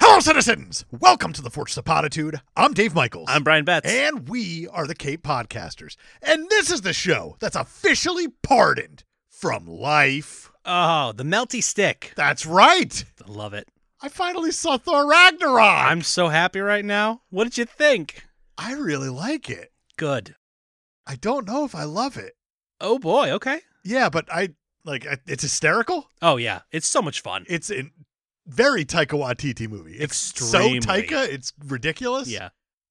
Hello, citizens! Welcome to the Fortress of Potitude. I'm Dave Michaels. I'm Brian Betts. And we are the Cape Podcasters. And this is the show that's officially pardoned from life. oh, the melty stick. That's right. I love it. I finally saw Thor Ragnarok. I'm so happy right now. What did you think? I really like it. Good. I don't know if I love it. Oh boy, okay. Yeah, but I like I- it's hysterical. Oh yeah, it's so much fun. It's a very Taika Waititi movie. It's Extremely. so Taika, it's ridiculous. Yeah.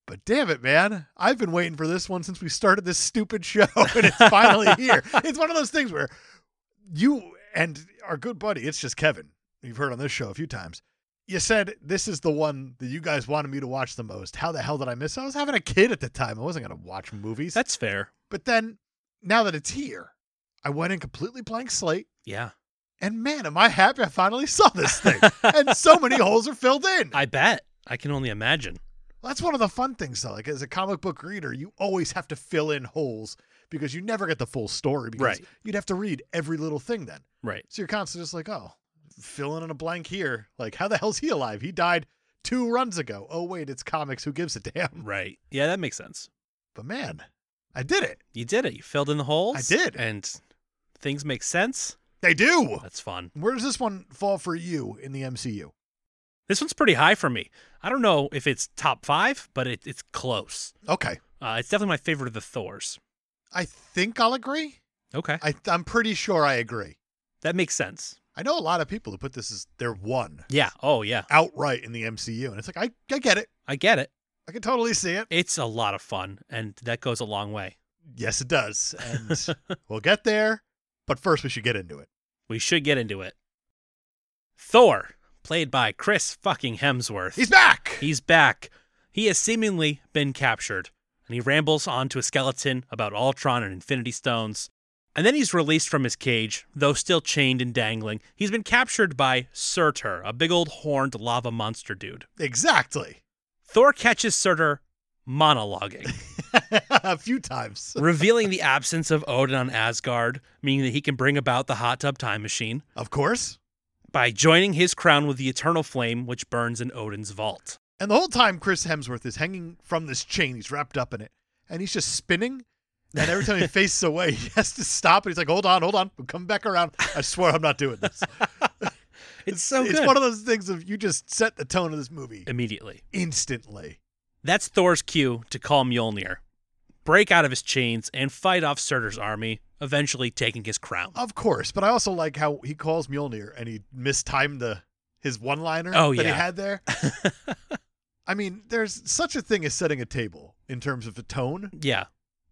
But damn it, man. I've been waiting for this one since we started this stupid show, and it's finally here. It's one of those things where you and our good buddy, it's just Kevin, who you've heard on this show a few times. You said this is the one that you guys wanted me to watch the most. How the hell did I miss? it? I was having a kid at the time. I wasn't going to watch movies. That's fair. but then now that it's here, I went in completely blank slate. Yeah. And man, am I happy I finally saw this thing. and so many holes are filled in. I bet. I can only imagine. That's one of the fun things, though. Like as a comic book reader, you always have to fill in holes because you never get the full story. Because Right. You'd have to read every little thing then, Right. so you're constantly just like, oh, filling in a blank here. Like, how the hell's he alive? He died two runs ago. Oh wait, it's comics. Who gives a damn? Right. Yeah, that makes sense. But man, I did it. You did it. You filled in the holes. I did. Oh. And things make sense. They do. That's fun. Where does this one fall for you in the MCU? This one's pretty high for me. I don't know if it's top five, but it, it's close. Okay, Uh, it's definitely my favorite of the Thors. I think I'll agree. Okay. I, I'm pretty sure I agree. That makes sense. I know a lot of people who put this as their one Yeah. Oh, yeah. outright in the MCU, and it's like I, I get it. I get it. I can totally see it. It's a lot of fun, and that goes a long way. Yes, it does. And we'll get there. But first, we should get into it. We should get into it. Thor, played by Chris fucking Hemsworth. He's back. He's back. He has seemingly been captured, and he rambles on to a skeleton about Ultron and Infinity Stones. And then he's released from his cage, though still chained and dangling. He's been captured by Surtur, a big old horned lava monster dude. exactly. Thor catches Surtur monologuing, a few times. revealing the absence of Odin on Asgard, meaning that he can bring about the hot tub time machine Of course. by joining his crown with the eternal flame which burns in Odin's vault. And the whole time, Chris Hemsworth is hanging from this chain. He's wrapped up in it. And he's just spinning. And every time he faces away, he has to stop. And he's like, hold on, hold on. I'm coming back around. I swear I'm not doing this. It's so good. It's one of those things of you just set the tone of this movie Immediately. instantly. That's Thor's cue to call Mjolnir, break out of his chains, and fight off Surtur's army, eventually taking his crown. Of course, but I also like how he calls Mjolnir and he mistimed the his one liner Oh, that yeah. he had there. I mean, there's such a thing as setting a table in terms of the tone. Yeah,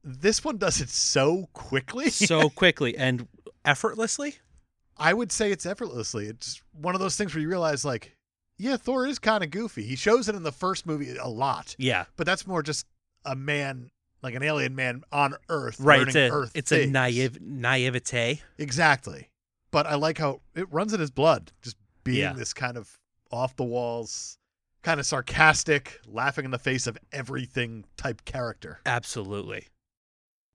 This one does it so quickly. so quickly and effortlessly. I would say it's effortlessly. It's one of those things where you realize, like, yeah, Thor is kind of goofy. He shows it in the first movie a lot, Yeah, but that's more just a man, like an alien man on Earth, right. It's Learning a, Earth it's a things. naive naivete. Exactly. But I like how it runs in his blood, just being Yeah. this kind of off the walls, kind of sarcastic, laughing in the face of everything type character. Absolutely.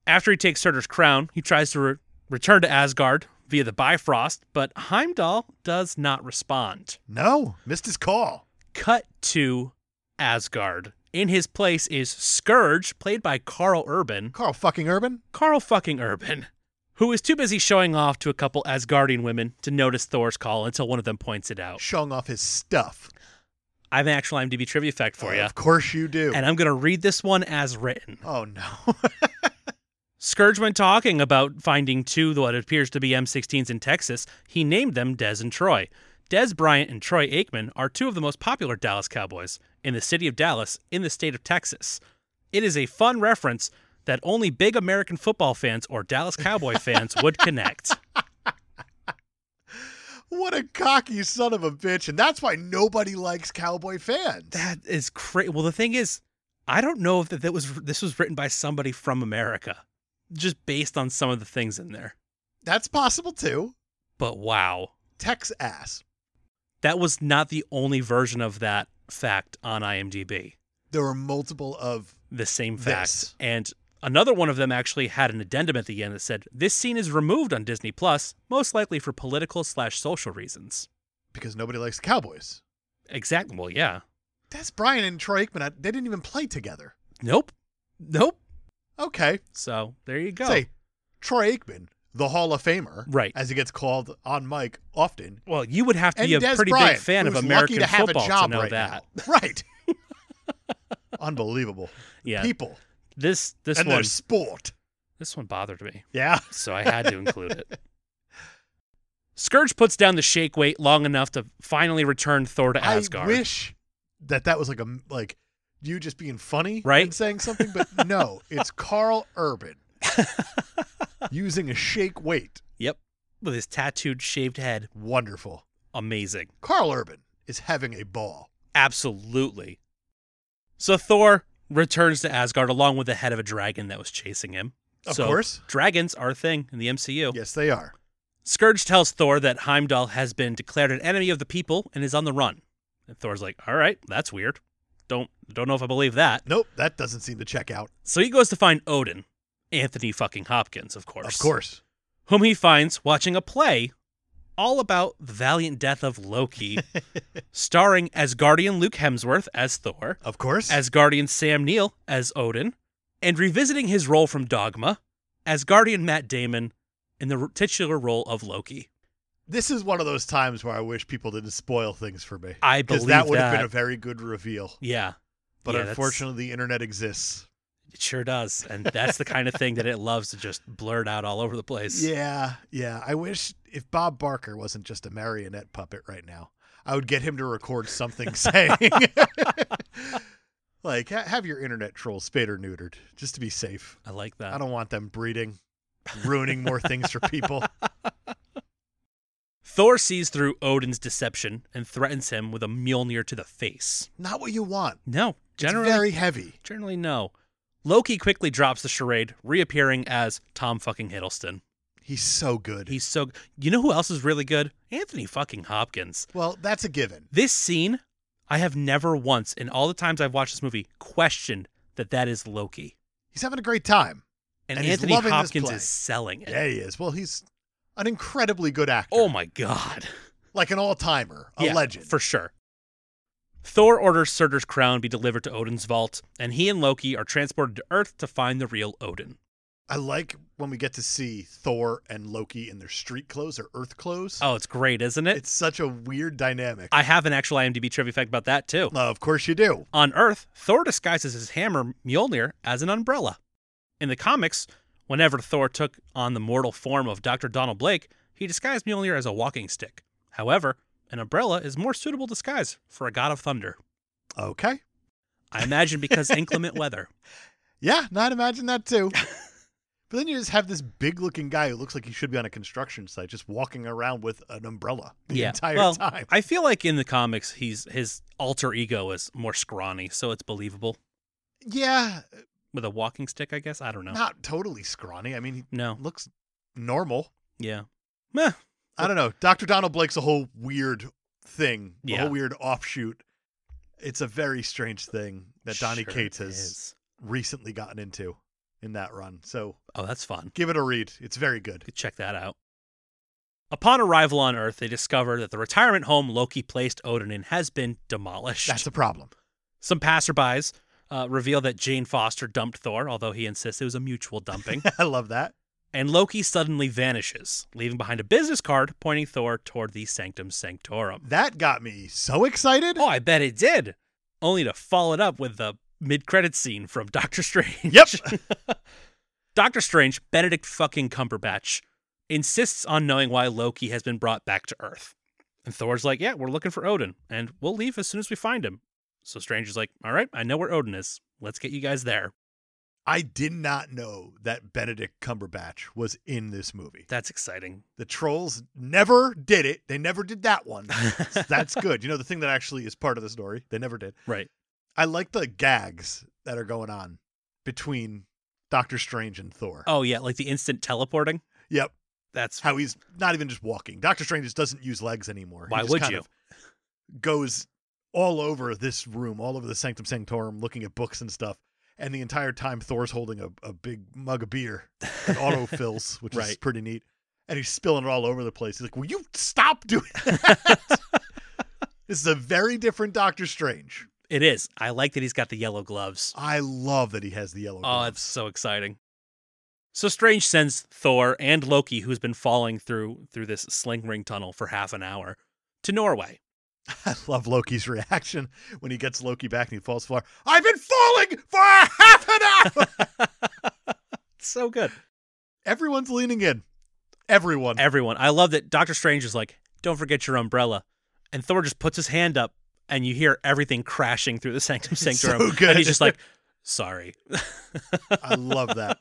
After he takes Surtur's crown, he tries to re- return to Asgard via the Bifrost, but Heimdall does not respond. No, missed his call. Cut to Asgard. In his place is Scourge, played by Carl Urban. Carl fucking Urban? Carl fucking Urban, who is too busy showing off to a couple Asgardian women to notice Thor's call until one of them points it out. Showing off his stuff. I have an actual IMDb trivia fact for Uh, you, Of course you do. and I'm going to read this one as written. oh, no. Scourge, when talking about finding two what appears to be M16s in Texas, he named them Dez and Troy. Dez Bryant and Troy Aikman are two of the most popular Dallas Cowboys in the city of Dallas, in the state of Texas. It is a fun reference that only big American football fans or Dallas Cowboy fans would connect. What a cocky son of a bitch. And that's why nobody likes cowboy fans. That is crazy. Well, the thing is, I don't know if that, that was this was written by somebody from America, just based on some of the things in there. That's possible too. But wow, Tex ass. that was not the only version of that fact on IMDb. There were multiple of The same fact, This. and another one of them actually had an addendum at the end that said this scene is removed on Disney Plus, most likely for political slash social reasons. because nobody likes the Cowboys. Exactly. Well, yeah. That's Brian and Troy Aikman. I- They didn't even play together. Nope. Nope. Okay. So there you go. Say, Troy Aikman, the Hall of Famer, Right. as he gets called on mic often, well, you would have to and be a Des pretty Bryant, big fan of who's American lucky to have football a job to know right that. now. Right. Unbelievable. Yeah. People This this and one their sport. this one bothered me. Yeah. so I had to include it. Scourge puts down the shake weight long enough to finally return Thor to Asgard. I wish that that was like a like you just being funny Right? and saying something, but no, it's Carl Urban using a shake weight. Yep. With his tattooed, shaved head. Wonderful. Amazing. Carl Urban is having a ball. Absolutely. So Thor returns to Asgard along with the head of a dragon that was chasing him. Of So course. Dragons are a thing in the MCU. Yes, they are. Scourge tells Thor that Heimdall has been declared an enemy of the people and is on the run. And Thor's like, "All right, that's weird. Don't don't know if I believe that." Nope, that doesn't seem to check out. So he goes to find Odin, Anthony fucking Hopkins, of course. Of course. Whom he finds watching a play all about the valiant death of Loki, starring Asgardian Luke Hemsworth as Thor, Of course. Asgardian Sam Neill as Odin, and revisiting his role from Dogma, Asgardian Matt Damon in the r- titular role of Loki. this is one of those times where I wish people didn't spoil things for me. I Because believe that that. would have been a very good reveal. yeah. But Yeah, that's- unfortunately, the internet exists. It sure does. And that's the kind of thing that it loves to just blurt out all over the place. Yeah, yeah. I wish if Bob Barker wasn't just a marionette puppet right now, I would get him to record something saying, like, ha- have your internet troll spayed or neutered just to be safe. I like that. I don't want them breeding, ruining more things for people. Thor sees through Odin's deception and threatens him with a Mjolnir to the face. Not what you want. No, generally, it's very heavy. generally no. Loki quickly drops the charade, reappearing as Tom fucking Hiddleston. He's so good. He's so. You know who else is really good? Anthony fucking Hopkins. well, that's a given. This scene, I have never once in all the times I've watched this movie questioned that that is Loki. He's having a great time. And, And he's Anthony loving this Hopkins play. is selling it. Yeah, he is. Well, he's an incredibly good actor. Oh my god. Like an all timer, a Yeah, legend. For sure. Thor orders Surtur's crown be delivered to Odin's vault, and he and Loki are transported to Earth to find the real Odin. I like when we get to see Thor and Loki in their street clothes or earth clothes. Oh, it's great, isn't it? It's such a weird dynamic. I have an actual IMDb trivia fact about that, too. Uh, of course you do. On Earth, Thor disguises his hammer, Mjolnir, as an umbrella. In the comics, whenever Thor took on the mortal form of Dr. Donald Blake, he disguised Mjolnir as a walking stick. However, an umbrella is more suitable disguise for a god of thunder. Okay. I imagine because inclement weather. Yeah, no, I'd imagine that too. but then you just have this big looking guy who looks like he should be on a construction site just walking around with an umbrella the entire well, time. I feel like in the comics, he's his alter ego is more scrawny, so it's believable Yeah, with a walking stick. I guess I don't know. not totally scrawny. I mean, he no, looks normal. yeah, Meh. I don't know. Dr. Donald Blake's a whole weird thing, a Yeah. whole weird offshoot. It's a very strange thing that Donnie Sure Cates has is. recently gotten into in that run. So Oh, that's fun. give it a read. It's very good. Could check that out. Upon arrival on Earth, they discover that the retirement home Loki placed Odin in has been demolished. That's a problem. Some passerbys uh, reveal that Jane Foster dumped Thor, although he insists it was a mutual dumping. I love that. and Loki suddenly vanishes, leaving behind a business card pointing Thor toward the Sanctum Sanctorum. That got me so excited. Oh, I bet it did. Only to follow it up with the mid credit scene from Doctor Strange. Yep. Doctor Strange, Benedict fucking Cumberbatch, insists on knowing why Loki has been brought back to Earth. And Thor's like, yeah, we're looking for Odin, and we'll leave as soon as we find him. So Strange is like, all right, I know where Odin is. Let's get you guys there. I did not know that Benedict Cumberbatch was in this movie. That's exciting. The trolls never did it. They never did that one. So that's good. You know, the thing that actually is part of the story, they never did. Right. I like the gags that are going on between Doctor Strange and Thor. Oh yeah, like the instant teleporting. Yep. That's How he's not even just walking. Doctor Strange just doesn't use legs anymore. He Why just would kind you? of goes all over this room, all over the Sanctum Sanctorum, looking at books and stuff. And the entire time, Thor's holding a, a big mug of beer that autofills, which is Right. pretty neat. And he's spilling it all over the place. He's like, Will you stop doing that? this is a very different Doctor Strange. it is. I like that he's got the yellow gloves. I love that he has the yellow Oh, gloves. it's so exciting. So Strange sends Thor and Loki, who's been falling through through this sling ring tunnel for half an hour, to Norway. I love Loki's reaction when he gets Loki back and he falls far. I've been falling for half an hour. so good. Everyone's leaning in. Everyone. Everyone. I love that Doctor Strange is like, don't forget your umbrella. And Thor just puts his hand up and you hear everything crashing through the Sanctum Sanctorum. good. And he's just like, sorry. I love that.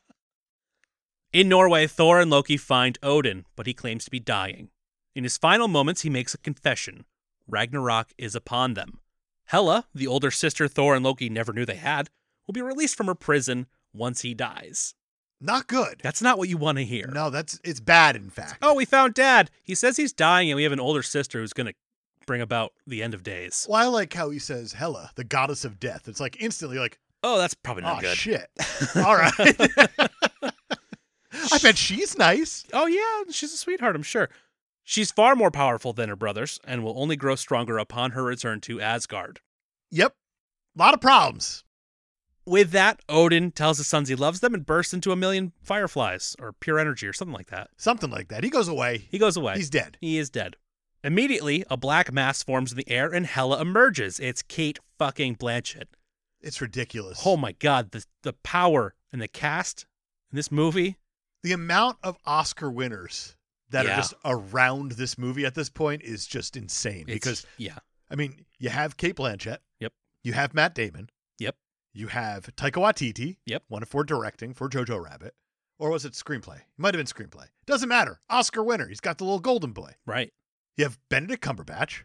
In Norway, Thor and Loki find Odin, but he claims to be dying. In his final moments, he makes a confession Ragnarok is upon them. Hela, the older sister Thor and Loki never knew they had, will be released from her prison once he dies. Not good. That's not what you want to hear. No, that's it's bad. In fact, Oh, we found dad. He says he's dying, and we have an older sister who's going to bring about the end of days. well, I like how he says Hela, the goddess of death. It's like instantly like, Oh, that's probably oh not good. shit. All right. I bet she's nice. Oh, yeah, she's a sweetheart, I'm sure. She's far more powerful than her brothers and will only grow stronger upon her return to Asgard. Yep. A lot of problems. With that, Odin tells his sons he loves them and bursts into a million fireflies or pure energy or something like that. Something like that. He goes away. He goes away. He's dead. he is dead. Immediately, a black mass forms in the air and Hela emerges. It's Kate fucking Blanchett. It's ridiculous. Oh my god, the the power and the cast in this movie. the amount of Oscar winners that Yeah. are just around this movie at this point is just insane. it's- because yeah, I mean, you have Kate Blanchett. Yep. You have Matt Damon. Yep. You have Taika Waititi. Yep. One for directing for Jojo Rabbit, or was it screenplay? It might have been screenplay. Doesn't matter. Oscar winner. He's got the little golden boy. right. You have Benedict Cumberbatch.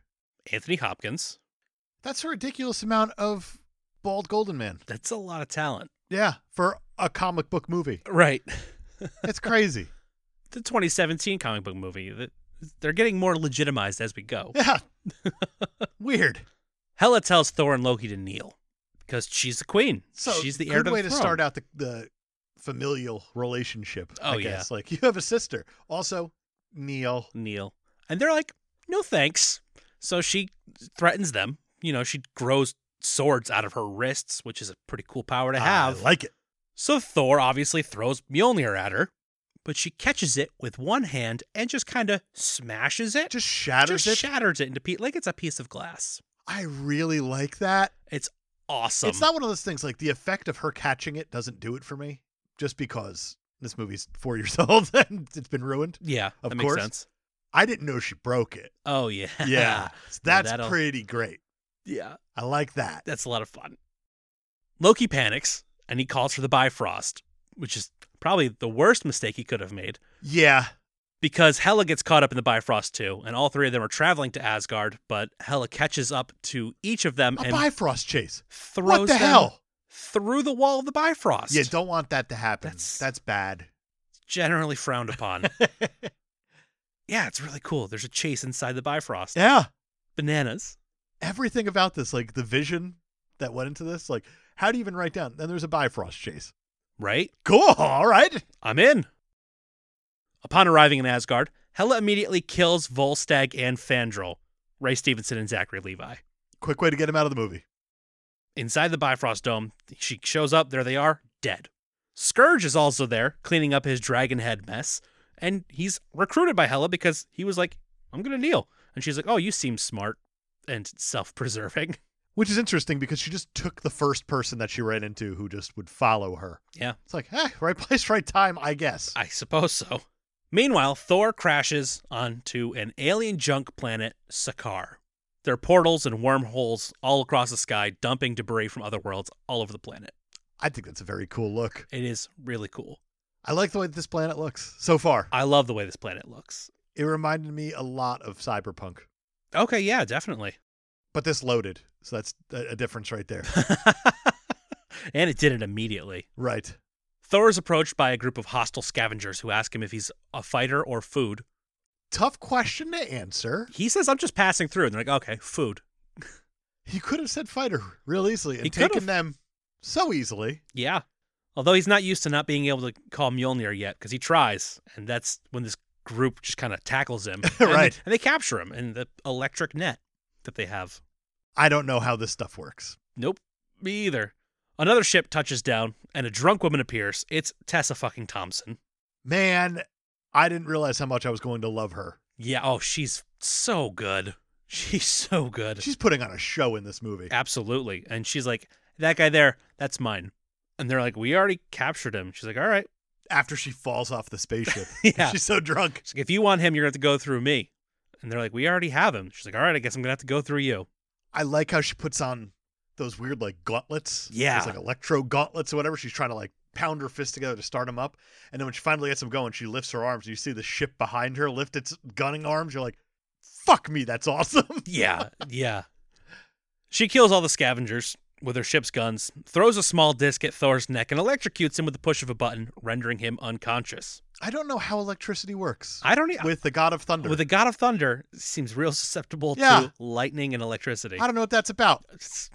Anthony Hopkins. That's a ridiculous amount of bald golden man. That's a lot of talent. Yeah, for a comic book movie. Right. It's crazy. The 2017 comic book movie. that- They're getting more legitimized as we go. yeah. Weird. Hela tells Thor and Loki to kneel because she's the queen. So she's the good heir to the way throne. to start out the, the familial relationship. Oh, I yeah. guess. Like you have a sister. Also, Neil. Neil. And they're like, no thanks. So she threatens them. You know, she grows swords out of her wrists, which is a pretty cool power to have. I like it. so Thor obviously throws Mjolnir at her, but she catches it with one hand and just kind of smashes it. Just shatters Just it. shatters it into pe- like it's a piece of glass. I really like that. Awesome. It's not one of those things like the effect of her catching it doesn't do it for me, just because this movie's four years old and it's been ruined. yeah, Of that course. makes sense. I didn't know she broke it. Oh yeah. Yeah, that's that'll- pretty great. yeah. I like that. That's a lot of fun. Loki panics and he calls for the Bifrost, which is probably the worst mistake he could have made. Yeah, because Hela gets caught up in the Bifrost too, and all three of them are traveling to Asgard, but Hela catches up to each of them a and Bifrost chase. throws what the them hell? through the wall of the Bifrost. Yeah, don't want that to happen. That's- That's, bad. generally frowned upon. yeah, it's really cool. There's a chase inside the Bifrost. Yeah, Bananas. everything about this, like the vision that went into this, like how do you even write down? Then there's a Bifrost chase. Right? Cool. All right. I'm in. Upon arriving in Asgard, Hela immediately kills Volstagg and Fandral, Ray Stevenson and Zachary Levi. Quick way to get him out of the movie. inside the Bifrost Dome. She shows up. There they are, dead. Scourge is also there, cleaning up his dragon head mess. And he's recruited by Hela because he was like, I'm going to kneel. And she's like, Oh, you seem smart and self preserving. Which is interesting because she just took the first person that she ran into who just would follow her. Yeah. It's like, eh, right place, right time, I guess. I suppose so. Meanwhile, Thor crashes onto an alien junk planet, Sakaar. There are portals and wormholes all across the sky, dumping debris from other worlds all over the planet. I think that's a very cool look. It is really cool. I like the way that this planet looks so far. I love the way this planet looks. It reminded me a lot of Cyberpunk, Okay, yeah, definitely. but this loaded. So that's a a difference right there. and it did it immediately. right. Thor is approached by a group of hostile scavengers who ask him if he's a fighter or food. Tough question to answer. He says, I'm just passing through. And they're like, okay, food. He could have said fighter real easily and He could taken have. them so easily. Yeah. Although he's not used to not being able to call Mjolnir yet because he tries. And that's when this group just kind of tackles him. And they- Right. and they capture him in the electric net that they have. I don't know how this stuff works. Nope. Me either. Another ship touches down and a drunk woman appears. It's Tessa fucking Thompson. Man, I didn't realize how much I was going to love her. Yeah. Oh, she's so good. She's so good. She's putting on a show in this movie. Absolutely. And she's like, that guy there, that's mine. And they're like, we already captured him. She's like, all right. After she falls off the spaceship, Yeah. she's so drunk. She's like, if you want him, you're going to have to go through me. And they're like, we already have him. She's like, all right, I guess I'm going to have to go through you. I like how she puts on those weird like gauntlets. Yeah. Those, like electro gauntlets or whatever. She's trying to like pound her fist together to start him up. And then when she finally gets him going, she lifts her arms. And you see the ship behind her lift its gunning arms. You're like, fuck me, that's awesome. Yeah. Uh, yeah. She kills all the scavengers with her ship's guns, throws a small disc at Thor's neck, and electrocutes him with the push of a button, rendering him unconscious. I don't know how electricity works I don't e- with the God of Thunder. With the God of Thunder, seems real susceptible Yeah. to lightning and electricity. I don't know what that's about. It's-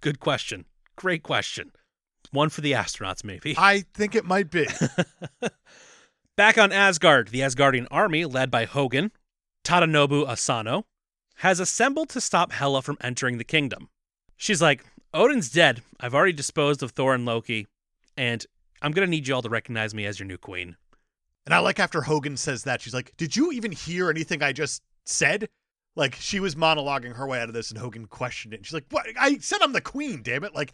Good question. Great question. One for the astronauts, maybe. I think it might be. Back on Asgard, the Asgardian army, led by Hogan, Tadanobu Asano, has assembled to stop Hela from entering the kingdom. She's like, Odin's dead. I've already disposed of Thor and Loki, and I'm going to need you all to recognize me as your new queen. And I like after Hogan says that, she's like, Did you even hear anything I just said? Like she was monologuing her way out of this and Hogan questioned it. And she's like, What I said I'm the queen, damn it. Like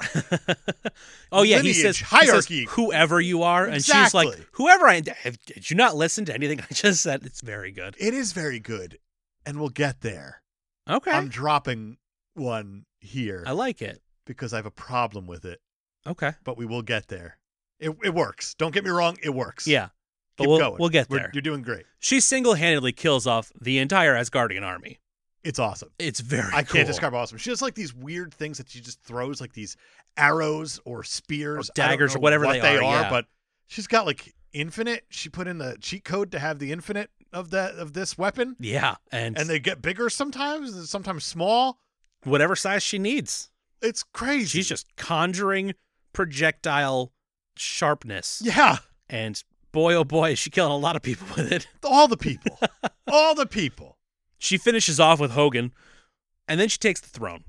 oh, yeah, he Lineage, says, he says, hierarchy. whoever you are. And she's like, Exactly. whoever I am. Have- Did you not listen to anything I just said? It's very good. it is very good. And we'll get there. Okay. I'm dropping one here I like it. because I have a problem with it, Okay. but we will get there. It it works. Don't get me wrong, it works. Yeah. But Keep we'll, going. we'll get We're- there. You're doing great. She single handedly kills off the entire Asgardian army. It's awesome. It's very I cool. can't describe awesome. She does like these weird things that she just throws, like these arrows or spears, Or daggers I don't or know whatever what they they, are, yeah. But she's got like infinite. She put in the cheat code to have the infinite of that of this weapon, Yeah. And, and they get bigger sometimes, and sometimes small. whatever size she needs. It's crazy. She's just conjuring projectile sharpness. yeah, And boy, oh boy, is she killing a lot of people with it. all the people, all the people. She finishes off with Hogan, and then she takes the throne,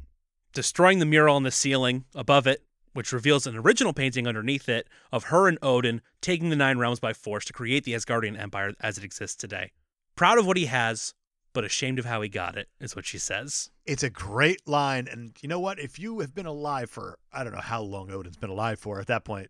destroying the mural on the ceiling above it, which reveals an original painting underneath it of her and Odin taking the Nine Realms by force to create the Asgardian Empire as it exists today. Proud of what he has, but ashamed of how he got it, is what she says. It's a great line, and you know what? If you have been alive for I don't know how long Odin's been alive for at that point.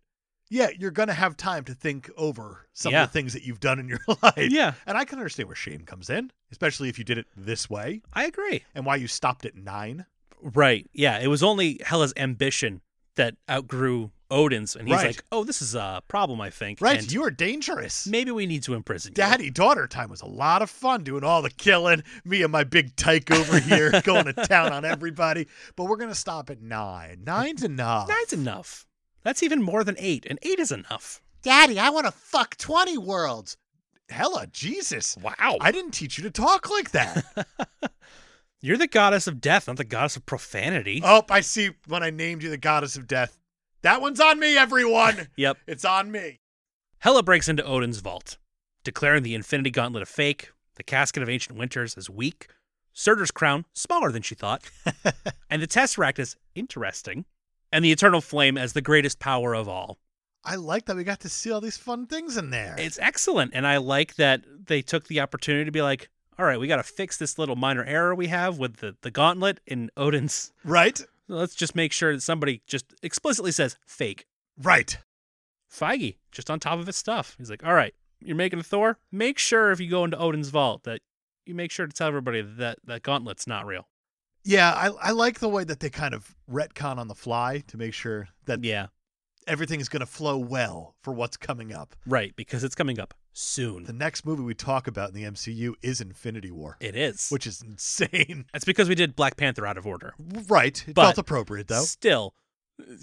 Yeah, you're gonna have time to think over some Yeah. of the things that you've done in your life. Yeah, And I can understand where shame comes in, especially if you did it this way I agree. and why you stopped at nine. Right. Yeah. It was only Hela's ambition that outgrew Odin's, and he's Right. like, "Oh, this is a problem, I think. Right. and you were dangerous. maybe we need to imprison you." Daddy daughter time was a lot of fun doing all the killing. Me and my big tyke over here going to town on everybody. But we're going to stop at nine. Nine's enough. Nine's enough. That's even more than eight, and eight is enough. Daddy, I want to fuck 20 worlds. Hella, Jesus. Wow. I didn't teach you to talk like that. You're the goddess of death, not the goddess of profanity. oh, I see when I named you the goddess of death. That one's on me, everyone. Yep. It's on me. Hela breaks into Odin's vault, declaring the Infinity Gauntlet a fake, the Casket of Ancient Winters as weak, Surtur's crown smaller than she thought, and the Tesseract as interesting, and the Eternal Flame as the greatest power of all. I like that we got to see all these fun things in there. It's excellent. And I like that they took the opportunity to be like, all right, we got to fix this little minor error we have with the, the gauntlet in Odin's. right? Let's just make sure that somebody just explicitly says fake. Right. Feige, just on top of his stuff. He's like, all right, you're making a Thor? Make sure if you go into Odin's vault that you make sure to tell everybody that that gauntlet's not real. Yeah, I, I like the way that they kind of retcon on the fly to make sure that Yeah. everything is going to flow well for what's coming up. Right, because it's coming up soon. The next movie we talk about in the MCU is Infinity War, it is. which is insane. That's because we did Black Panther out of order. Right. It But- felt appropriate, though. Still,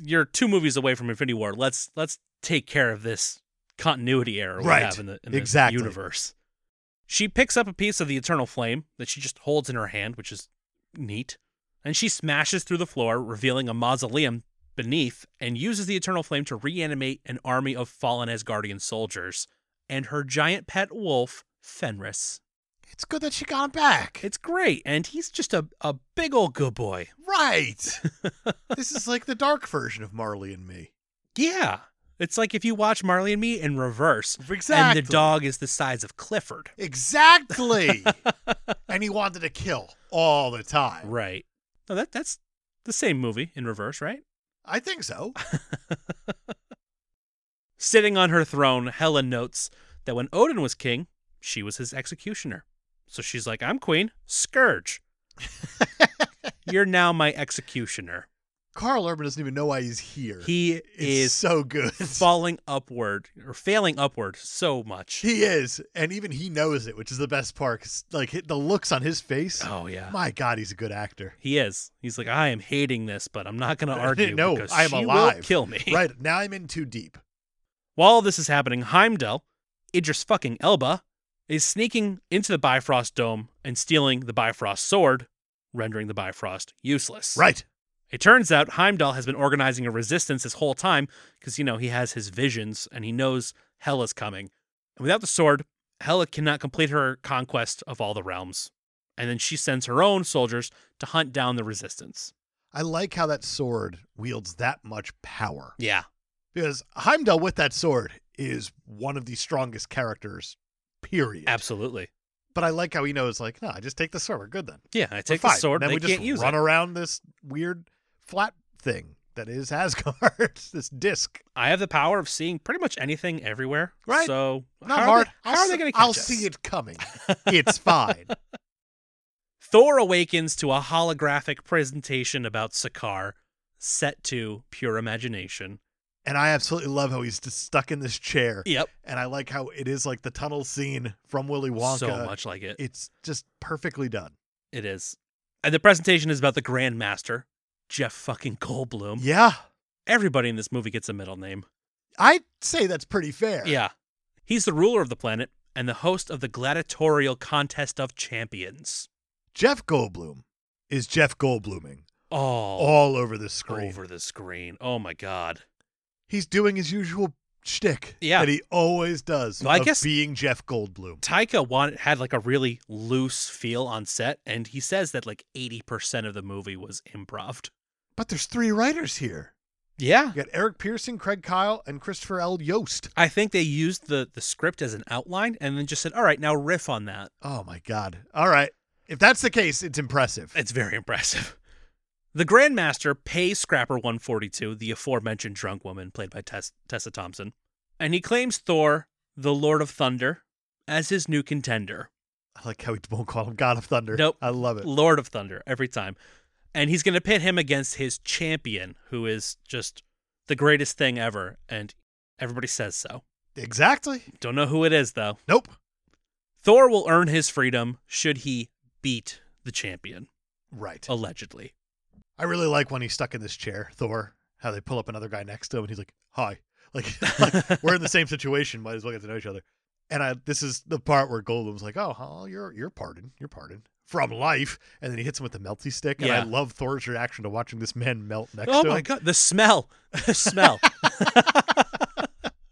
you're two movies away from Infinity War. Let's let's take care of this continuity error we Right. have in the, in the Exactly. universe. She picks up a piece of the Eternal Flame that she just holds in her hand, which is neat, and she smashes through the floor, revealing a mausoleum beneath, and uses the Eternal Flame to reanimate an army of fallen Asgardian soldiers and her giant pet wolf, Fenris. It's good that she got him back. It's great, and he's just a, a big old good boy. right. this is like the dark version of Marley and me. Yeah. It's like if you watch Marley and Me in reverse, Exactly. and the dog is the size of Clifford. Exactly. and he wanted to kill all the time. Right. No, that that's the same movie in reverse, right? I think so. Sitting on her throne, Helen notes that when Odin was king, she was his executioner. So she's like, "I'm queen, scourge. You're now my executioner." Carl Urban doesn't even know why he's here. He is is so good. falling upward or failing upward so much. He is, and even he knows it, which is the best part. 'cause, like hi- the looks on his face. Oh yeah. My God, he's a good actor. He is. He's like, "I am hating this, but I'm not going to argue No, because I am she will alive." kill me." right now, I'm in too deep. While all this is happening, Heimdall, Idris fucking Elba, is sneaking into the Bifrost Dome and stealing the Bifrost sword, rendering the Bifrost useless. Right. It turns out Heimdall has been organizing a resistance this whole time because, you know, he has his visions and he knows Hela's coming. And without the sword, Hela cannot complete her conquest of all the realms. And then she sends her own soldiers to hunt down the resistance. I like how that sword wields that much power Yeah. because Heimdall with that sword is one of the strongest characters. Period. Absolutely. But I like how he knows, like, no, just take the sword. We're good then. Yeah, I We're take the fine." sword. Then they we just can't use run it. around this weird flat thing that is Asgard. this disc. I have the power of seeing pretty much anything everywhere. Right. So Not how are hard. they- I'll how are s- they going to? I'll see it coming. It's fine. Thor awakens to a holographic presentation about Sakaar, set to pure imagination. And I absolutely love how he's just stuck in this chair. Yep. And I like how it is like the tunnel scene from Willy Wonka. So much like it. It's just perfectly done. It is. And the presentation is about the Grand Master, Jeff fucking Goldblum. Yeah. Everybody in this movie gets a middle name. I'd say that's pretty fair. Yeah. He's the ruler of the planet and the host of the gladiatorial contest of champions. Jeff Goldblum is Jeff Goldbluming Oh, all over the screen. over the screen. Oh my god. He's doing his usual shtick Yeah. that he always does Well, I of guess- being Jeff Goldblum. Taika wanted had like a really loose feel on set, and he says that like eighty percent of the movie was improv. But there's three writers here. Yeah, You got Eric Pearson, Craig Kyle, and Christopher L. Yost. I think they used the the script as an outline, and then just said, "All right, now riff on that." Oh my God. All right. If that's the case, it's impressive. It's very impressive. The Grandmaster pays Scrapper 142, the aforementioned drunk woman played by Tess- Tessa Thompson, and he claims Thor, the Lord of Thunder, as his new contender. I like how he won't call him God of Thunder. Nope. I love it. Lord of Thunder every time. And he's going to pit him against his champion, who is just the greatest thing ever. And everybody says so. Exactly. Don't know who it is, though. Nope. Thor will earn his freedom should he beat the champion, Right. allegedly. I really like when he's stuck in this chair, Thor, how they pull up another guy next to him and he's like, hi. Like, like, we're in the same situation. Might as well get to know each other. And I, this is the part where Goldblum's like, oh, huh, you're, you're pardoned. You're pardoned from life. And then he hits him with the melty stick. And Yeah. I love Thor's reaction to watching this man melt next oh to my him. God. The smell. The smell.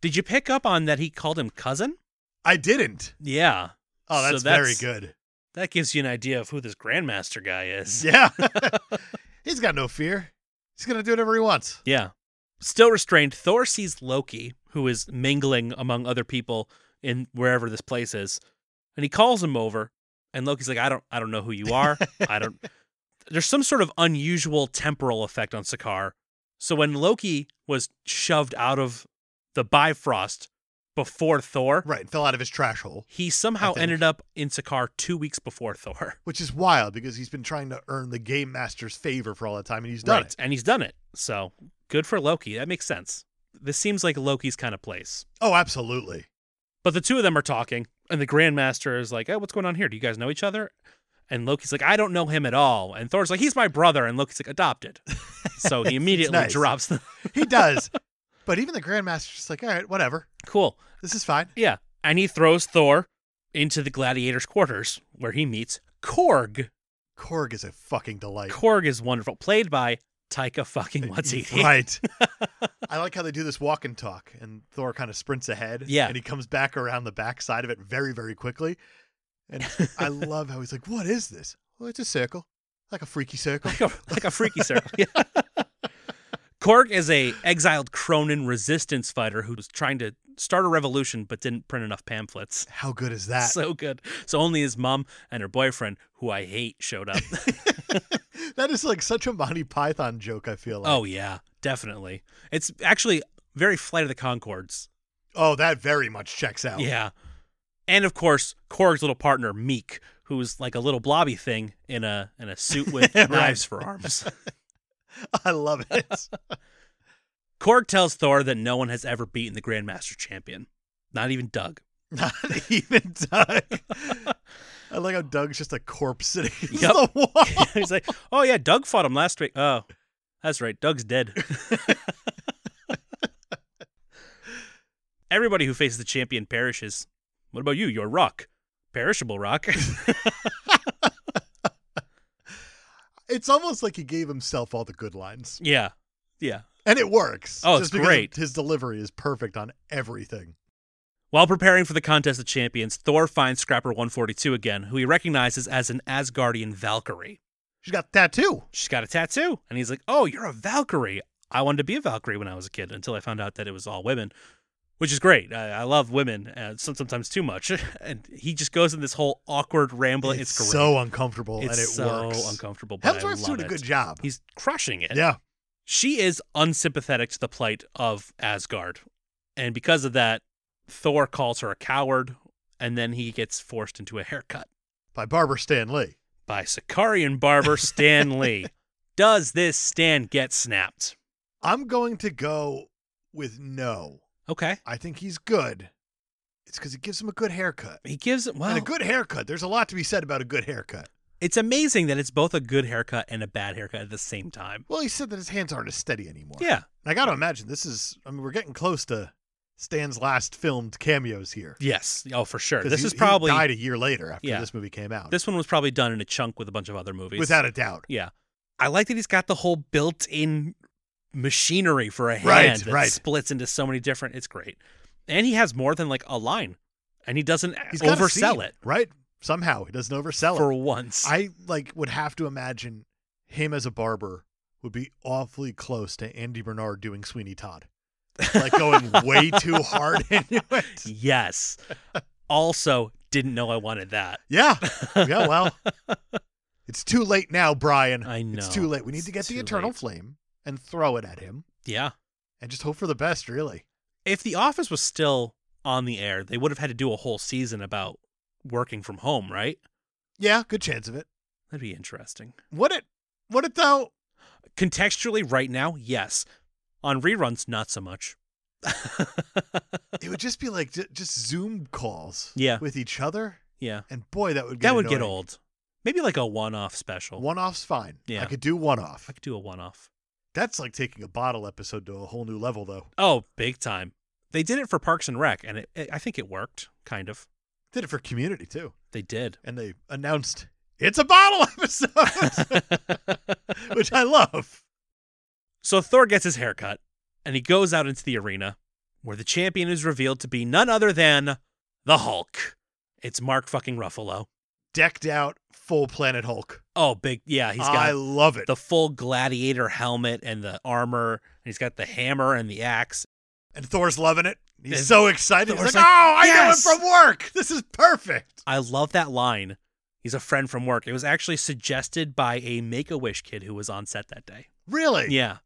Did you pick up on that he called him cousin? I didn't. Yeah. Oh, So that's, that's- very good. That gives you an idea of who this Grandmaster guy is. Yeah. he's got no fear. He's going to do whatever he wants. Yeah. Still restrained, Thor sees Loki, who is mingling among other people in wherever this place is, and he calls him over. And Loki's like, "I don't, I don't know who you are. I don't." There's some sort of unusual temporal effect on Sakaar. So when Loki was shoved out of the Bifrost, before Thor. Right, fell out of his trash hole, He somehow think. ended up in Sakaar two weeks before Thor. which is wild because he's been trying to earn the game master's favor for all that time, and he's done right. it. And he's done it. So good for Loki. That makes sense. This seems like Loki's kind of place. Oh, absolutely. But the two of them are talking, and the Grandmaster is like, "Hey, what's going on here? Do you guys know each other?" And Loki's like, "I don't know him at all." And Thor's like, "He's my brother." And Loki's like, "Adopted." So he immediately nice. drops the He does. but even the grandmaster's just like, all right, whatever. cool. This is fine. Yeah, and he throws Thor into the gladiator's quarters where he meets Korg. Korg is a fucking delight. Korg is wonderful, played by Taika fucking what's he? Right. I like how they do this walk and talk, and Thor kind of sprints ahead. Yeah. And he comes back around the backside of it very, very quickly. And I love how he's like, What is this? Well, it's a circle, like a freaky circle. like a, like a freaky circle. Yeah. Korg is a exiled Cronin resistance fighter who was trying to start a revolution but didn't print enough pamphlets. How good is that? So good. So only his mom and her boyfriend, who I hate, showed up. that is like such a Monty Python joke, I feel like. oh yeah, definitely. It's actually very Flight of the Concords. Oh, that very much checks out. Yeah. And of course, Korg's little partner, Meek, who's like a little blobby thing in a in a suit with Right. knives for arms. I love it. Korg tells Thor that no one has ever beaten the Grandmaster Champion. Not even Doug. Not even Doug. I like how Doug's just a corpse sitting against Yep. the wall. He's like, oh yeah, Doug fought him last week. Oh, that's right. Doug's dead. Everybody who faces the champion perishes. What about you? You're rock. Perishable rock. It's almost like he gave himself all the good lines. yeah. Yeah. And it works. Oh, it's just because great. His delivery is perfect on everything. While preparing for the contest of champions, Thor finds Scrapper 142 again, who he recognizes as an Asgardian Valkyrie. She's got tattoo. She's got a tattoo, and he's like, "Oh, you're a Valkyrie." I wanted to be a Valkyrie when I was a kid until I found out that it was all women, which is great. I, I love women, uh, some- sometimes too much. and he just goes in this whole awkward rambling. It's, great. so uncomfortable it's and it so works. uncomfortable. But I Hemsworth's love doing a it. good job. He's crushing it. yeah. She is unsympathetic to the plight of Asgard. And because of that, Thor calls her a coward, and then he gets forced into a haircut By Barbara Stan Lee. by Sicarian barber Stan Lee. Does this Stan get snapped? I'm going to go with no. Okay. I think he's good. It's because it gives him a good haircut. He gives well. and a good haircut. There's a lot to be said about a good haircut. it's amazing that it's both a good haircut and a bad haircut at the same time. Well, he said that his hands aren't as steady anymore. Yeah. And I got to imagine this is, I mean, we're getting close to Stan's last filmed cameos here. Yes. Oh, for sure. 'Cause This he- is he probably died a year later after Yeah. this movie came out. this one was probably done in a chunk with a bunch of other movies. without a doubt. Yeah. I like that he's got the whole built-in machinery for a hand Right, that right. splits into so many different. It's great, and he has more than like a line, and he doesn't He's got a oversell scene, it right? Somehow he doesn't oversell for it. once. I like would have to imagine him as a barber would be awfully close to Andy Bernard doing Sweeney Todd, like going way too hard into it. yes. also, didn't know I wanted that. Yeah, yeah. Well, it's too late now, Brian. I know. It's too late. We need It's to get the too eternal late. flame and throw it at him Yeah. and just hope for the best. Really, if The Office was still on the air, they would have had to do a whole season about working from home, right? yeah. Good chance of it. That'd be interesting. Would it? Would it though? Contextually, right now, yes. On reruns, not so much. It would just be like j- just Zoom calls. Yeah. With each other, yeah, and boy, that would get that would get annoying. old. Maybe like a one-off special. One off's fine. Yeah. I could do one off. I could do a one-off. That's like taking a bottle episode to a whole new level, though. Oh, big time! They did it for Parks and Rec, and it, it, I think it worked. Kind of. Did it for community, too. They did. And they announced it's a bottle episode, which I love. So Thor gets his haircut, and he goes out into the arena, where the champion is revealed to be none other than the Hulk. It's Mark fucking Ruffalo. Decked out, full Planet Hulk. Oh, big yeah, he's I got love it. the full gladiator helmet and the armor, and he's got the hammer and the axe. and Thor's loving it. He's And so excited. Thor's He's like, like, oh, I "Yes!" know it from work. This is perfect. I love that line. He's a friend from work. It was actually suggested by a Make a Wish kid who was on set that day. Really? Yeah,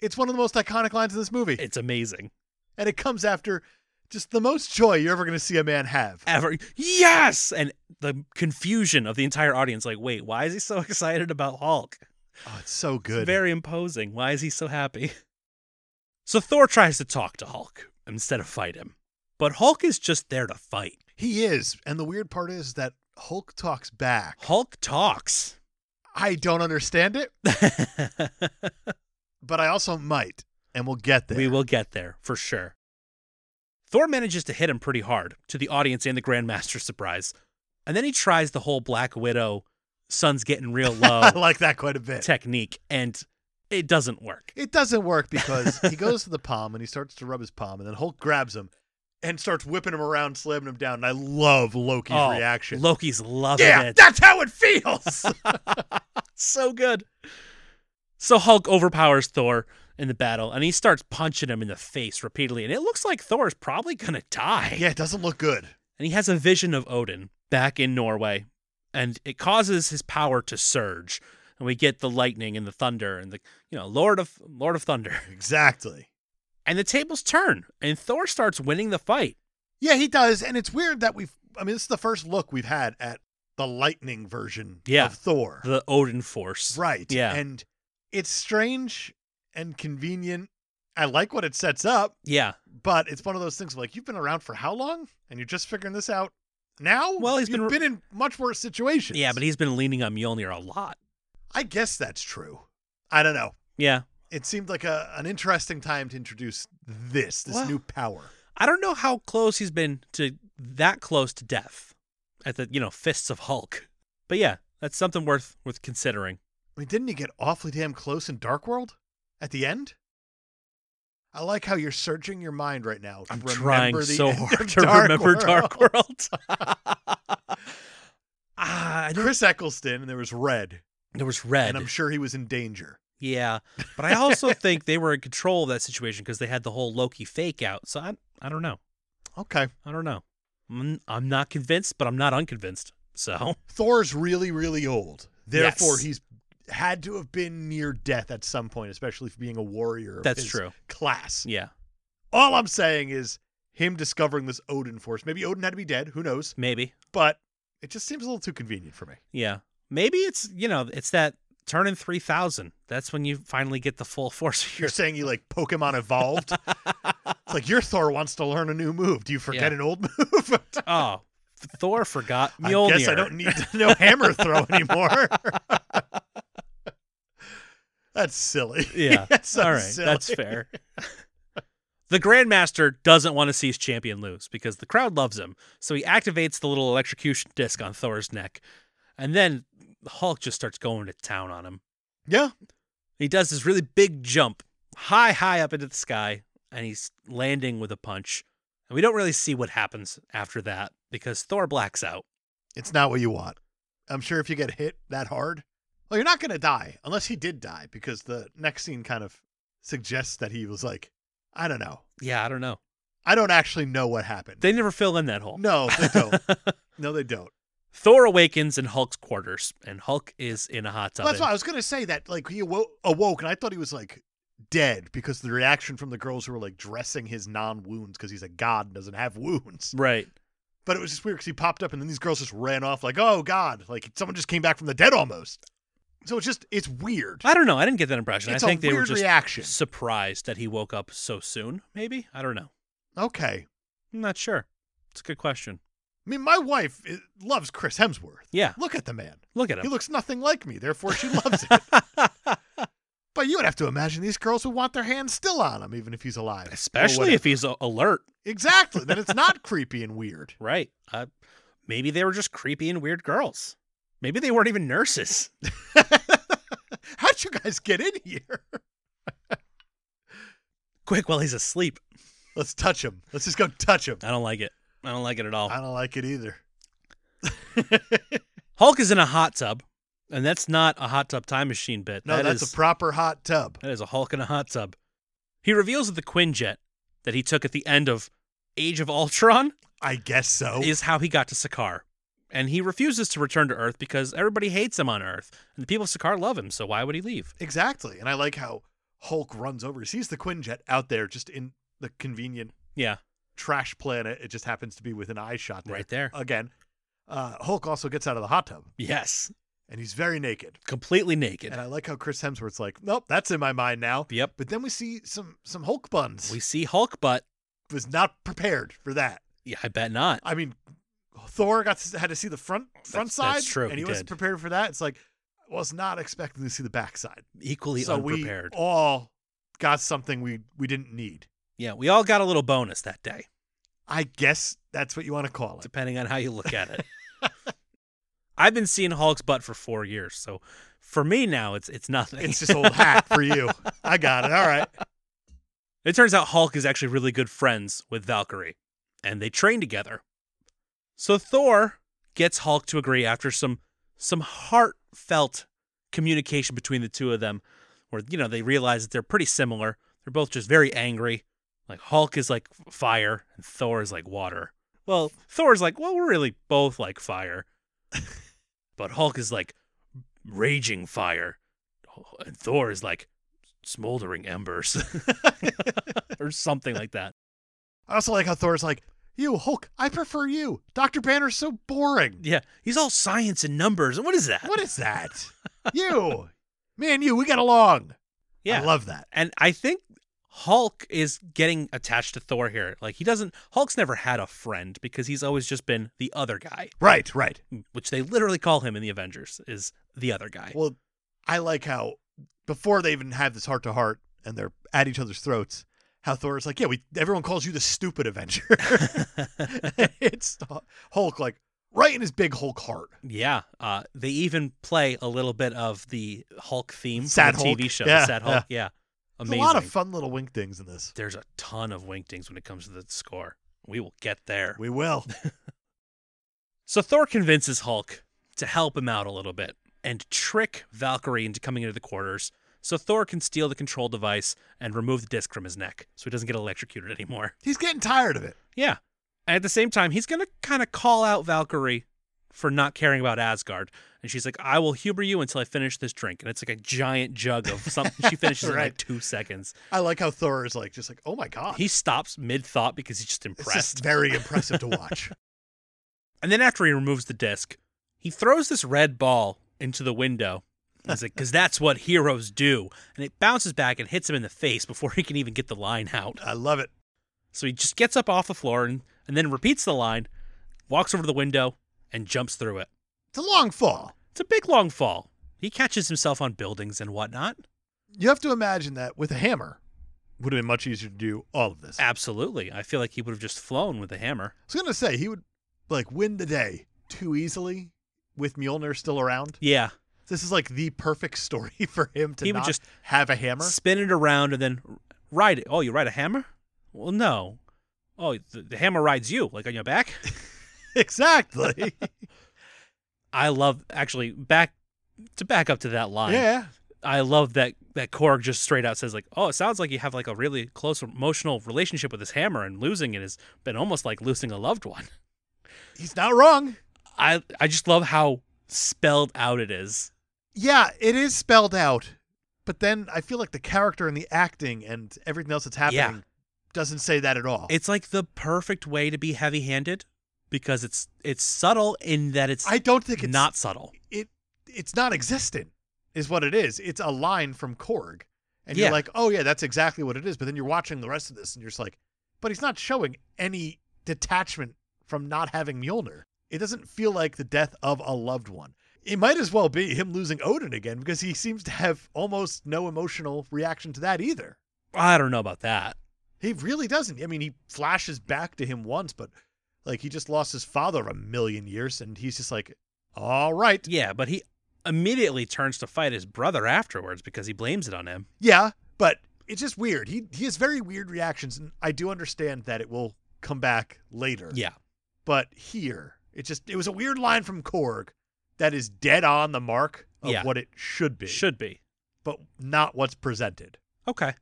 It's one of the most iconic lines in this movie. it's amazing. and it comes after Just the most joy you're ever going to see a man have. Ever. Yes! And the confusion of the entire audience like, wait, why is he so excited about Hulk? Oh, it's so It's good. very imposing. Why is he so happy? So Thor tries to talk to Hulk instead of fight him. But Hulk is just there to fight. he is. And the weird part is that Hulk talks back. Hulk talks. I don't understand it, but I also might. And we'll get there. We will get there for sure. Thor manages to hit him pretty hard, to the audience and the Grandmaster's surprise. And then he tries the whole Black Widow, sun's getting real I low like that quite a bit. technique, and it doesn't work. It doesn't work because he goes to the palm and he starts to rub his palm, and then Hulk grabs him and starts whipping him around, slamming him down. And I love Loki's Oh, reaction. Loki's loving yeah, it. that's how it feels. so good. So Hulk overpowers Thor in the battle, and he starts punching him in the face repeatedly. And it looks like Thor is probably going to die. yeah, it doesn't look good. and he has a vision of Odin back in Norway, and it causes his power to surge, and we get the lightning and the thunder and the you know Lord of Lord of Thunder, Exactly. and the tables turn, and Thor starts winning the fight. Yeah, he does, and it's weird that we've. I mean, this is the first look we've had at the lightning version Yeah. of Thor. The Odin force, right. Yeah. and it's strange and convenient. I like what it sets up, Yeah. but it's one of those things like you've been around for how long, and you're just figuring this out now. Well, he's he's been- been in much worse situations. Yeah, but he's been leaning on Mjolnir a lot. I guess that's true. I don't know. Yeah. It seemed like a, an interesting time to introduce this, this Well- new power. I don't know how close he's been to that close to death at the, you know, fists of Hulk. But yeah, that's something worth worth considering. I mean, didn't he get awfully damn close in Dark World at the end? I like how you're searching your mind right now. to I'm remember trying the so end of hard to Dark remember World. Dark World. ah, I don't- Chris Eccleston, and there was Red, there was red. and I'm sure he was in danger. yeah, but I also think they were in control of that situation because they had the whole Loki fake out. So I, I don't know. Okay. I don't know. I'm, I'm not convinced, but I'm not unconvinced. So Thor's really, really old. Therefore, Yes. he's had to have been near death at some point, especially for being a warrior. Of that's his true. Class. Yeah, All I'm saying is him discovering this Odin force. Maybe Odin had to be dead. Who knows? maybe. But it just seems a little too convenient for me. Yeah. Maybe it's, you know, it's that turning 3000. That's when you finally get the full force of You're your. saying you like Pokemon evolved? it's like your Thor wants to learn a new move. Do you forget Yeah. an old move? Oh, Thor forgot I Mjolnir. guess I don't need to know hammer throw anymore. That's silly. Yeah. That's so All right. silly. That's fair. the Grandmaster doesn't want to see his champion lose because the crowd loves him. So he activates the little electrocution disc on Thor's neck. And then Hulk just starts going to town on him. Yeah. He does this really big jump high, high up into the sky, and he's landing with a punch. And we don't really see what happens after that because Thor blacks out. It's not what you want. I'm sure if you get hit that hard, well, you're not going to die unless he did die because the next scene kind of suggests that he was like, I don't know. Yeah, I don't know. I don't actually know what happened. They never fill in that hole. no, they don't. no, they don't. Thor awakens in Hulk's quarters, and Hulk is in a hot tub. Well, that's and- why I was going to say that like he awoke, awoke and I thought he was like dead because the reaction from the girls who were like dressing his non wounds because he's a god and doesn't have wounds. Right. But it was just weird because he popped up and then these girls just ran off like, oh God, like someone just came back from the dead almost. So it's just, it's weird. I don't know. I didn't get that impression. it's I think a they weird were just reaction. surprised that he woke up so soon, maybe? I don't know. Okay. I'm not sure. It's a good question. I mean, my wife i- loves Chris Hemsworth. Yeah. Look at the man. Look at He him. looks nothing like me, therefore she loves it. But you would have to imagine these girls would want their hands still on him, even if he's alive. or Especially whatever. if he's a- alert. Exactly. Then it's not creepy and weird. Right. Uh, maybe they were just creepy and weird girls. Maybe they weren't even nurses. How'd you guys get in here? Quick, while he's asleep. Let's touch him. Let's just go touch him. I don't like it. I don't like it at all. I don't like it either. Hulk is in a hot tub, and that's not a hot tub time machine bit. No, That that's is- a proper hot tub. That is a Hulk in a hot tub. He reveals that the Quinjet that he took at the end of Age of Ultron I guess so. is how he got to Sakaar. And he refuses to return to Earth because everybody hates him on Earth. And the people of Sakaar love him, so why would he leave? exactly. And I like how Hulk runs over. He sees the Quinjet out there just in the convenient Yeah. trash planet. It just happens to be within eye shot there. right there. Again, uh, Hulk also gets out of the hot tub Yes, and he's very naked. completely naked. And I like how Chris Hemsworth's like, nope, that's in my mind now. Yep. But then we see some some Hulk buns. We see Hulk butt. was not prepared for that. Yeah, I bet not. I mean, Thor got to, had to see the front front That's- side. that's true, and he he, was did. prepared for that. It's like I was not expecting to see the backside. Equally so unprepared. we all got something we we didn't need. yeah, we all got a little bonus that day, I guess that's what you want to call it. depending on how you look at it. I've been seeing Hulk's butt for four years, so for me now it's it's nothing. It's just old hat for you. I got it. All right. It turns out Hulk is actually really good friends with Valkyrie, and they train together. So Thor gets Hulk to agree after some some heartfelt communication between the two of them, where you know they realize that they're pretty similar. They're both just very angry. Like Hulk is like fire, and Thor is like water. Well, Thor's like, well, we're really both like fire, but Hulk is like raging fire, and Thor is like smoldering embers or something like that. I also like how Thor's like, you Hulk. I prefer you. Doctor Banner's so boring. Yeah, he's all science and numbers. And what is that? What is that? you, me and you, we got along. yeah, I love that. and I think Hulk is getting attached to Thor here. Like he doesn't. Hulk's never had a friend because he's always just been the other guy, Right, right. which they literally call him in the Avengers is the other guy. Well, I like how before they even have this heart to heart and they're at each other's throats, how Thor is like, "Yeah, we everyone calls you the stupid Avenger." it's Hulk like right in his big Hulk heart. yeah, uh, they even play a little bit of the Hulk theme from Sad the TV Hulk. show. Yeah, Sad Hulk. Yeah, There's amazing. a lot of fun little wink things in this. There's a ton of winkings when it comes to the score. We will get there. We will. So Thor convinces Hulk to help him out a little bit and trick Valkyrie into coming into the quarters so Thor can steal the control device and remove the disc from his neck so he doesn't get electrocuted anymore. He's getting tired of it. Yeah. And at the same time, he's going to kind of call out Valkyrie for not caring about Asgard. And she's like, I will humor you until I finish this drink. And it's like a giant jug of something. She finishes in like Right. two seconds. I like how Thor is like just like, "Oh my god." He stops mid thought because he's just it's impressed. just very impressive to watch. And then after he removes the disc, he throws this red ball into the window. He's like, because that's what heroes do. And it bounces back and hits him in the face before he can even get the line out. I love it. So he just gets up off the floor and, and then repeats the line, walks over to the window, and jumps through it. It's a long fall. It's a big long fall. He catches himself on buildings and whatnot. You have to imagine that with a hammer would have been much easier to do all of this. Absolutely. I feel like he would have just flown with the hammer. I was gonna say he would like win the day too easily with Mjolnir still around. Yeah. This is like the perfect story for him to He would not just have a hammer. spin it around and then r- ride it. Oh, you ride a hammer? Well, no. Oh, the, the hammer rides you, like on your back? exactly. I love actually back to back up to that line. yeah. I love that that Korg just straight out says like, "Oh, it sounds like you have like a really close emotional relationship with this hammer, and losing it has been almost like losing a loved one." He's not wrong. I I just love how spelled out it is. Yeah, it is spelled out. But then I feel like the character and the acting and everything else that's happening Yeah. doesn't say that at all. It's like the perfect way to be heavy-handed because it's it's subtle in that it's I don't think it's not subtle. it it's not existent is what it is. It's a line from Korg. And Yeah. you're like, oh yeah, that's exactly what it is. But then you're watching the rest of this and you're just like, but he's not showing any detachment from not having Mjolnir. It doesn't feel like the death of a loved one. It might as well be him losing Odin again because he seems to have almost no emotional reaction to that either. I don't know about that. He really doesn't. I mean, he flashes back to him once, but like he just lost his father a million years and he's just like, all right. Yeah, but he immediately turns to fight his brother afterwards because he blames it on him. Yeah, but it's just weird. He he has very weird reactions, and I do understand that it will come back later. Yeah. But here, it just it was a weird line from Korg that is dead on the mark of Yeah. what it should be, Should be. but not what's presented. Okay.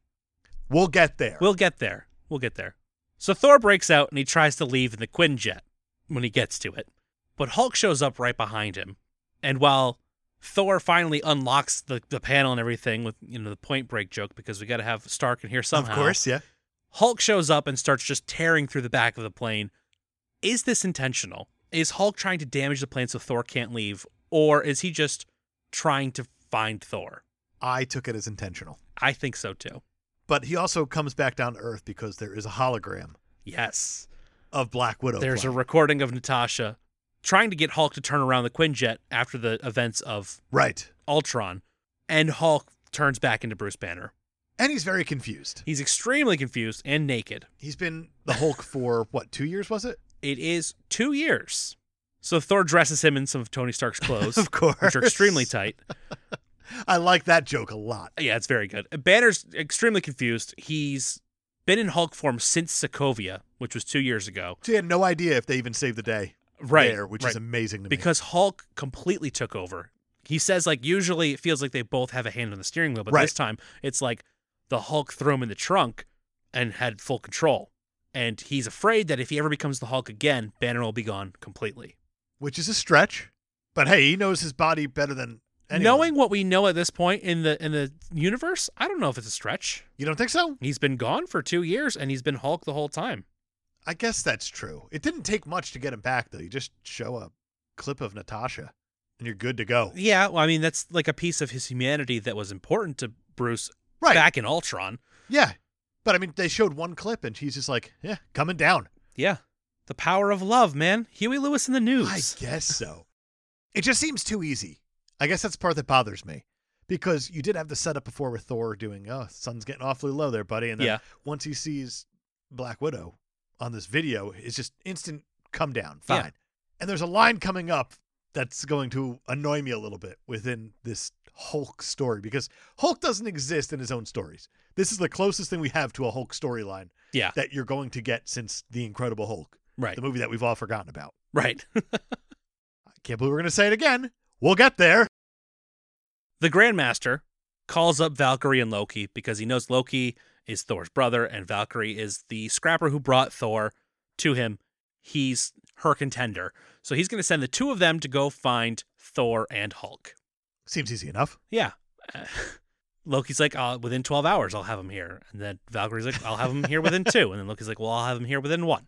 We'll get there. We'll get there. We'll get there. So Thor breaks out and he tries to leave in the Quinjet when he gets to it. But Hulk shows up right behind him. And while Thor finally unlocks the, the panel and everything with, you know, the point break joke because we gotta have Stark in here somehow. Of course, yeah. Hulk shows up and starts just tearing through the back of the plane. Is this intentional? Is Hulk trying to damage the plane so Thor can't leave? Or is he just trying to find Thor? I took it as intentional. I think so too. But he also comes back down to Earth because there is a hologram Yes. of Black Widow. There's a playing. recording of Natasha trying to get Hulk to turn around the Quinjet after the events of right, Ultron, and Hulk turns back into Bruce Banner. and he's very confused. He's extremely confused and naked. He's been the Hulk for what two years was it? It is two years. So Thor dresses him in some of Tony Stark's clothes, Of course, which are extremely tight. I like that joke a lot. Yeah, it's very good. Banner's extremely confused. He's been in Hulk form since Sokovia, which was two years ago. So he had no idea if they even saved the day Right. there, which right. is amazing to me. because Hulk completely took over. He says like usually it feels like they both have a hand on the steering wheel, but Right. this time it's like the Hulk threw him in the trunk and had full control. And he's afraid that if he ever becomes the Hulk again, Banner will be gone completely. Which is a stretch, but hey, he knows his body better than anyone. Knowing what we know at this point in the in the universe, I don't know if it's a stretch. you don't think so? He's been gone for two years and he's been Hulk the whole time. I guess that's true. It didn't take much to get him back though. You just show a clip of Natasha, and you're good to go. Yeah, well, I mean that's like a piece of his humanity that was important to Bruce Right? back in Ultron. Yeah. But I mean, they showed one clip, and she's just like, "Yeah, coming down." Yeah. The power of love, man. Huey Lewis in the news. I guess so. It just seems too easy. I guess that's the part that bothers me. Because you did have the setup before with Thor doing, oh, sun's getting awfully low there, buddy. And then Yeah. once he sees Black Widow on this video, it's just instant come down. Fine. And there's a line coming up that's going to annoy me a little bit within this Hulk story because Hulk doesn't exist in his own stories. This is the closest thing we have to a Hulk storyline Yeah. that you're going to get since The Incredible Hulk, Right. the movie that we've all forgotten about. Right. I can't believe we're going to say it again. We'll get there. the Grandmaster calls up Valkyrie and Loki because he knows Loki is Thor's brother and Valkyrie is the scrapper who brought Thor to him. He's her contender. So he's going to send the two of them to go find Thor and Hulk. Seems easy enough. Yeah. uh, Loki's like, uh, within 12 hours, I'll have him here. And then Valkyrie's like, I'll have him here within two. And then Loki's like, well, I'll have him here within one.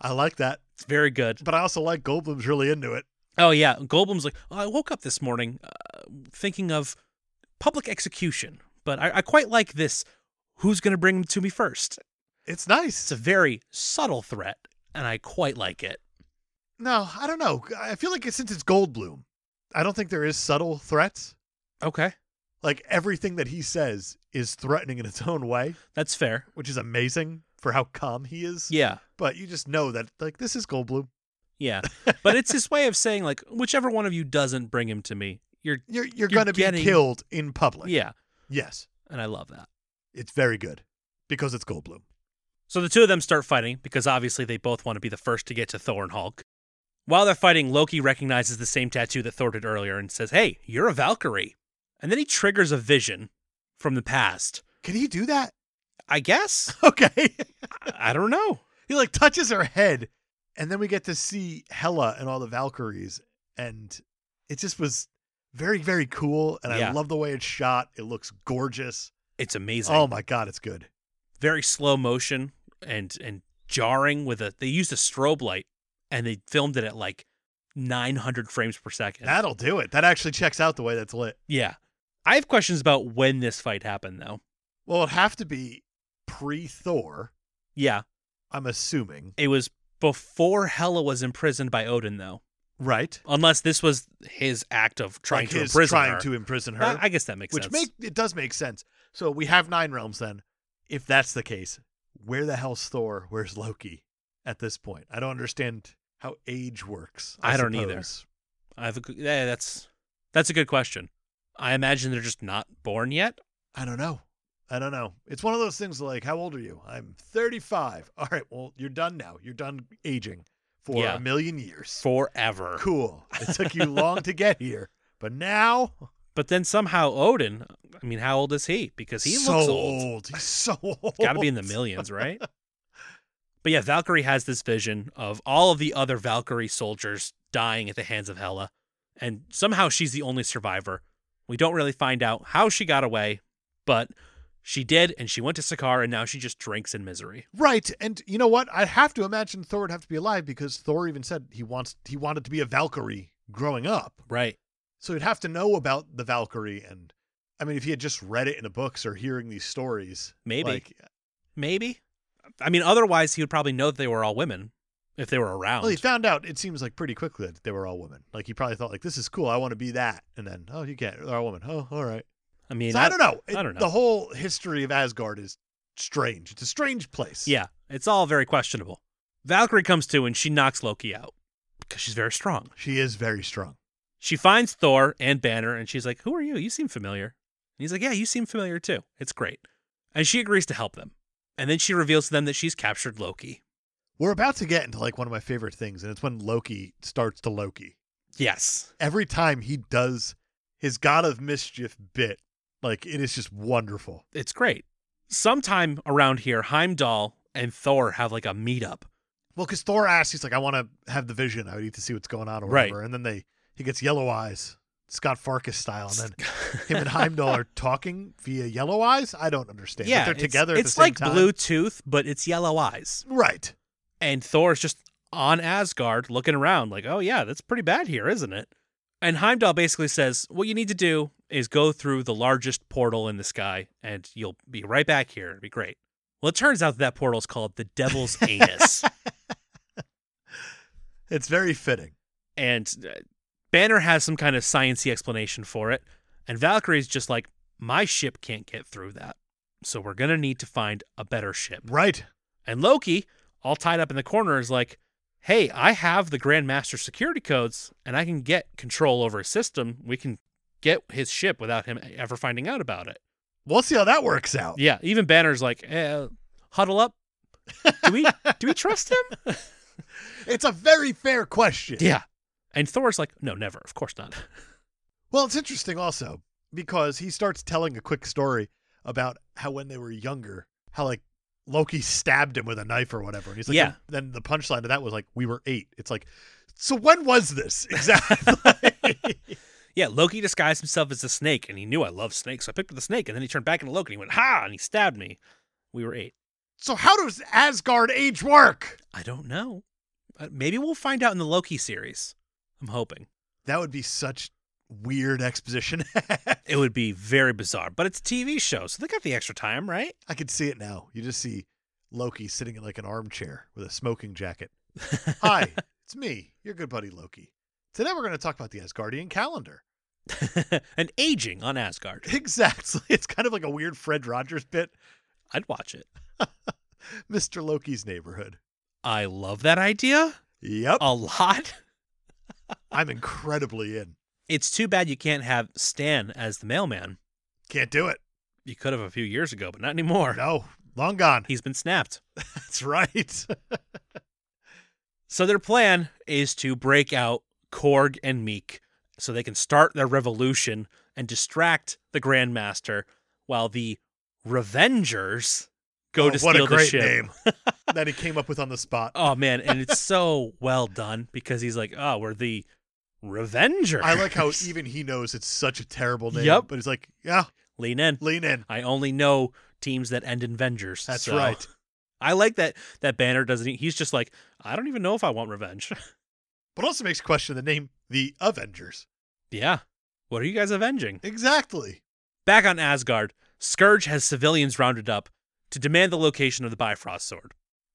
I like that. It's very good. But I also like Goldblum's really into it. Oh yeah, Goldblum's like, oh, I woke up this morning uh, thinking of public execution, but I, I quite like this. Who's gonna bring him to me first? It's It's nice. a very subtle threat, and I quite like it. no, I don't know. I feel like it's, since it's Goldblum, I don't think there is subtle threats. Okay, Like everything that he says is threatening in its own way, that's fair. which is amazing for how calm he is. Yeah, But you just know that like this is Goldblum. yeah, but it's his way of saying like, whichever one of you doesn't bring him to me, you're You're you're, You're gonna getting- be killed in public. yeah, Yes. and I love that. It's very good. Because it's Goldblum. So the two of them start fighting because obviously they both want to be the first to get to Thor and Hulk. While they're fighting, Loki recognizes the same tattoo that Thor did earlier and says, Hey, you're a Valkyrie. And then he triggers a vision from the past. Can he do that? I guess? Okay. I I don't know. He like touches her head, and then we get to see Hela and all the Valkyries, and it just was very, very cool. And I Yeah. love the way it's shot. It looks gorgeous. It's amazing. Oh my god, it's good. Very slow motion and and jarring with a they used a strobe light and they filmed it at like 900 frames per second. That'll do it. That actually checks out the way that's lit. yeah. I have questions about when this fight happened though. Well, it'd have to be pre Thor, Yeah. I'm assuming. It was before Hela was imprisoned by Odin though. Right. unless this was his act of trying Like to his imprison trying her. to imprison her. I, I guess that makes which sense. make it does make sense. So we have nine realms then. If that's the case, where the hell's Thor? Where's Loki at this point? I don't understand how age works. I, I don't either. suppose. I have a, g- yeah, that's that's a good question. I imagine they're just not born yet. I don't know. I don't know. It's one of those things like, how old are you? I'm 35. All right, well, you're done now. You're done aging for Yeah. a million years. Forever. Cool. It took you long to get here, but now But then somehow Odin, I mean, how old is he? Because he so looks old. He's so old. Got to be in the millions, right? but yeah, Valkyrie has this vision of all of the other Valkyrie soldiers dying at the hands of Hela, and somehow she's the only survivor. We don't really find out how she got away, but She did, and she went to Sakaar, and now she just drinks in misery. Right, and you know what? I have to imagine Thor would have to be alive because Thor even said he wants he wanted to be a Valkyrie growing up. Right. So he'd have to know about the Valkyrie and I mean if he had just read it in the books or hearing these stories. Maybe. Like Maybe. I mean, otherwise, he would probably know that they were all women if they were around. well, he found out it seems like pretty quickly that they were all women. Like he probably thought like this is cool, I want to be that. And then, oh, you can't. They're all women. Oh, all right. I mean, So I don't know. I don't know. The whole history of Asgard is strange. It's a strange place. Yeah, it's all very questionable. Valkyrie comes to and she knocks Loki out because she's very strong. She is very strong. She finds Thor and Banner and she's like, Who are you? You seem familiar. And he's like, Yeah, you seem familiar too. It's great. And she agrees to help them. And then she reveals to them that she's captured Loki. We're about to get into like one of my favorite things, and it's when Loki starts to Loki. Yes. every time he does his god of mischief bit like it is just wonderful It's great. Sometime around here, Heimdall and Thor have like a meetup. well because thor asks he's like i want to have the vision i need to see what's going on or Right. whatever and then they he gets yellow eyes scott farkas style and then him and heimdall are talking via yellow eyes i don't understand yeah, but they're it's- together at It's, the same like time. Bluetooth, but it's yellow eyes. right And Thor's just on Asgard looking around, like, oh, yeah, that's pretty bad here, isn't it? And Heimdall basically says, what you need to do is go through the largest portal in the sky, and you'll be right back here. It'll be great. Well, it turns out that portal is called the Devil's Anus. it's very fitting And uh, Banner has some kind of sciency explanation for it. And Valkyrie's just like, my ship can't get through that. So we're going to need to find a better ship. right And Loki, all tied up in the corner, is like, hey, I have the Grand Master security codes and I can get control over his system. We can get his ship without him ever finding out about it. we'll see how that works out Yeah, even Banner's like, eh, huddle up. Do we do we trust him? it's a very fair question yeah. And Thor's like, no, never. Of course not. Well, it's interesting also because he starts telling a quick story about how when they were younger, how like Loki stabbed him with a knife or whatever. And he's like, Yeah. Then the punchline to that was like, we were eight. It's like, so when was this exactly? Yeah, Loki disguised himself as a snake and he knew I love snakes. So I picked up the snake and then he turned back into Loki and he went, ha! And he stabbed me. We were eight. so how does Asgard age work? I don't know. Uh, Maybe we'll find out in the Loki series. I'm hoping. That would be such weird exposition. It would be very bizarre, but it's a TV show, so they got the extra time, right? I could see it now. You just see Loki sitting in like an armchair with a smoking jacket. Hi, it's me, your good buddy Loki. Today we're going to talk about the Asgardian calendar. and aging on Asgard. Exactly. It's kind of like a weird Fred Rogers bit, I'd watch it. Mr. Loki's neighborhood. I love that idea Yep. a lot. I'm incredibly in. It's too bad you can't have Stan as the mailman. Can't do it. You could have a few years ago, but not anymore. No, long gone. Oh, He's been snapped. That's right. So their plan is to break out Korg and Meek so they can start their revolution and distract the Grandmaster while the Revengers go Oh, to steal what a the great ship. name that he came up with on the spot. Oh man, and it's so well done because he's like, "Oh, we're the Revenger." I like how even he knows it's such a terrible name. Yep. But he's like, yeah, lean in. lean in. I only know teams that end in Vengers. That's so- right. I like that that Banner doesn't. e, He's just like, I don't even know if I want revenge. But also makes question the name The Avengers. yeah, what are you guys avenging? Exactly. Back on Asgard, Scourge has civilians rounded up to demand the location of the Bifrost sword.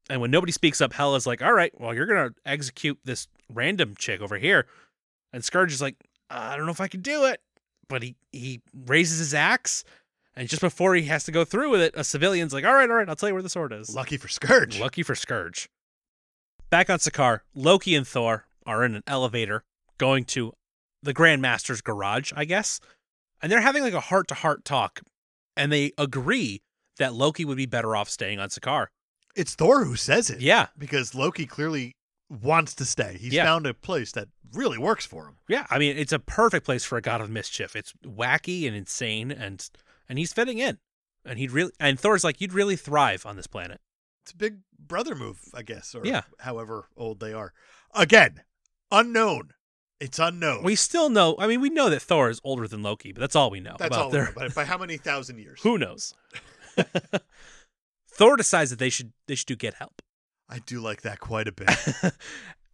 And when nobody speaks up, Hela's like, all right, well, you're going to execute this random chick over here. And Scourge is like, I don't know if I can do it. But he, he raises his axe. And just before he has to go through with it, a civilian's like, all right, all right, I'll tell you where the sword is. Lucky for Scourge. Lucky for Scourge. Back on Sakaar, Loki and Thor are in an elevator going to the Grandmaster's garage, I guess. And they're having like a heart to heart talk. And they agree that Loki would be better off staying on Sakaar. It's Thor who says it. Yeah. Because Loki clearly wants to stay. He's Yeah. found a place that really works for him. Yeah. I mean, it's a perfect place for a god of mischief. It's wacky and insane and and he's fitting in. And he'd really and Thor's like, you'd really thrive on this planet. it's a big brother move, I guess, or Yeah. however old they are. Again, unknown. It's unknown. We still know I mean, we know that Thor is older than Loki, but that's all we know That's about all. we their know, but by how many thousand years? who knows? Thor decides that they should they should do get help. I do like that quite a bit.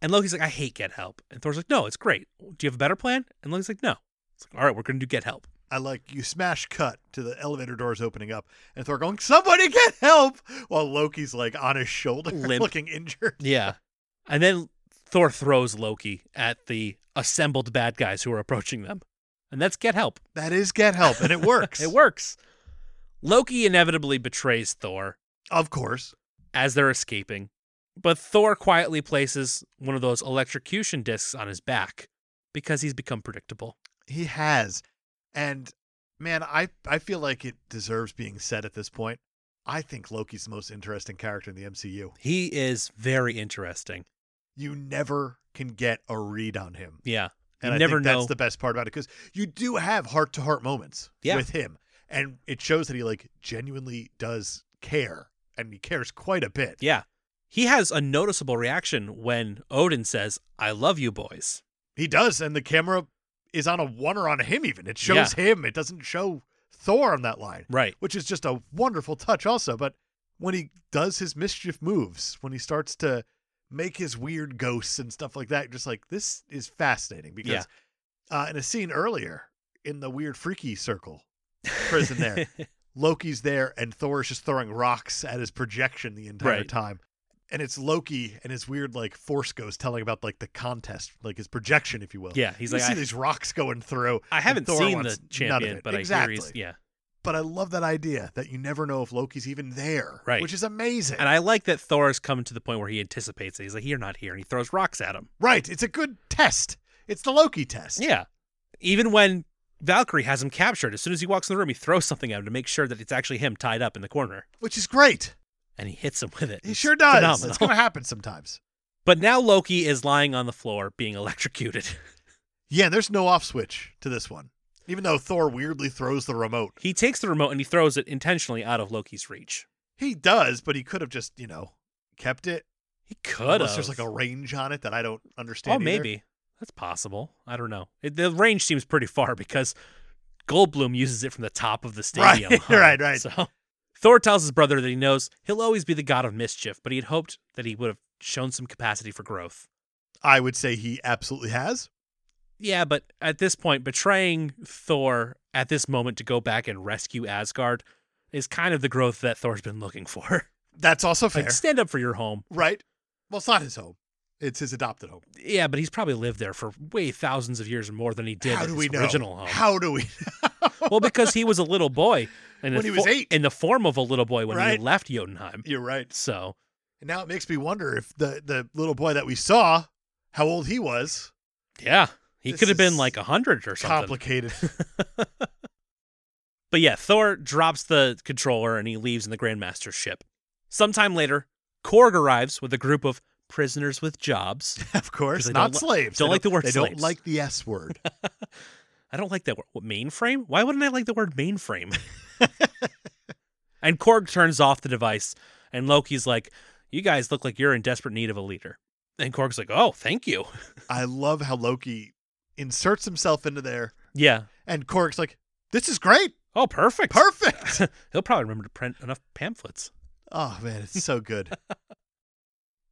And Loki's like, I hate get help. And Thor's like, No, it's great. Do you have a better plan? And Loki's like, No. It's like, all right, we're gonna do get help. I like you smash cut to the elevator doors opening up and Thor going, Somebody get help while Loki's like on his shoulder Limp. looking injured. Yeah. And then Thor throws Loki at the assembled bad guys who are approaching them. And that's get help. That is get help, and it works. It works. Loki inevitably betrays Thor Of course. as they're escaping, but Thor quietly places one of those electrocution discs on his back because he's become predictable. He has. And man, I, I feel like it deserves being said at this point. I think Loki's the most interesting character in the MCU. He is very interesting. You never can get a read on him. Yeah. And you I never think know. that's the best part about it because you do have heart to heart moments Yeah. with him. And it shows that he like genuinely does care and he cares quite a bit. yeah. He has a noticeable reaction when Odin says, I love you boys. He does, and the camera is on a one or on him even. It shows him. It doesn't show Thor on that line. Right. Which is just a wonderful touch also. But when he does his mischief moves, when he starts to make his weird ghosts and stuff like that, you're just like this is fascinating because Yeah. uh, in a scene earlier in the weird freaky circle prison there, Loki's there and Thor is just throwing rocks at his projection the entire Right. time. And it's Loki and his weird like force ghost telling about like the contest, like his projection, if you will. yeah. He's you like, see I, these rocks going through. I and haven't Thor seen wants the none of champion, it. but exactly. I hear he's, yeah. But I love that idea that you never know if Loki's even there, Right. Which is amazing. And I like that Thor has come to the point where he anticipates it. He's like, you're not here. And he throws rocks at him. right, it's a good test. It's the Loki test. Yeah. Even when Valkyrie has him captured, as soon as he walks in the room, he throws something at him to make sure that it's actually him tied up in the corner. which is great. And he hits him with it. He It's sure does. Phenomenal. It's going to happen sometimes. But now Loki is lying on the floor being electrocuted. Yeah, and there's no off switch to this one, even though Thor weirdly throws the remote. he takes the remote and he throws it intentionally out of Loki's reach. He does, but he could have just, you know, kept it. He could Unless have. there's like a range on it that I don't oh, understand. either. maybe. That's possible. I don't know. It, the range seems pretty far because Goldblum uses it from the top of the Right, stadium. right, right. So Thor tells his brother that he knows he'll always be the god of mischief, but he had hoped that he would have shown some capacity for growth. I would say he absolutely has. Yeah, but at this point, betraying Thor at this moment to go back and rescue Asgard is kind of the growth that Thor's been looking for. That's also fair. like, stand up for your home. right? Well, it's not his home. It's his adopted home. Yeah, but he's probably lived there for way thousands of years more than he did How at do his we know? original home. How do we well, because he was a little boy, in the When he was eight. in the form of a little boy when he Right. left Jotunheim. You're right. So And now it makes me wonder if the, the little boy that we saw, how old he was. yeah, he This could have been is like a hundred or something. Complicated. But yeah, Thor drops the controller and he leaves in the Grandmaster's ship. Sometime later, Korg arrives with a group of prisoners with jobs. of course. 'Cause they Not don't li- slaves. They don't like the word They don't slaves. like the S word. I don't like that word. What, mainframe? Why wouldn't I like the word mainframe? and Korg turns off the device, and Loki's like, You guys look like you're in desperate need of a leader. And Korg's like, Oh, thank you. I love how Loki inserts himself into there Yeah. and Korg's like, This is great. Oh, perfect. Perfect. He'll probably remember to print enough pamphlets. Oh man, it's so good.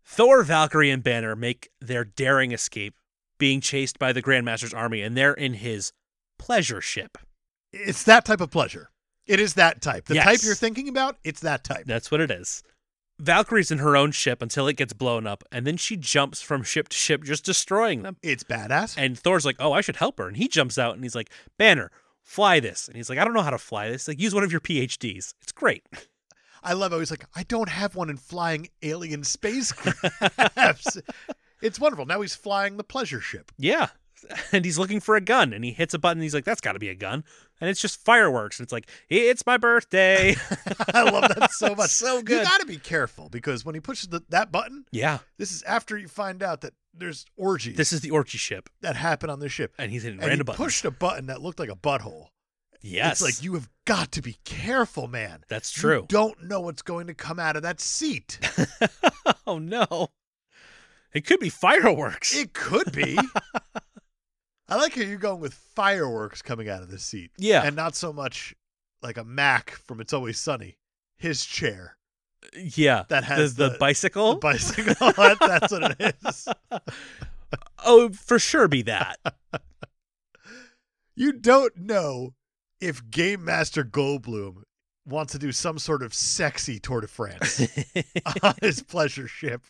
Thor, Valkyrie, and Banner make their daring escape, being chased by the Grandmaster's army, and they're in his pleasure ship. it's that type of pleasure. It is that type. The type Yes. you're thinking about, it's that type. That's what it is. Valkyrie's in her own ship until it gets blown up, and then she jumps from ship to ship, just destroying them. It's badass. And Thor's like, "Oh, I should help her." And he jumps out and he's like, "Banner, fly this." And he's like, "I don't know how to fly this. Like, use one of your PhDs. It's great." I love how he's like, I don't have one in flying alien spacecrafts. it's wonderful. Now he's flying the pleasure ship. Yeah. And he's looking for a gun, and he hits a button. And he's like, "That's got to be a gun." And it's just fireworks. And it's like, "It's my birthday." I love that so much. So You good. got to be careful because when he pushes the, that button, yeah. this is after you find out that there's orgies This is the Orchie ship, that happen on this ship. and he's hitting And he random buttons. pushed a button that looked like a butthole. yes, It's like you have got to be careful, man. that's You true. don't know what's going to come out of that seat. oh no, it could be fireworks. It could be. I like how you're going with fireworks coming out of the seat. yeah, And not so much like a Mac from It's Always Sunny. his chair, Yeah. That has the, the- bicycle. the bicycle. That- that's what it is. oh, it'd for sure be that. You don't know if Game Master Goldblum wants to do some sort of sexy Tour de France on his pleasure ship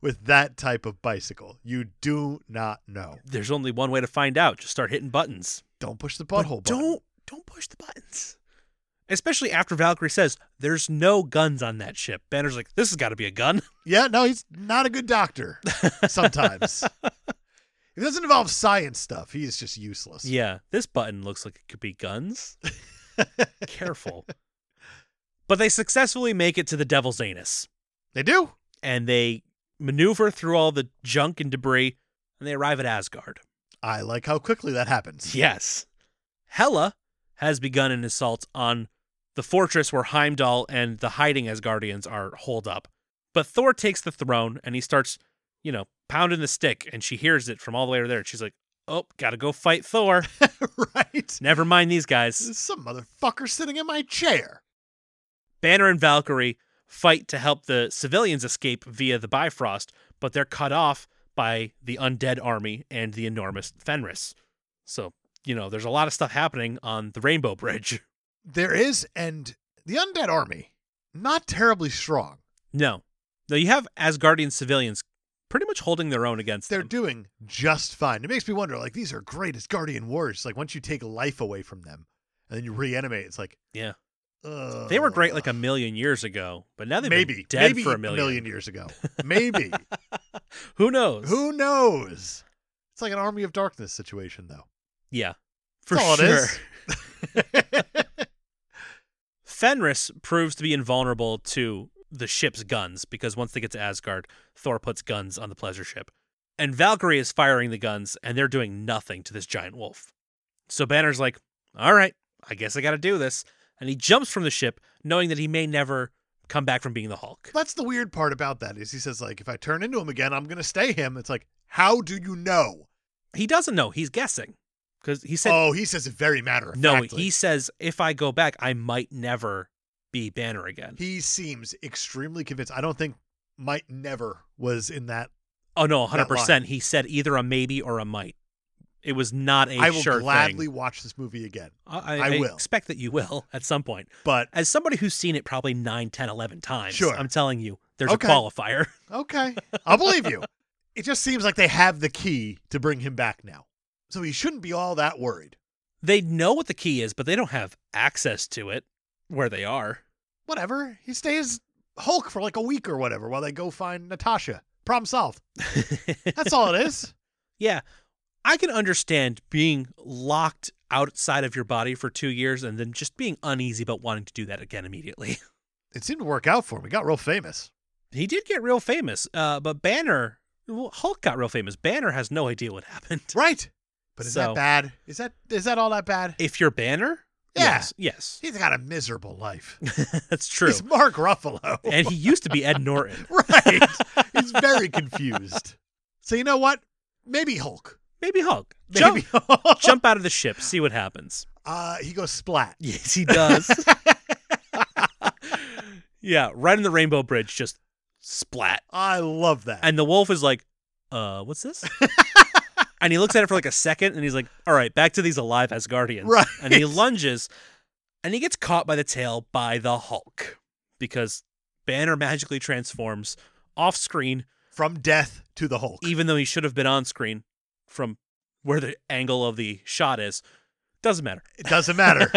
with that type of bicycle. You do not know. There's only one way to find out. Just start hitting buttons. Don't push the But butthole button. Don't don't push the buttons. Especially after Valkyrie says there's no guns on that ship. Banner's like, this has got to be a gun. Yeah, no, he's not a good doctor sometimes. if it doesn't involve science stuff, he is just useless. Yeah, this button looks like it could be guns. Careful. But they successfully make it to the Devil's Anus They do. and they maneuver through all the junk and debris and they arrive at Asgard. I like how quickly that happens. Yes. Hela has begun an assault on the fortress where Heimdall and the hiding Asgardians are holed up. But Thor takes the throne and he starts, you know, pounding the stick and she hears it from all the way over there. And she's like, oh, gotta go fight Thor. right? Never mind these guys. Some motherfucker sitting in my chair. Banner and Valkyrie fight to help the civilians escape via the Bifrost, but they're cut off by the undead army and the enormous Fenris. So, you know, there's a lot of stuff happening on the Rainbow Bridge. There is, and the undead army, not terribly strong. No. No, you have Asgardian civilians pretty much holding their own against They're them. doing just fine. It makes me wonder, like, these are great as guardian warriors. Like, once you take life away from them and then you reanimate, it's like, Mm-hmm. Yeah. uh, They were great like a million years ago, but now they've been maybe dead maybe for a million. years ago. Maybe. Who knows? Who knows? It's like an army of darkness situation, though. Yeah. For That's all sure. it is. Fenris proves to be invulnerable to the ship's guns because once they get to Asgard, Thor puts guns on the pleasure ship. And Valkyrie is firing the guns and they're doing nothing to this giant wolf. So Banner's like, all right, I guess I got to do this. And he jumps from the ship, knowing that he may never come back from being the Hulk. That's the weird part about that is he says like, if I turn into him again, I'm gonna stay him. It's like, how do you know? He doesn't know. He's guessing. Because he said, oh, he says it very matter of no, factly. he says, if I go back, I might never be Banner again. he seems extremely convinced. I don't think might never was in that. Oh no, That hundred line. percent. He said either a maybe or a might. It was not a I will sure gladly thing. watch this movie again, I, I will. expect that you will at some point. but As somebody who's seen it probably 9, 10, 11 times, Sure. I'm telling you, there's Okay. a qualifier. okay, I'll believe you. It just seems like they have the key to bring him back now, so he shouldn't be all that worried. They know what the key is, but they don't have access to it where they are. Whatever, he stays Hulk for like a week or whatever while they go find Natasha. Problem solved. That's all it is. yeah. I can understand being locked outside of your body for two years and then just being uneasy about wanting to do that again immediately. It seemed to work out for him. He got real famous. He did get real famous, uh, but Banner, well, Hulk got real famous. Banner has no idea what happened. Right. But is So- that bad? Is that is that all that bad? If you're Banner, Yeah. yes, He's got a miserable life. yes, that's true. He's Mark Ruffalo. and he used to be Ed Norton. right. He's very confused. So you know what? Maybe Hulk. Maybe Hulk. Jump, Maybe Hulk. jump out of the ship, see what happens. Uh, he goes splat. Yes, he does. yeah, right in the Rainbow Bridge, just splat. I love that. And the wolf is like, "Uh, what's this?" and he looks at it for like a second, and he's like, "All right, back to these alive Asgardians." right. and he lunges and he gets caught by the tail by the Hulk because Banner magically transforms off screen, from death to the Hulk. even though he should have been on screen from where the angle of the shot is. Doesn't matter. It doesn't matter.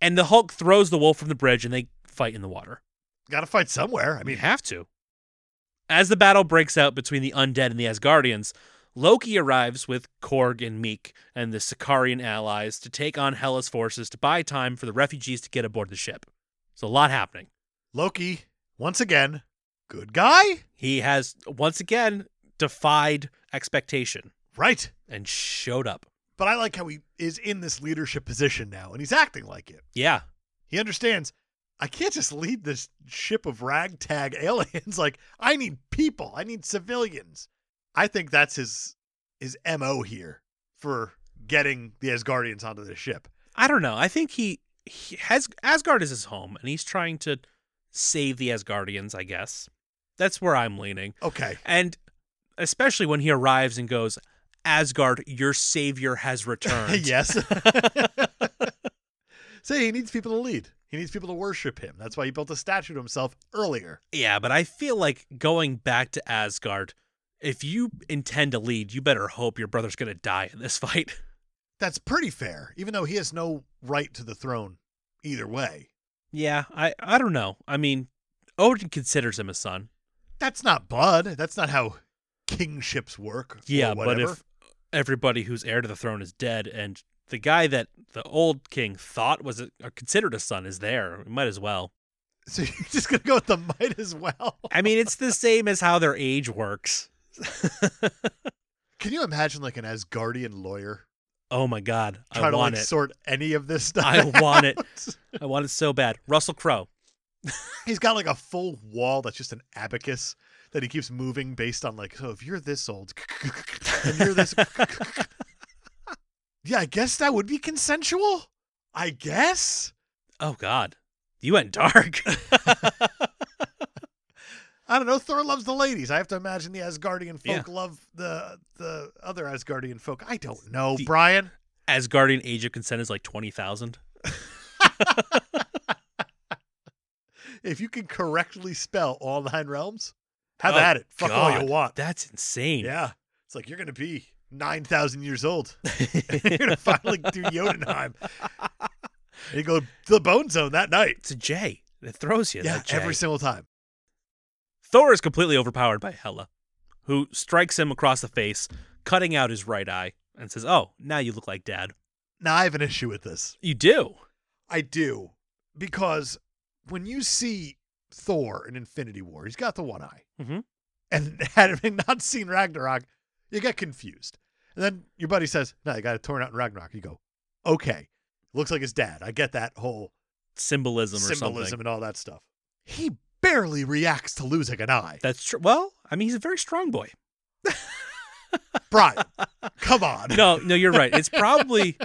And the Hulk throws the wolf from the bridge and they fight in the water. got to fight somewhere. I I mean, mean, have to. As the battle breaks out between the undead and the Asgardians, Loki arrives with Korg and Meek and the Sicarian allies to take on Hela's forces to buy time for the refugees to get aboard the ship. So a lot happening. Loki once again, good guy. He has once again defied expectation Right. and showed up. But I like how he is in this leadership position now, and he's acting like it. Yeah, He understands I can't just lead this ship of ragtag aliens. like I need people. I need civilians. I think that's his his MO here for getting the Asgardians onto this ship. I don't know. I think he he has Asgard is his home, and he's trying to save the Asgardians. I guess that's where I'm leaning, Okay. and especially when he arrives and goes, "Asgard, your savior has returned." yes. Say he needs people to lead. He needs people to worship him. That's why he built a statue to himself earlier. Yeah, but I feel like going back to Asgard. If you intend to lead, you better hope your brother's going to die in this fight. That's pretty fair, even though he has no right to the throne either way. Yeah, I I don't know. I mean, Odin considers him a son. That's not Bud. That's not how kingships work. or Yeah, but whatever. if everybody who's heir to the throne is dead and the guy that the old king thought was a, or considered a son is there, we might as well. So you're just going to go with the might as well. I mean, it's the same as how their age works. Can you imagine like an Asgardian lawyer Oh my god, I trying to want like it. sort any of this stuff? I want it. out? I want it so bad. Russell Crowe. He's got like a full wall that's just an abacus that he keeps moving based on like, so if you're this old and you're this Yeah, I guess that would be consensual. I guess. Oh god. You went dark. I don't know. Thor loves the ladies. I have to imagine the Asgardian folk Yeah. love the the other Asgardian folk. I don't know, The- Brian. As guardian age of consent is like 20,000. If you can correctly spell all nine realms, have Oh, at it. Fuck all God. you want. That's insane. Yeah. It's like you're gonna be nine thousand years old. you're gonna finally do Jotunheim. And you go to the bone zone that night. It's a J. It throws you. Yeah, that J. every single time. Thor is completely overpowered by Hela, who strikes him across the face, cutting out his right eye, and says, Oh, now you look like dad. Now I have an issue with this. You do. I do. Because when you see Thor in Infinity War, he's got the one eye. Mhm. And having not seen Ragnarok, you get confused. And then your buddy says, No, you got it torn out in Ragnarok. You go, Okay. Looks like his dad. I get that whole Symbolism or symbolism something. and all that stuff. He barely reacts to losing an eye. That's true. Well, I mean, he's a very strong boy. Brian, come on. No, no, you're right. It's probably.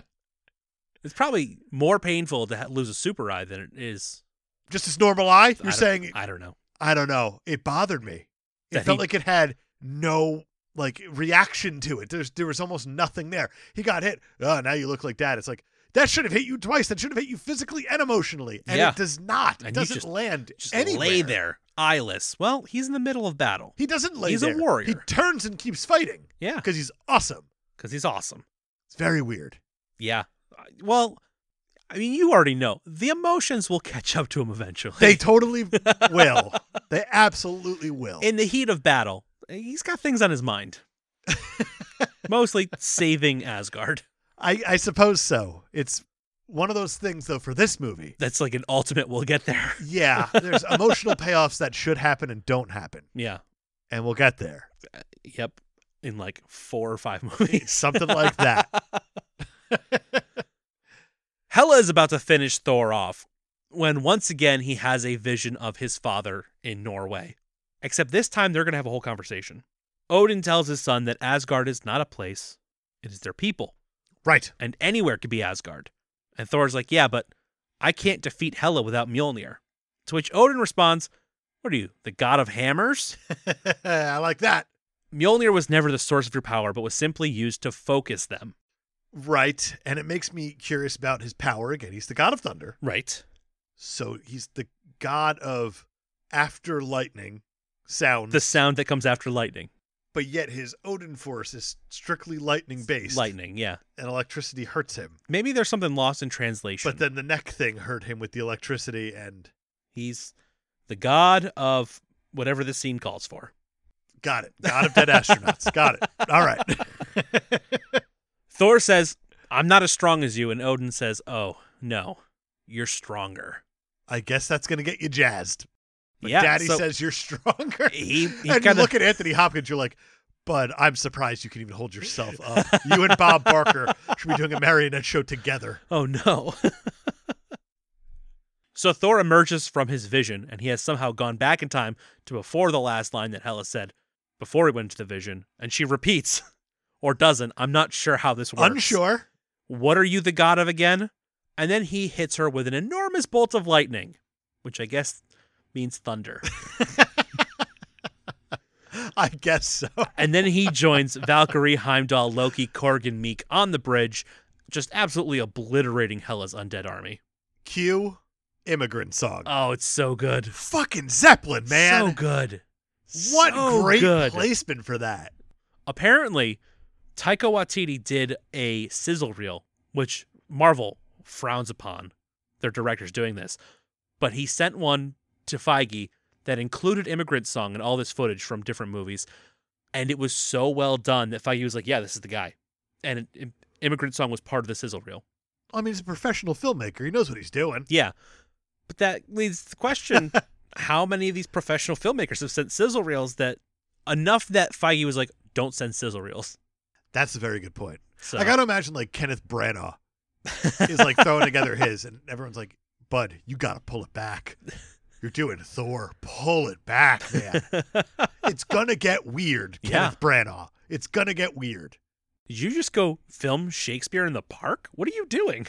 It's probably more painful to ha- lose a super eye than it is. Just his normal I eye? You're don't- saying, I don't know. I don't know. It bothered me. It That felt he- like it had no like reaction to it. There's there was almost nothing there. He got hit. Oh, now you look like dad. It's like that should have hit you twice. That should have hit you physically and emotionally. And Yeah. it does not. It And you doesn't just- land Just anywhere. lay there, eyeless. Well, he's in the middle of battle. He doesn't lay He's a there. He warrior. turns and keeps fighting Yeah, because he's awesome. because he's awesome. It's very weird. Yeah. Well, I mean, you already know the emotions will catch up to him eventually. They totally will. They absolutely will. in the heat of battle, he's got things on his mind. Mostly saving Asgard. I, I suppose so. It's one of those things though for this movie. That's like an ultimate we'll get there. Yeah, there's emotional payoffs that should happen and don't happen. Yeah. and we'll get there. Yep. In like four or five movies. Something like that. Hela is about to finish Thor off when once again he has a vision of his father in Norway. Except this time they're going to have a whole conversation. Odin tells his son that Asgard is not a place, it is their people. Right. and anywhere could be Asgard. And Thor's like, yeah, but I can't defeat Hela without Mjolnir. To which Odin responds, What are you, the god of hammers? I like that. Mjolnir was never the source of your power, but was simply used to focus them. Right. And it makes me curious about his power again. He's the god of thunder. Right. So he's the god of after lightning sound. The sound that comes after lightning. but yet his Odin force is strictly lightning based. Lightning, yeah. And electricity hurts him. Maybe there's something lost in translation. But then the neck thing hurt him with the electricity and He's the god of whatever this scene calls for. got it. God of dead astronauts. got it. All right. Thor says, I'm not as strong as you. And Odin says, Oh, no, you're stronger. I guess that's gonna get you jazzed. But yeah. Daddy so says you're stronger. he, he kind and you of look at Anthony Hopkins, you're like, Bud, I'm surprised you can even hold yourself up. You and Bob Barker should be doing a marionette show together. Oh no. so Thor emerges from his vision, and he has somehow gone back in time to before the last line that Hela said before he went into the vision, and she repeats, or doesn't. I'm not sure how this works. Unsure. What are you the god of again? And then he hits her with an enormous bolt of lightning, which I guess means thunder. I guess so. and then he joins Valkyrie, Heimdall, Loki, Korg, and Meek on the bridge, just absolutely obliterating Hela's undead army. Cue immigrant song. Oh, it's so good. Fucking Zeppelin, man. So good. what So great good. placement for that. Apparently, Taika Waititi did a sizzle reel, which Marvel frowns upon their directors doing this, but he sent one to Feige that included Immigrant Song and all this footage from different movies. And it was so well done that Feige was like, yeah, this is the guy. And it- it- Immigrant Song was part of the sizzle reel. I mean, he's a professional filmmaker. He knows what he's doing. Yeah. But that leads to the question how many of these professional filmmakers have sent sizzle reels that enough that Feige was like, don't send sizzle reels? That's a very good point. So, I got to imagine like Kenneth Branagh is like throwing together his, and everyone's like, "Bud, you got to pull it back. You're doing Thor. Pull it back, man. it's gonna get weird, Yeah. Kenneth Branagh. It's gonna get weird. Did you just go film Shakespeare in the park? What are you doing?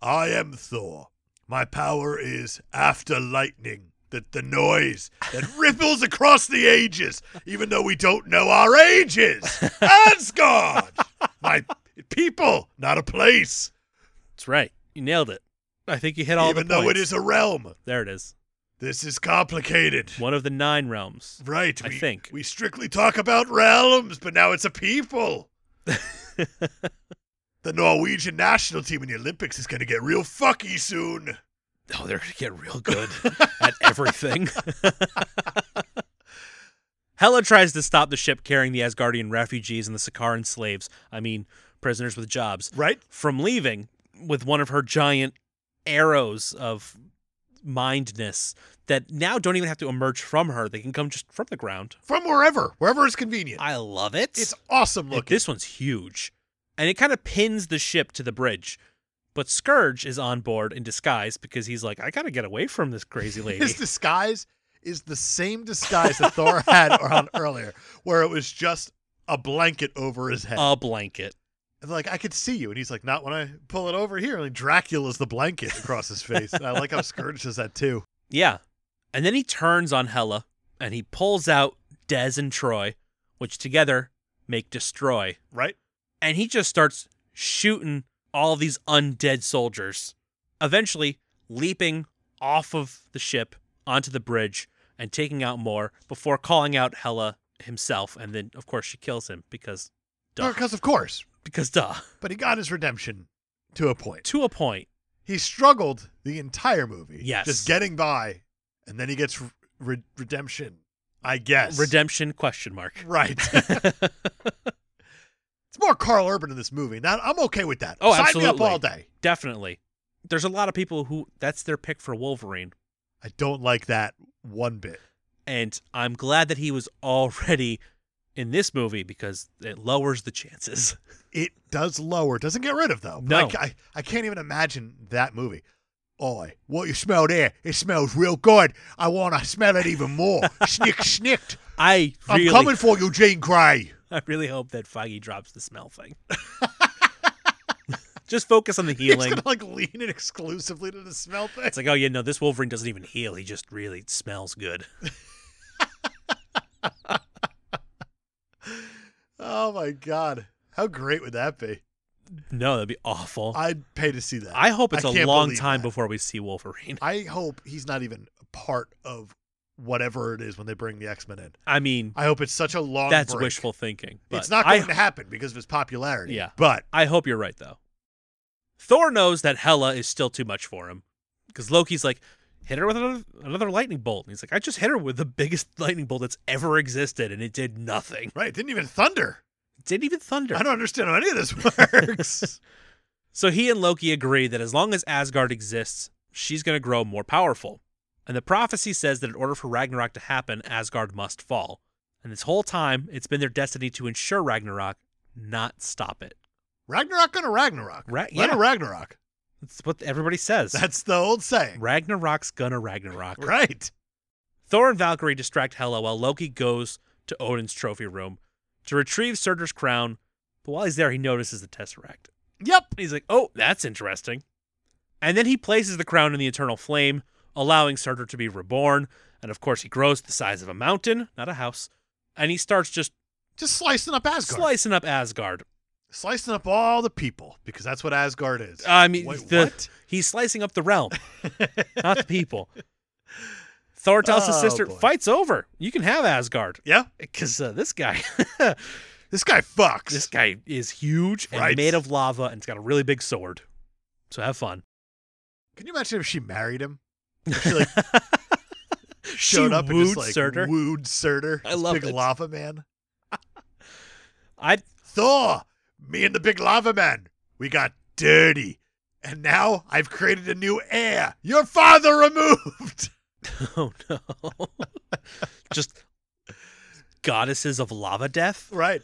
I am Thor. My power is after lightning, that the noise that ripples across the ages, even though we don't know our ages. Asgard, my people, not a place. That's right. You nailed it. I think you hit all even the though points. it is a realm. there it is. This is complicated. One of the nine realms. Right. I we, think. We strictly talk about realms, but now it's a people. the Norwegian national team in the Olympics is going to get real fucky soon. Oh, they're gonna get real good at everything. Hela tries to stop the ship carrying the Asgardian refugees and the Sakaran slaves, I mean prisoners with jobs, Right? from leaving with one of her giant arrows of mindness that now don't even have to emerge from her. They can come just from the ground. From wherever, wherever is convenient. I love it. it's awesome Like, looking. this one's huge. And it kind of pins the ship to the bridge. But Scourge is on board in disguise because he's like, I got to get away from this crazy lady. His disguise is the same disguise that Thor had on earlier, where it was just a blanket over his head. a blanket. And they're like, I could see you. And he's like, not when I pull it over here. And like, Dracula's the blanket across his face. And I like how Scourge does that too. Yeah. And then he turns on Hela and he pulls out Dez and Troy, which together make Destroy. Right? And he just starts shooting all these undead soldiers, eventually leaping off of the ship onto the bridge and taking out more before calling out Hela himself. And then, of course, she kills him because duh. Because, of course. Because duh. But he got his redemption to a point. To a point. He struggled the entire movie. Yes. Just getting by. And then he gets re- re- redemption, I guess. Redemption question mark. Right. it's more Carl Urban in this movie. Now, I'm okay with that. Oh, Sign me up absolutely. all day. Definitely. There's a lot of people who that's their pick for Wolverine. I don't like that one bit. and I'm glad that he was already in this movie because it lowers the chances. It does lower. Doesn't get rid of though. But No. I, ca- I, I can't even imagine that movie. Oi, what you smell there? It smells real good. I want to smell it even more. Snick, snicked. I really, I'm coming for you, Jean Grey. I really hope that Feige drops the smell thing. Just focus on the He's healing. gonna like lean it exclusively to the smell thing. It's like, oh yeah, no, this Wolverine doesn't even heal. He just really smells good. Oh my god, how great would that be? No, that'd be awful. I, I'd pay to see that. hope it's a a long time before we see Wolverine. I hope he's not even a part of whatever it is when they bring the X Men in. I mean, I hope it's such a long. that's break. wishful thinking. But it's not I, going to happen because of his popularity. Yeah. but I hope you're right though. Thor knows that Hela is still too much for him because Loki's like, hit her with another, another lightning bolt. And he's like, I just hit her with the biggest lightning bolt that's ever existed, and it did nothing. Right. Didn't even thunder. It didn't even thunder. I don't understand how any of this works. So he and Loki agree that as long as Asgard exists, she's going to grow more powerful. And the prophecy says that in order for Ragnarok to happen, Asgard must fall. And this whole time, it's been their destiny to ensure Ragnarok, not stop it. Ragnarok on a Ragnarok. Ra- Let yeah. a Ragnarok. That's what everybody says. That's the old saying. Ragnarok's gonna Ragnarok. Right. Thor and Valkyrie distract Hela while Loki goes to Odin's trophy room to retrieve Surtur's crown But while he's there, he notices the Tesseract. Yep. He's like, oh, that's interesting. And then he places the crown in the eternal flame, allowing Surtur to be reborn. And of course, he grows to the size of a mountain, not a house. And he starts just Just slicing up Asgard. slicing up Asgard. slicing up all the people because that's what Asgard is. I mean, Wait, the, what? he's slicing up the realm, not the people. Thor tells his Oh, sister, boy. fight's over. You can have Asgard. Yeah. Because uh, this guy, This guy fucks. this guy is huge and Right. made of lava and it's got a really big sword. So have fun. Can you imagine if she married him? She Showed up and wooed just like Surtur. wooed Surtur. I this love big it. lava man. I Thor, me and the big lava man, we got dirty. And now I've created a new heir. Your father removed. Oh no. Just goddesses of lava death? right.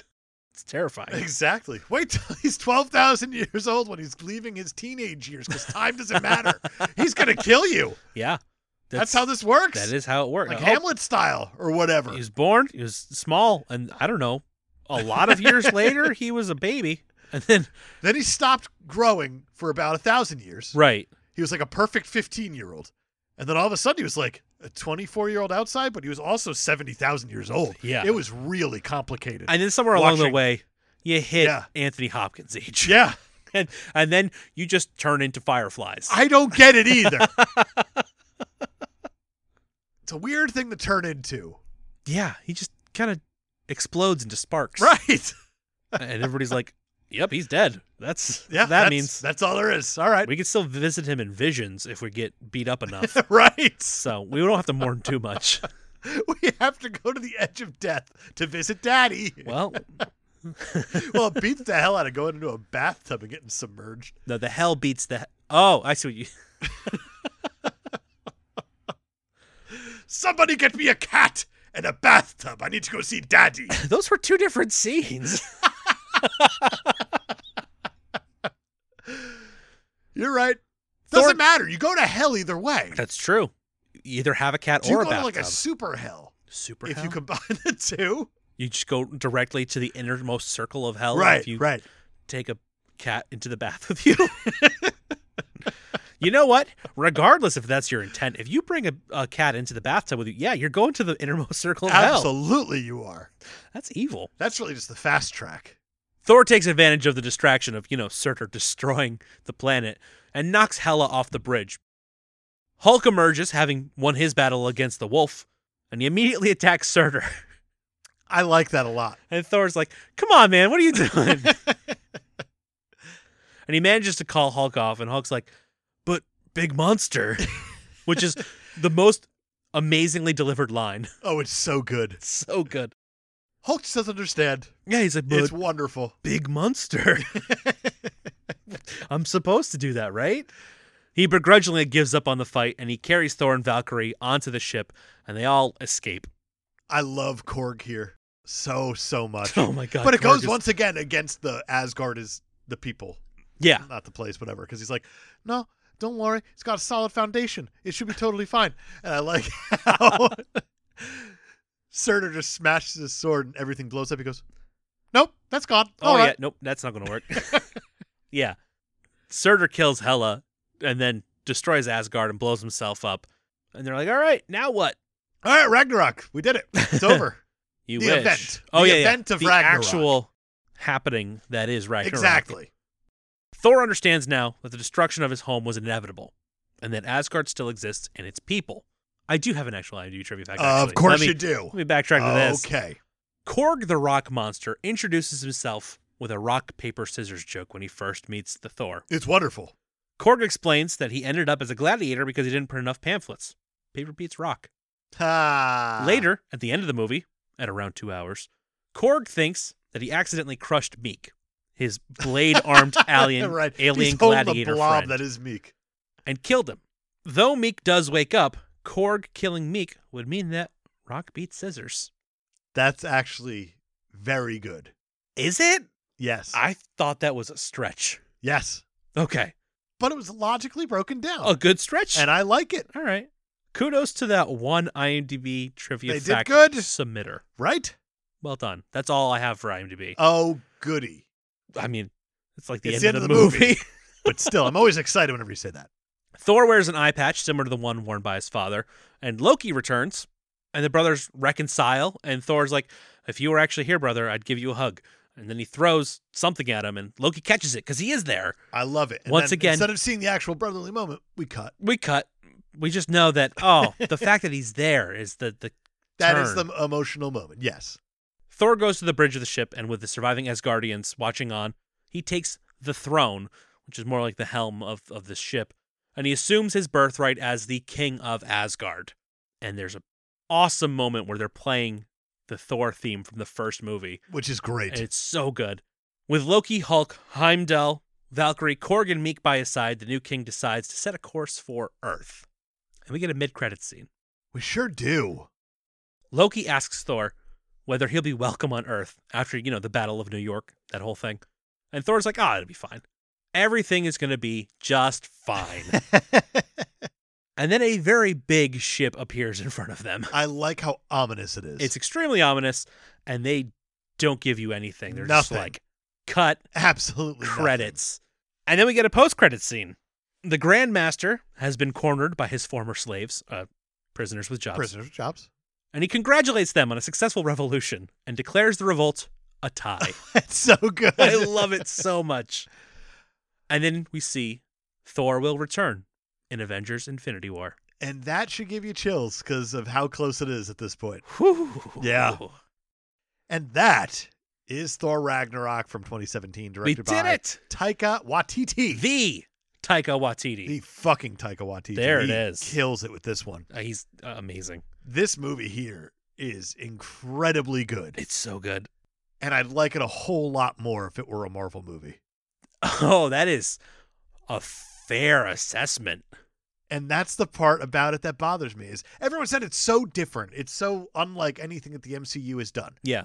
It's terrifying. Exactly. Wait till he's 12,000 years old when he's leaving his teenage years because time doesn't matter. he's going to kill you. Yeah. That's, how this works. That is how it works. Like Oh, Hamlet style or whatever. he was born, he was small, and I don't know, a lot of years later he was a baby. And then Then he stopped growing for about a thousand years. Right. He was like a perfect 15 year old. And then all of a sudden he was like a 24 year old outside, but he was also 70,000 years old. Yeah. It was really complicated. And then somewhere along the Watching. way, you hit Yeah. Anthony Hopkins age. yeah. And, and then you just turn into fireflies. I don't get it either. it's a weird thing to turn into. yeah, he just kind of explodes into sparks. Right. And everybody's like, Yep, he's dead. That's Yeah. that that's- means that's all there is. All right. We can still visit him in visions if we get beat up enough. right. so we don't have to mourn too much. We have to go to the edge of death to visit daddy. Well, well, it beats the hell out of going into a bathtub and getting submerged. no, the hell beats the. Oh, I see what you. Somebody get me a cat and a bathtub. I need to go see daddy. Those were two different scenes. You're right. Doesn't Thor- matter. You go to hell either way. That's true. You either have a cat Do you or a go to like bathtub. a super hell Super if hell. you You, combine the two. just go directly to the innermost circle of hell. right, If you right. take a cat into the bath with you. You know what? Regardless if that's your intent, if you bring a, a cat into the bathtub with you, yeah, you're going to the innermost circle of hell. Absolutely, you are. That's evil. That's really just the fast track. Thor takes advantage of the distraction of, you know, Surtur destroying the planet and knocks Hela off the bridge. Hulk emerges, having won his battle against the wolf, and he immediately attacks Surtur. I like that a lot. And Thor's like, come on, man, what are you doing? and he manages to call Hulk off, and Hulk's like, but big monster, which is the most amazingly delivered line. Oh, it's so good. It's so good. Hulk just doesn't understand. Yeah, he's like, it's but wonderful. big monster. I'm supposed to do that, right? He begrudgingly gives up on the fight and he carries Thor and Valkyrie onto the ship and they all escape. I love Korg here so so much. Oh my god. but it Korg goes is- once again against the Asgard is the people, Yeah. not the place, whatever. Because he's like, no, don't worry, it's got a solid foundation. It should be totally fine. And I like how Surtur just smashes his sword and everything blows up. He goes, nope, that's gone. Oh All yeah, right, nope, that's not gonna work. yeah. Surtur kills Hela and then destroys Asgard and blows himself up. And they're like, all right, now what? all right, Ragnarok, we did it. It's over. You The wish. event. Oh The yeah, yeah. event of the Ragnarok. actual happening that is Ragnarok. exactly. Thor understands now that the destruction of his home was inevitable, and that Asgard still exists and its people. I do have an actual IMDb trivia fact. of actually. course let me, you do. Let me backtrack to this. Okay. Korg the Rock Monster introduces himself with a rock paper scissors joke when he first meets the Thor. It's wonderful. Korg explains that he ended up as a gladiator because he didn't print enough pamphlets. Paper beats rock. Ah. Later, at the end of the movie, at around two hours, Korg thinks that he accidentally crushed Meek, his blade-armed alien right. alien He's holding gladiator the blob friend. that is Meek. and killed him. Though Meek does wake up, Korg killing Meek would mean that Rock beats Scissors. That's actually very good. Is it? Yes. I thought that was a stretch. yes. Okay. But it was logically broken down. A good stretch. And I like it, All right. Kudos to that one IMDb trivia They did fact good. submitter. right? Well done. That's all I have for IMDb. Oh, goody. I mean, it's like the, It's end, of the, movie. but still, I'm always excited whenever you say that. Thor wears an eye patch similar to the one worn by his father, and Loki returns, and the brothers reconcile, and Thor's like, "If you were actually here, brother, I'd give you a hug." And then he throws something at him, and Loki catches it because he is there. I love it. And Once then again- instead of seeing the actual brotherly moment, we cut. We cut. We just know that oh, the fact that he's there is the the That is turn. the emotional moment. Yes. Thor goes to the bridge of the ship, and with the surviving Asgardians watching on, he takes the throne, which is more like the helm of, of the ship, and he assumes his birthright as the king of Asgard. And there's an awesome moment where they're playing the Thor theme from the first movie, Which is great. and it's so good. With Loki, Hulk, Heimdall, Valkyrie, Korg, and Meek by his side, the new king decides to set a course for Earth. And we get a mid credit scene. we sure do. Loki asks Thor whether he'll be welcome on Earth after, you know, the Battle of New York, that whole thing. And Thor's like, ah, it'll be fine. Everything is going to be just fine. and then a very big ship appears in front of them. I like how ominous it is. It's extremely ominous, and they don't give you anything. They're just Nothing. like, cut absolutely nothing. credits. And then we get a post credit scene. The Grandmaster has been cornered by his former slaves, uh, prisoners with jobs. Prisoners jobs. and he congratulates them on a successful revolution and declares the revolt a tie. That's so good. I love it so much. And then we see Thor will return in Avengers Infinity War. and that should give you chills because of how close it is at this point. Whew. Yeah. And that is Thor Ragnarok from 2017, We directed did by it. Taika Waititi. The Taika Waititi. The fucking Taika Waititi. There it He is. Kills it with this one. Uh, he's uh, amazing. This movie here is incredibly good, It's so good. and I'd like it a whole lot more if it were a Marvel movie. Oh, that is a fair assessment. And that's the part about it that bothers me is everyone said it's so different. It's so unlike anything that the MCU has done. Yeah.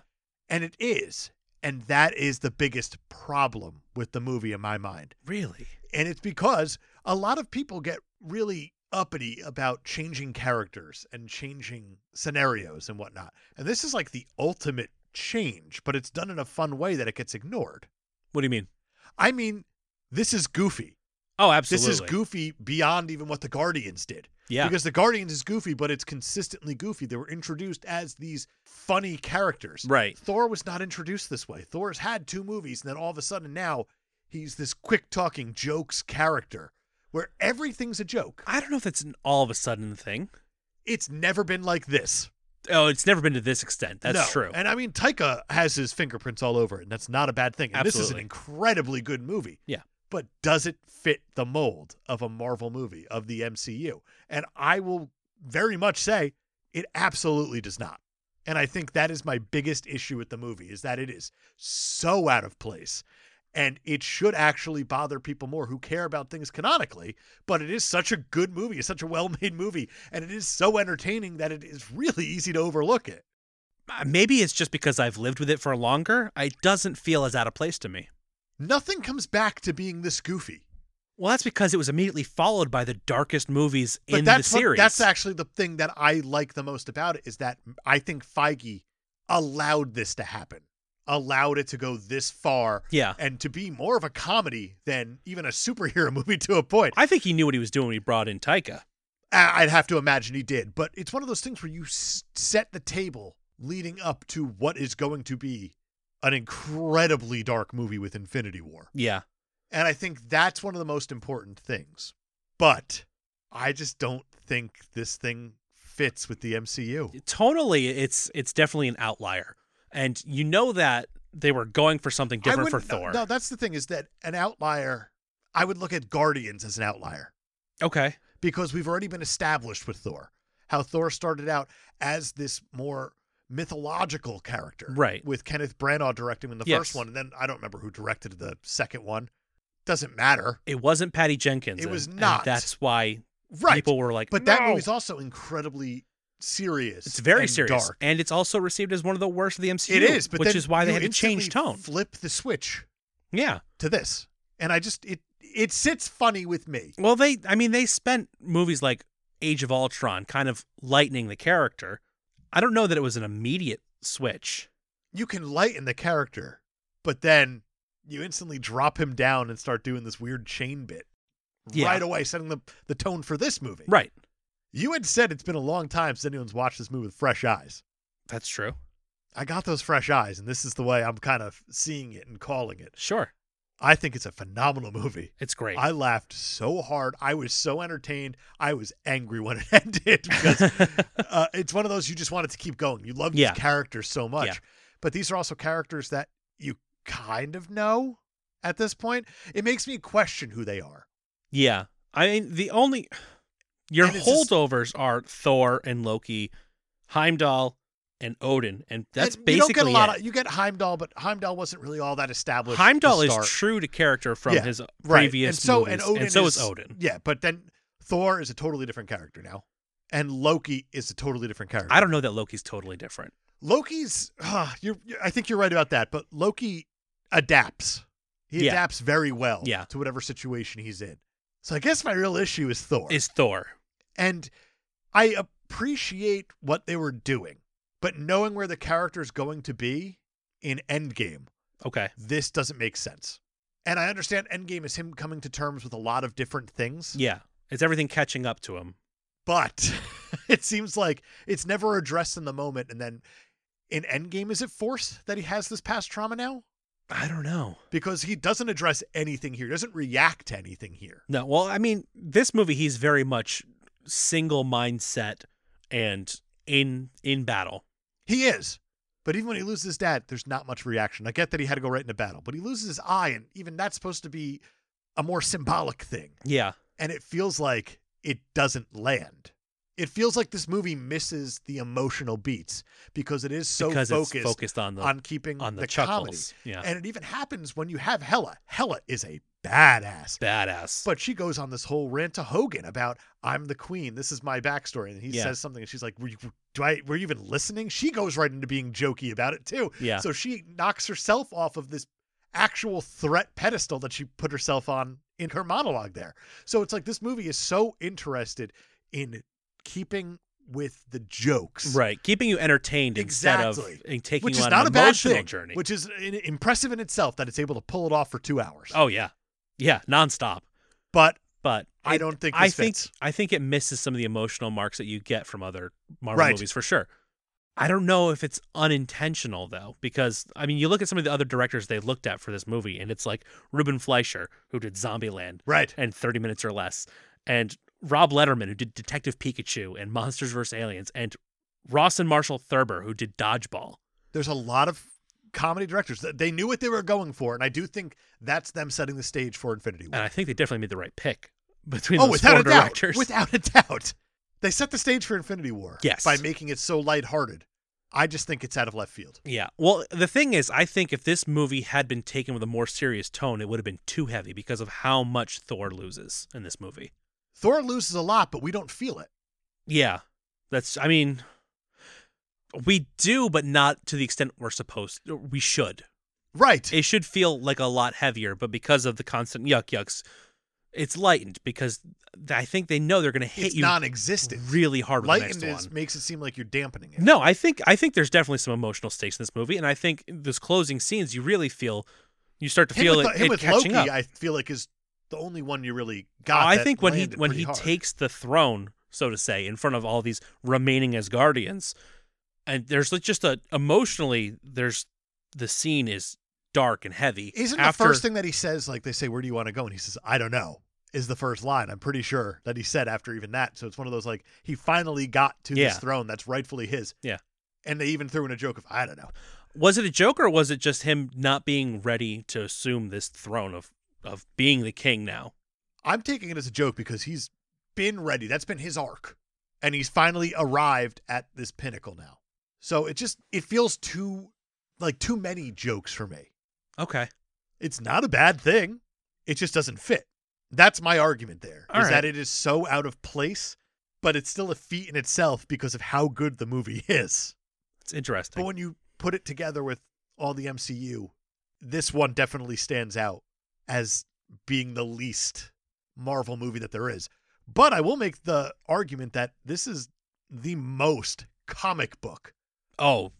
And it is. And that is the biggest problem with the movie in my mind. Really? And it's because a lot of people get really uppity about changing characters and changing scenarios and whatnot. And this is like the ultimate change, but it's done in a fun way that it gets ignored. What do you mean? I mean, this is goofy. Oh, absolutely. This is goofy beyond even what the Guardians did. Yeah. Because the Guardians is goofy, but it's consistently goofy. They were introduced as these funny characters. Right. Thor was not introduced this way. Thor's had two movies, and then all of a sudden now he's this quick talking jokes character where everything's a joke. I don't know if that's an all of a sudden thing. It's never been like this. Oh, it's never been to this extent. That's No. true. And I mean, Taika has his fingerprints all over it, and that's not a bad thing. And this is an Absolutely. incredibly good movie. Yeah. But does it fit the mold of a Marvel movie of the MCU? And I will very much say it absolutely does not. And I think that is my biggest issue with the movie is that it is so out of place. And it should actually bother people more who care about things canonically, but it is such a good movie, it's such a well made movie, and it is so entertaining that it is really easy to overlook it. Uh, Maybe it's just because I've lived with it for longer. It doesn't feel as out of place to me. nothing comes back to being this goofy. Well, that's because it was immediately followed by the darkest movies But in that's the what- series. that's actually the thing that I like the most about it is that I think Feige allowed this to happen, allowed it to go this far, yeah. and to be more of a comedy than even a superhero movie to a point. I think he knew what he was doing when he brought in Taika. I- I'd have to imagine he did, but it's one of those things where you s- set the table leading up to what is going to be an incredibly dark movie with Infinity War. Yeah. And I think that's one of the most important things. But I just don't think this thing fits with the MCU. Tonally, it's it's definitely an outlier. And you know that they were going for something I different for wouldn't- no- Thor. No, that's the thing is that an outlier, I would look at Guardians as an outlier Okay. because we've already been established with Thor. How Thor started out as this more mythological character. Right. With Kenneth Branagh directing in the Yes. first one. And then I don't remember who directed the second one. Doesn't matter. It wasn't Patty Jenkins. It and- was and not. that's why Right. people were like, but no! that movie's also incredibly serious. It's very and serious. Dark. And it's also received as one of the worst of the MCU. It is, but which then is why they you had to change instantly tone. Flip the switch yeah. to this, and I just it it sits funny with me. Well, they, I mean, they spent movies like Age of Ultron kind of lightening the character. I don't know that it was an immediate switch. You can lighten the character, but then you instantly drop him down and start doing this weird chain bit Yeah. right away, setting the the tone for this movie. Right. You had said it's been a long time since anyone's watched this movie with fresh eyes. That's true. I got those fresh eyes, and this is the way I'm kind of seeing it and calling it. Sure. I think it's a phenomenal movie. It's great. I laughed so hard. I was so entertained. I was angry when it ended because uh, it's one of those you just wanted to keep going. You love Yeah. these characters so much. Yeah. But these are also characters that you kind of know at this point. It makes me question who they are. yeah. I mean, the only your And it's just- holdovers are Thor and Loki, Heimdall and Odin, and that's And you basically don't get a lot it. of you get Heimdall, but Heimdall wasn't really all that established. to Heimdall is start. true to character from Yeah, his Right. previous and so, movies, and, Odin so is Odin. Yeah, but then Thor is a totally different character now. And Loki is a totally different character. I don't know that Loki's totally different. Loki's. Uh, you're, you're- I think you're right about that, but Loki adapts. He Yeah. adapts very well Yeah. to whatever situation he's in. So I guess my real issue is Thor, Is Thor? and I appreciate what they were doing, but knowing where the character's going to be in Endgame, Okay. this doesn't make sense. And I understand Endgame is him coming to terms with a lot of different things, Yeah. It's everything catching up to him. but it seems like it's never addressed in the moment. And then in Endgame, is it forced that he has this past trauma now? I don't know. because he doesn't address anything here, doesn't react to anything here. No, well, I mean, this movie he's very much single mindset and in in battle. He is. But even when he loses his dad, there's not much reaction. I get that he had to go right into battle, but he loses his eye, and even that's supposed to be a more symbolic thing. Yeah. And it feels like it doesn't land. It feels like this movie misses the emotional beats because it is so because focused, it's focused on the on keeping on the, comedy. chuckles. Yeah. And it even happens when you have Hella. Hella is a badass. Badass. But she goes on this whole rant to Hogan about I'm the queen. This is my backstory, and he Yeah. says something, and she's like, "Were you, do I? Were you even listening?" She goes right into being jokey about it too. yeah. So she knocks herself off of this actual threat pedestal that she put herself on in her monologue there. So it's like this movie is so interested in keeping with the jokes, right. Keeping you entertained instead of Exactly. in taking Which you is on not an a bad emotional thing, journey. which is i- impressive in itself that it's able to pull it off for two hours. oh yeah. Yeah, nonstop. But But I it- don't think I this think fits. I think it misses some of the emotional marks that you get from other Marvel Right. movies for sure. I don't know if it's unintentional though, because I mean, you look at some of the other directors they looked at for this movie, and it's like Ruben Fleischer who did Zombieland right. and 30 Minutes or Less, and Rob Letterman who did Detective Pikachu and Monsters vs Aliens, and Ross and Marshall Thurber who did Dodgeball. there's a lot of comedy directors that they knew what they were going for, and I do think that's them setting the stage for Infinity And War. I think they definitely made the right pick between oh, those without four a doubt, directors. without a doubt, they set the stage for Infinity War. Yes. by making it so lighthearted. I just think it's out of left field. Yeah. Well, the thing is, I think if this movie had been taken with a more serious tone, it would have been too heavy because of how much Thor loses in this movie. Thor loses a lot, but we don't feel it. Yeah. That's, I mean, we do, but not to the extent we're supposed We should. Right. It should feel like a lot heavier, but because of the constant yuck yucks, it's lightened because th- I think they know they're going to hit it's you non-existent. really hard with Lightened the next is one. makes it seem like you're dampening it. No, I think I think there's definitely some emotional stakes in this movie, and I think those closing scenes you really feel, you start to him feel with, it, the- him it with catching Loki, up. Oh, I feel like is the only one you really got. I that think when he landed when pretty he hard. takes the throne, so to say, in front of all these remaining as guardians, and there's like just a emotionally, there's the scene is dark and heavy. Isn't after, the first thing that he says, like they say, where do you want to go? And he says, I don't know, is the first line. I'm pretty sure that he said after even that. So it's one of those like he finally got to Yeah. this throne that's rightfully his. Yeah. And they even threw in a joke of, I don't know. was it a joke or was it just him not being ready to assume this throne of of being the king now? I'm taking it as a joke because he's been ready. That's been his arc. And he's finally arrived at this pinnacle now. So it just it feels too like too many jokes for me. Okay, It's not a bad thing. It just doesn't fit. That's my argument there. Is All right. that it is so out of place, but it's still a feat in itself because of how good the movie is. it's interesting. But when you put it together with all the MCU, this one definitely stands out as being the least Marvel movie that there is. But I will make the argument that this is the most comic book oh,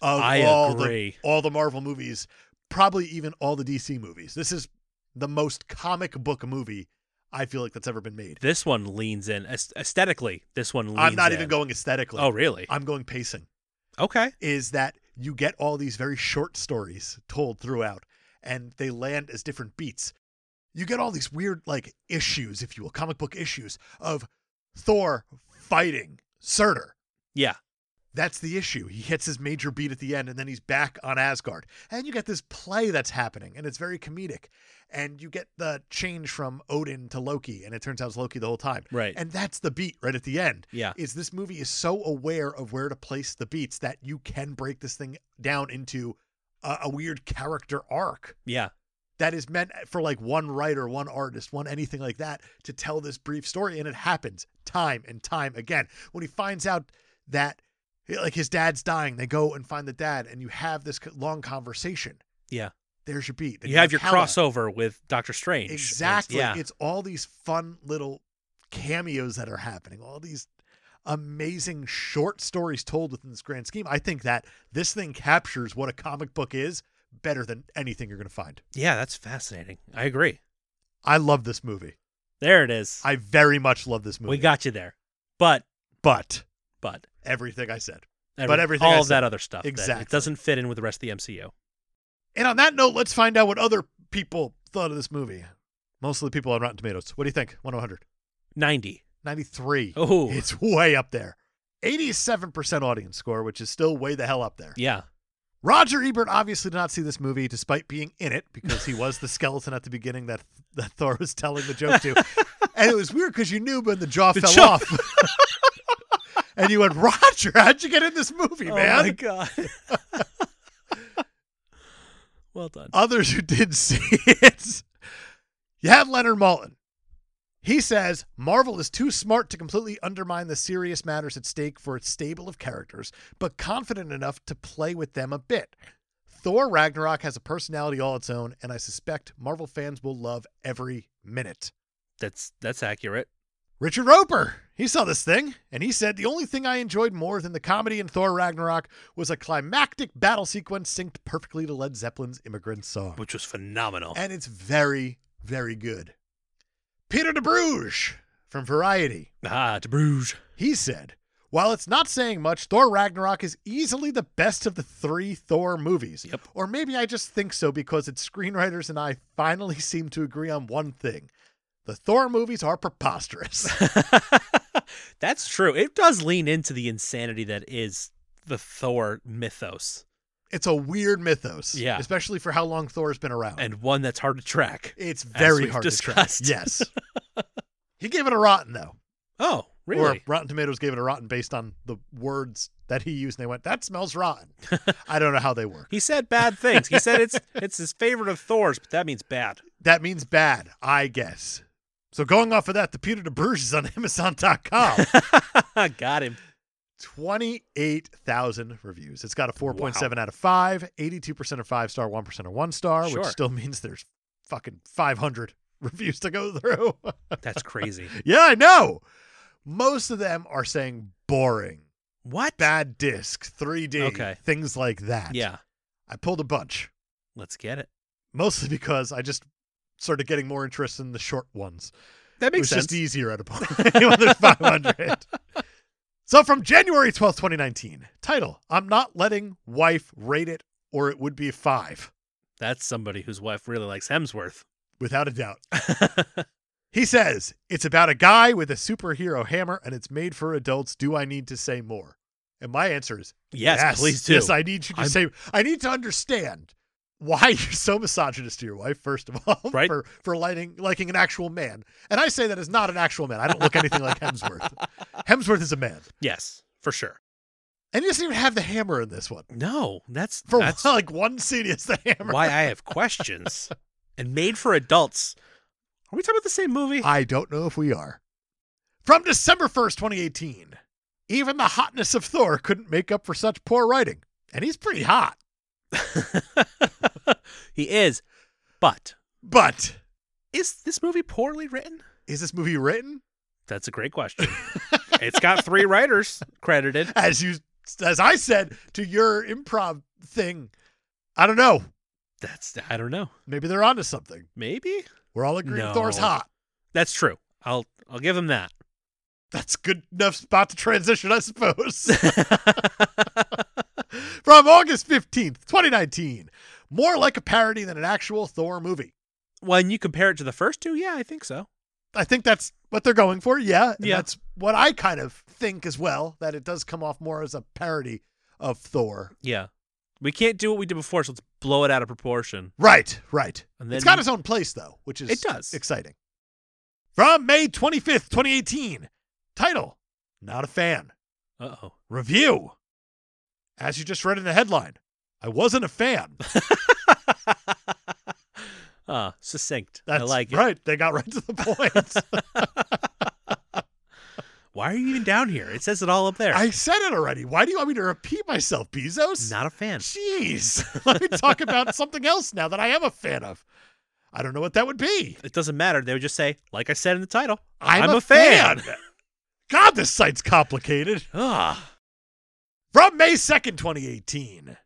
of I all the agree. all the Marvel movies probably even all the DC movies. This is the most comic book movie I feel like that's ever been made. This one leans in Aes- aesthetically. This one leans. I'm not in. even going aesthetically. Oh, really? I'm going pacing. Okay. Is that you get all these very short stories told throughout, and they land as different beats. You get all these weird, like, issues, if you will, comic book issues of Thor fighting Surtur. Yeah. That's the issue. He hits his major beat at the end, and then he's back on Asgard. And you get this play that's happening, and it's very comedic. And you get the change from Odin to Loki, and it turns out it's Loki the whole time. Right. And that's the beat right at the end. Yeah. Is this movie is so aware of where to place the beats that you can break this thing down into a, a weird character arc Yeah. that is meant for like one writer, one artist, one anything like that to tell this brief story. And it happens time and time again. When he finds out that like his dad's dying, they go and find the dad, and you have this co- long conversation. Yeah. There's your beat. Then you have your Hela. crossover with Doctor Strange. It's- Exactly. yeah. It's all these fun little cameos that are happening, all these amazing short stories told within this grand scheme. I think that this thing captures what a comic book is better than anything you're going to find. yeah, that's fascinating. I agree. I love this movie. There it is. I very much love this movie. we got you there. But but but everything I said. every- But everything all I of that other stuff. that Exactly. it doesn't fit in with the rest of the MCU. And on that note, let's find out what other people thought of this movie. Mostly people on Rotten Tomatoes. What do you think? 1 to 100. Ninety. 93. Oh It's way up there. 87% audience score, which is still way the hell up there. yeah. Roger Ebert obviously did not see this movie despite being in it because he was the skeleton at the beginning that, that Thor was telling the joke to. and it was weird because you knew when the jaw The fell jaw- off. and you went, Roger, how'd you get in this movie, man? Oh my god. well done. others who did see it. You have Leonard Maltin. He says Marvel is too smart to completely undermine the serious matters at stake for its stable of characters, but confident enough to play with them a bit. Thor Ragnarok has a personality all its own, and I suspect Marvel fans will love every minute. That's that's accurate. Richard Roper, he saw this thing, and he said the only thing I enjoyed more than the comedy in Thor Ragnarok was a climactic battle sequence synced perfectly to Led Zeppelin's Immigrant Song Which was phenomenal. and it's very, very good. Peter de Bruges from Variety, ah, to Bruges. he said, while it's not saying much, Thor Ragnarok is easily the best of the three Thor movies. Yep. Or maybe I just think so because its screenwriters and I finally seem to agree on one thing. The Thor movies are preposterous. That's true. It does lean into the insanity that is the Thor mythos it's a weird mythos. Yeah. Especially for how long Thor's been around. and one that's hard to track. it's very we've hard discussed. to track. Yes. he gave it a rotten though. Oh, Or really? Rotten Tomatoes gave it a rotten based on the words that he used, and they went, "That smells rotten." I don't know how they work. He said bad things. He said it's it's his favorite of Thor's, but that means bad. That means bad, I guess. So going off of that, the Peter DeBruge is on Amazon.com. Got him. 28,000 reviews. It's got a 4.7 out of 5, 82% are 5 star, 1% are 1 star, Sure. which still means there's fucking 500 reviews to go through. That's crazy. yeah, I know. Most of them are saying boring, What? bad disc, 3D, Okay. things like that. Yeah. I pulled a bunch, Let's get it. mostly because I just started getting more interest in the short ones. That it was just easier at a point when there's 500. so from January 12th, 2019, title, I'm not letting wife rate it or it would be a five, That's somebody whose wife really likes Hemsworth. without a doubt. He says, it's about a guy with a superhero hammer and it's made for adults. Do I need to say more? And my answer is yes, please do. Yes, I need you to I'm- say. I need to understand why you're so misogynist to your wife. First of all, Right. for for liking liking an actual man, and I say that as not an actual man. I don't look anything like Hemsworth. Hemsworth is a man, yes, for sure. and he doesn't even have the hammer in this one. No, that's For that's like one scene, it's the hammer. why I have questions. and made for adults. Are we talking about the same movie? I don't know if we are. From December first, 2018, even the hotness of Thor couldn't make up for such poor writing, and he's pretty hot. he is. But But is this movie poorly written? is this movie written That's a great question. it's got three writers credited. as you as I said to your improv thing, I don't know. That's I don't know. Maybe they're onto something. Maybe We're all agreed No. Thor's hot. that's true. I'll I'll give them that. That's good enough spot to transition, I suppose. From August 15th, 2019. More like a parody than an actual Thor movie. when you compare it to the first two, yeah, I think so. I think that's what they're going for. Yeah. and Yeah. That's what I kind of think as well, that it does come off more as a parody of Thor. Yeah, we can't do what we did before, so let's blow it out of proportion. Right, right. And then it's got its own place, though, which is It does. exciting. From May 25th, 2018. Title Not a fan. uh oh, Review. As you just read in the headline, I wasn't a fan. ah, succinct. That's I like it. right. They got right to the point. Why are you even down here? It says it all up there. I said it already. Why do you want me to repeat myself, Bezos? Not a fan. Jeez. Let me talk about something else now that I am a fan of. I don't know what that would be. It doesn't matter. They would just say, like I said in the title, I'm, I'm a, a fan. fan. God, this site's complicated. ah, From May 2nd, 2018.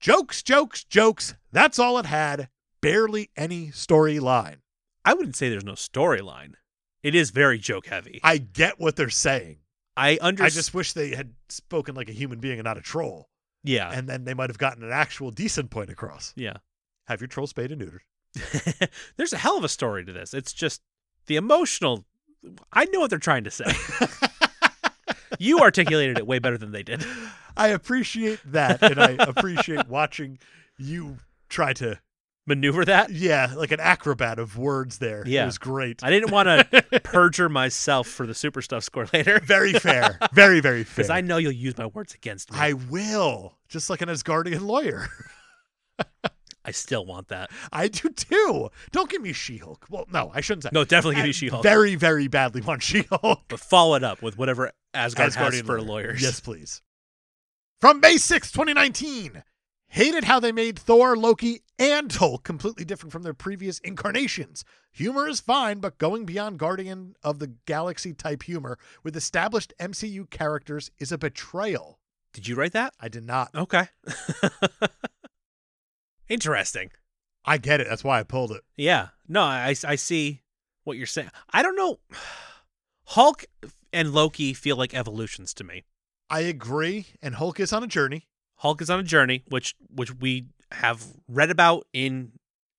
Jokes, jokes, jokes. That's all it had. Barely any storyline. I wouldn't say there's no storyline. It is very joke heavy. I get what they're saying. I understand. I just wish they had spoken like a human being and not a troll, yeah, and then they might have gotten an actual decent point across. yeah. Have your troll spayed and neutered. there's a hell of a story to this. It's just the emotional. I know what they're trying to say. you articulated it way better than they did. I appreciate that, and I appreciate watching you try to, Maneuver that. yeah, like an acrobat of words. There, it Yeah. was great. I didn't want to perjure myself for the super stuff score later Very fair, very very fair. because I know you'll use my words against me. I will, just like an Asgardian lawyer. I still want that. I do too. Don't give me She-Hulk. Well, no, I shouldn't say. No, definitely give I me She-Hulk, Very very badly want She-Hulk. but follow it up with whatever Asgard has Asgardian for lawyer. lawyers. Yes, please. From May 6, 2019. Hated how they made Thor, Loki, and Hulk completely different from their previous incarnations. Humor is fine, but going beyond Guardian of the Galaxy type humor with established MCU characters is a betrayal. Did you write that? I did not. Okay. Interesting. I get it. That's why I pulled it. Yeah. No, I, I- I see what you're saying. I don't know. Hulk and Loki feel like evolutions to me. I agree. And Hulk is on a journey. Hulk is on a journey, which which we have read about in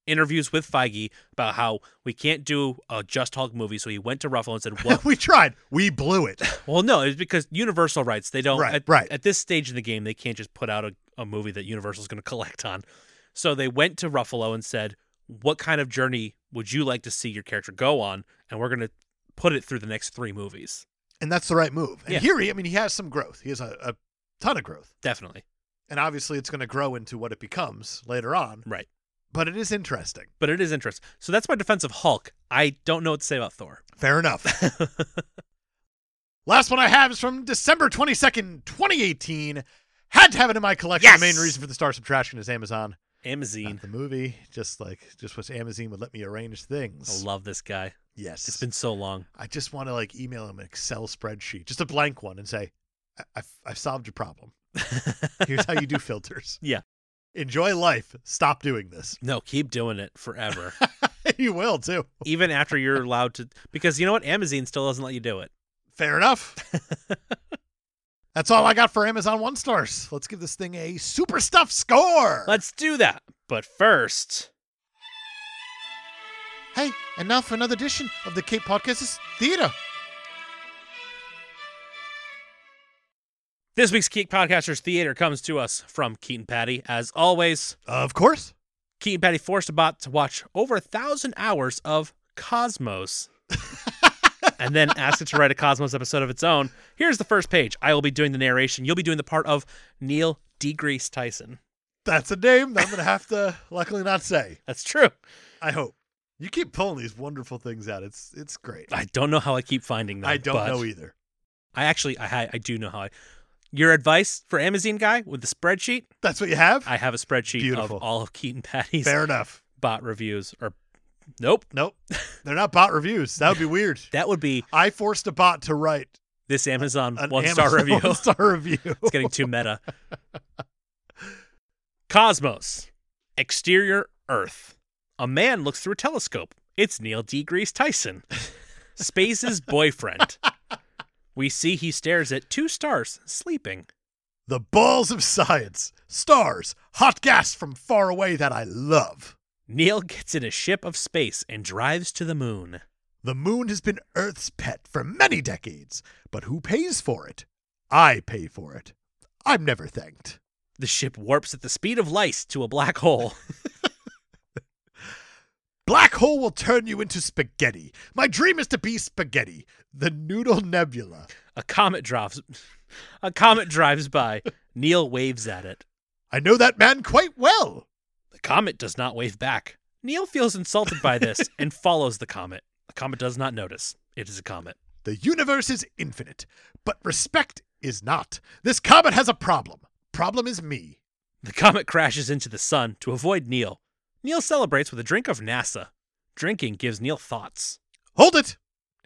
interviews with Feige about how we can't do a Just Hulk movie. So he went to Ruffalo and said, "Well, we tried. We blew it. well, no, it's because Universal rights. They don't Right, at, right. at this stage in the game. They can't just put out a, a movie that Universal's going to collect on. So they went to Ruffalo and said, "What kind of journey would you like to see your character go on?" And we're going to put it through the next three movies. And that's the right move. And Yeah. here he, I mean, he has some growth. He has a, a ton of growth. Definitely. and obviously it's going to grow into what it becomes later on. Right. But it is interesting. But it is interesting. So that's my defense of Hulk. I don't know what to say about Thor. Fair enough. Last one I have is from December 22nd, 2018. Had to have it in my collection. The main Yes! Uh. reason for the star subtraction is Amazon. Amazine. Not the movie, just like just what Amazon would let me arrange I things. love this guy. yes. It's been so long. I just want to like email him an Excel spreadsheet, just a blank one, and say, I- I've, I've solved your problem. Here's how you do filters. Yeah. Enjoy life. Stop doing this. No, keep doing it forever. you will too. Even after you're allowed to because you know what? Amazon still doesn't let you do it. Fair enough. That's all I got for Amazon One Stars. Let's give this thing a super stuff score. Let's do that. But first, hey, and now for another edition of the Cape Podcast's Theater. this week's Geek Podcasters Theater comes to us from Keaton Patty. As always, Of course. Keaton Patty forced a bot to watch over a thousand hours of Cosmos. and then asked it to write a Cosmos episode of its own. Here's the first page. I will be doing the narration. You'll be doing the part of Neil deGrease Tyson. That's a name that I'm going to have to luckily not say. That's true. I hope. You keep pulling these wonderful things out. It's it's great. I don't know how I keep finding them. I don't but know either. I actually, I, ha- I do know how. I, your advice for Amazon guy with the spreadsheet? That's what you have? I have a spreadsheet Beautiful. of all of Keaton Patty's Fair enough. bot reviews. Or nope, Nope. They're not bot reviews. That would be weird. that would be I forced a bot to write this Amazon an one star review. One star review. it's getting too meta. Cosmos, exterior Earth. A man looks through a telescope. It's Neil deGrasse Tyson, Space's boyfriend. We see he stares at two stars sleeping. The balls of science, stars, hot gas from far away that I love. Neil gets in a ship of space and drives to the moon. The moon has been Earth's pet for many decades, but who pays for it? I pay for it. I'm never thanked. The ship warps at the speed of light to a black hole. Black hole will turn you into spaghetti. My dream is to be spaghetti, the noodle nebula. A comet drops. A comet drives by. Neil waves at it. I know that man quite well. The comet does not wave back. Neil feels insulted by this and follows the comet. The comet does not notice. It is a comet. The universe is infinite, but respect is not. This comet has a problem. Problem is me. The comet crashes into the sun to avoid Neil. Neil celebrates with a drink of NASA. Drinking gives Neil thoughts. Hold it.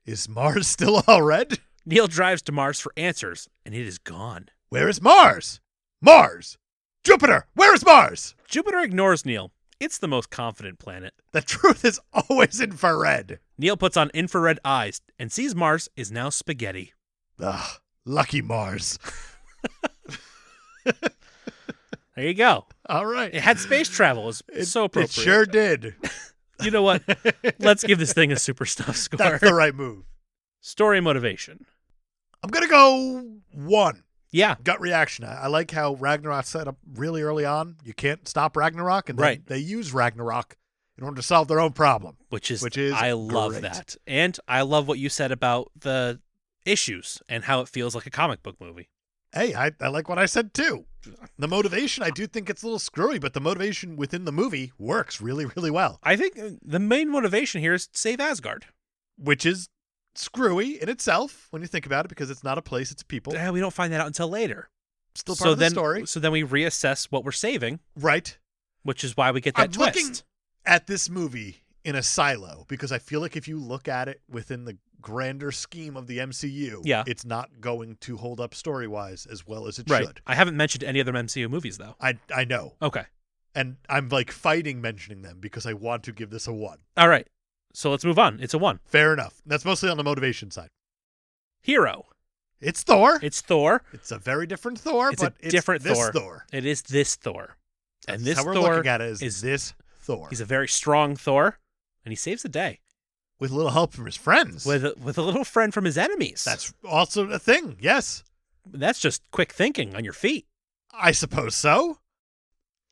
Is Mars still all red? Neil drives to Mars for answers, and it is gone. Where is Mars? Mars! Jupiter! Where is Mars? Jupiter ignores Neil. It's the most confident planet. The truth is always infrared. Neil puts on infrared eyes and sees Mars is now spaghetti. Ugh, Ah, lucky Mars. There you go. All right. It had space travel. It was It- so appropriate. It sure did. You know what? Let's give this thing a super stuff score. That's the right move. Story motivation. I'm going to go one. Yeah. Gut reaction. I, I like how Ragnarok set up really early on. You can't stop Ragnarok, and then Right. they use Ragnarok in order to solve their own problem. Which is, Which is I love great. that. And I love what you said about the issues and how it feels like a comic book movie. Hey, I, I like what I said too. The motivation, I do think it's a little screwy, but the motivation within the movie works really, really well, I think uh, the main motivation here is to save Asgard. which is screwy in itself when you think about it because it's not a place, it's people. Yeah, Eh, we don't find that out until later. Still part so of the then, story. so then we reassess what we're saving, Right. which is why we get that I'm twist. looking at this movie in a silo because I feel like if you look at it within the grander scheme of the MCU, Yeah. it's not going to hold up story wise as well as it should. I haven't mentioned any other MCU movies though. I I know. Okay. And I'm like fighting mentioning them because I want to give this a one. All right. So let's move on. It's a one. Fair enough. That's mostly on the motivation side. Hero. It's Thor. It's Thor. it's a very different Thor, It's a but it's different this Thor. Thor. It is this Thor. and That's this how we're Thor looking at it is, is- this Thor He's a very strong Thor, and he saves the day with a little help from his friends. with a, with a little friend from his enemies. That's also a thing. Yes. that's just quick thinking on your feet. I suppose so.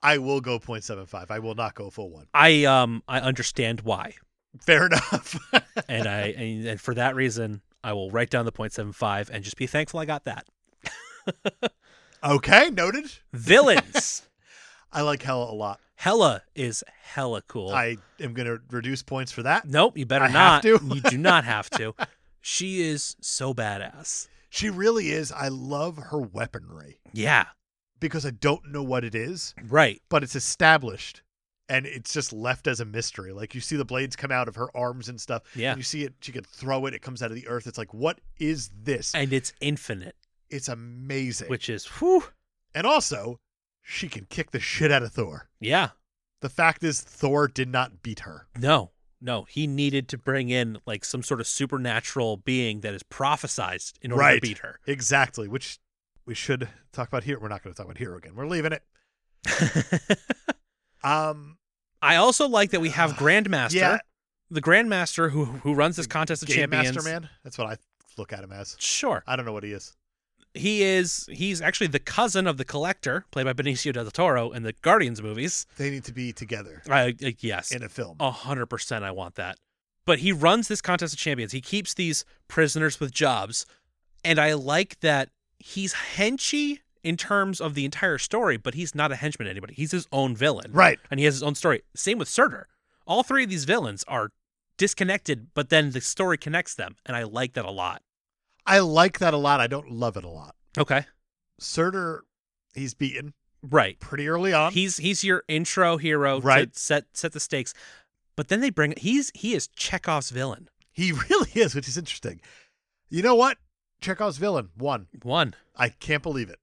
I will go 0.75. I will not go full one. I um I understand why, Fair enough. and I and, and for that reason I will write down the 0.75 and just be thankful I got that. okay, noted. Villains. I like Hella a lot. Hella is hella cool. I am going to reduce points for that. Nope, you better I not. have to? you do not have to. She is so badass. She really is. I love her weaponry Yeah, because I don't know what it is, right. but it's established and it's just left as a mystery. Like you see the blades come out of her arms and stuff. Yeah. And you see it. She could throw it. It comes out of the earth. It's like, what is this? And it's infinite, It's amazing. which is whew. and also, she can kick the shit out of Thor. Yeah. The fact is, Thor did not beat her. No. No, he needed to bring in like some sort of supernatural being that is prophesized in order to Right. beat her. Exactly, which we should talk about here. We're not going to talk about Hero again. We're leaving it. Um, I also like that we have Grandmaster, Yeah. the Grandmaster who who runs this contest of Game champions. Master Man. That's what I look at him as. Sure, I don't know what he is. he is. He's actually the cousin of the Collector, played by Benicio del Toro in the Guardians movies. They need to be together I, I, yes, in a film. A hundred percent, I want that. But he runs this contest of champions. He keeps these prisoners with jobs, and I like that he's henchy in terms of the entire story, but he's not a henchman to anybody. He's his own villain, Right. and he has his own story. Same with Surtur. All three of these villains are disconnected, but then the story connects them, and I like that a lot. I like that a lot. I don't love it a lot. Okay, Surtur, he's beaten right. pretty early on. He's he's your intro hero Um, Right. to set set the stakes, but then they bring he's he is Chekhov's villain. he really is, which is interesting. You know what? Chekhov's villain won. One. I can't believe it.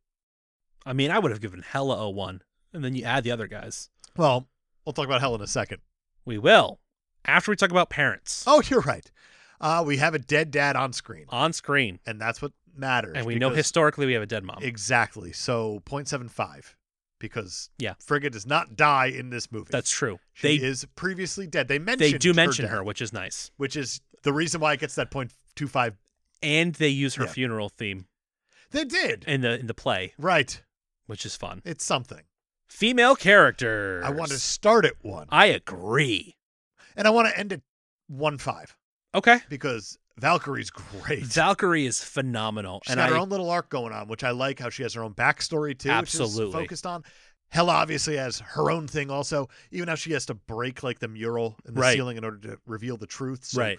I mean, I would have given Hella a one, and then you add the other guys. Well, We'll talk about hell in a second. We will. After we talk about parents Oh, you're right. Uh, we have a dead dad on screen, on screen. and that's what matters. And we know because- historically we have a dead mom. Exactly. So 0.75 because Yeah. Frigga does not die in this movie. That's true. she they is previously dead. They mention they do mention her, death, which is nice. which is the reason why it gets that 0.25. And they use her Yeah. funeral theme They did. in the in the play, right. which is fun. It's something. Female characters. I want to start at one, I agree. and I want to end at one five Okay. because Valkyrie's great. Valkyrie is phenomenal, She's and got I her own little arc going on, which I like. How she has her own backstory too, which is Absolutely. focused on. Hella obviously has her own thing also. Even how she has to break like the mural in the Right. ceiling in order to reveal the truth. So right.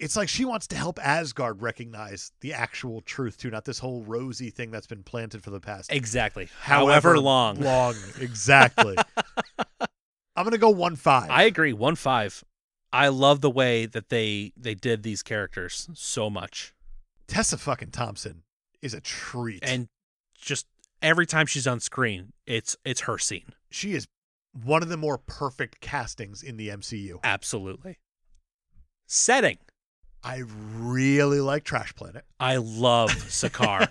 It's like she wants to help Asgard recognize the actual truth too, not this whole rosy thing that's been planted for the past Exactly. However, long. Long, exactly. I'm gonna go one five. I agree. One five. I love the way that they they did these characters so much, Tessa fucking Thompson is a treat, and just every time she's on screen, it's it's her scene. she is one of the more perfect castings in the MCU. Absolutely. Setting. I really like Trash Planet. I love Sakar.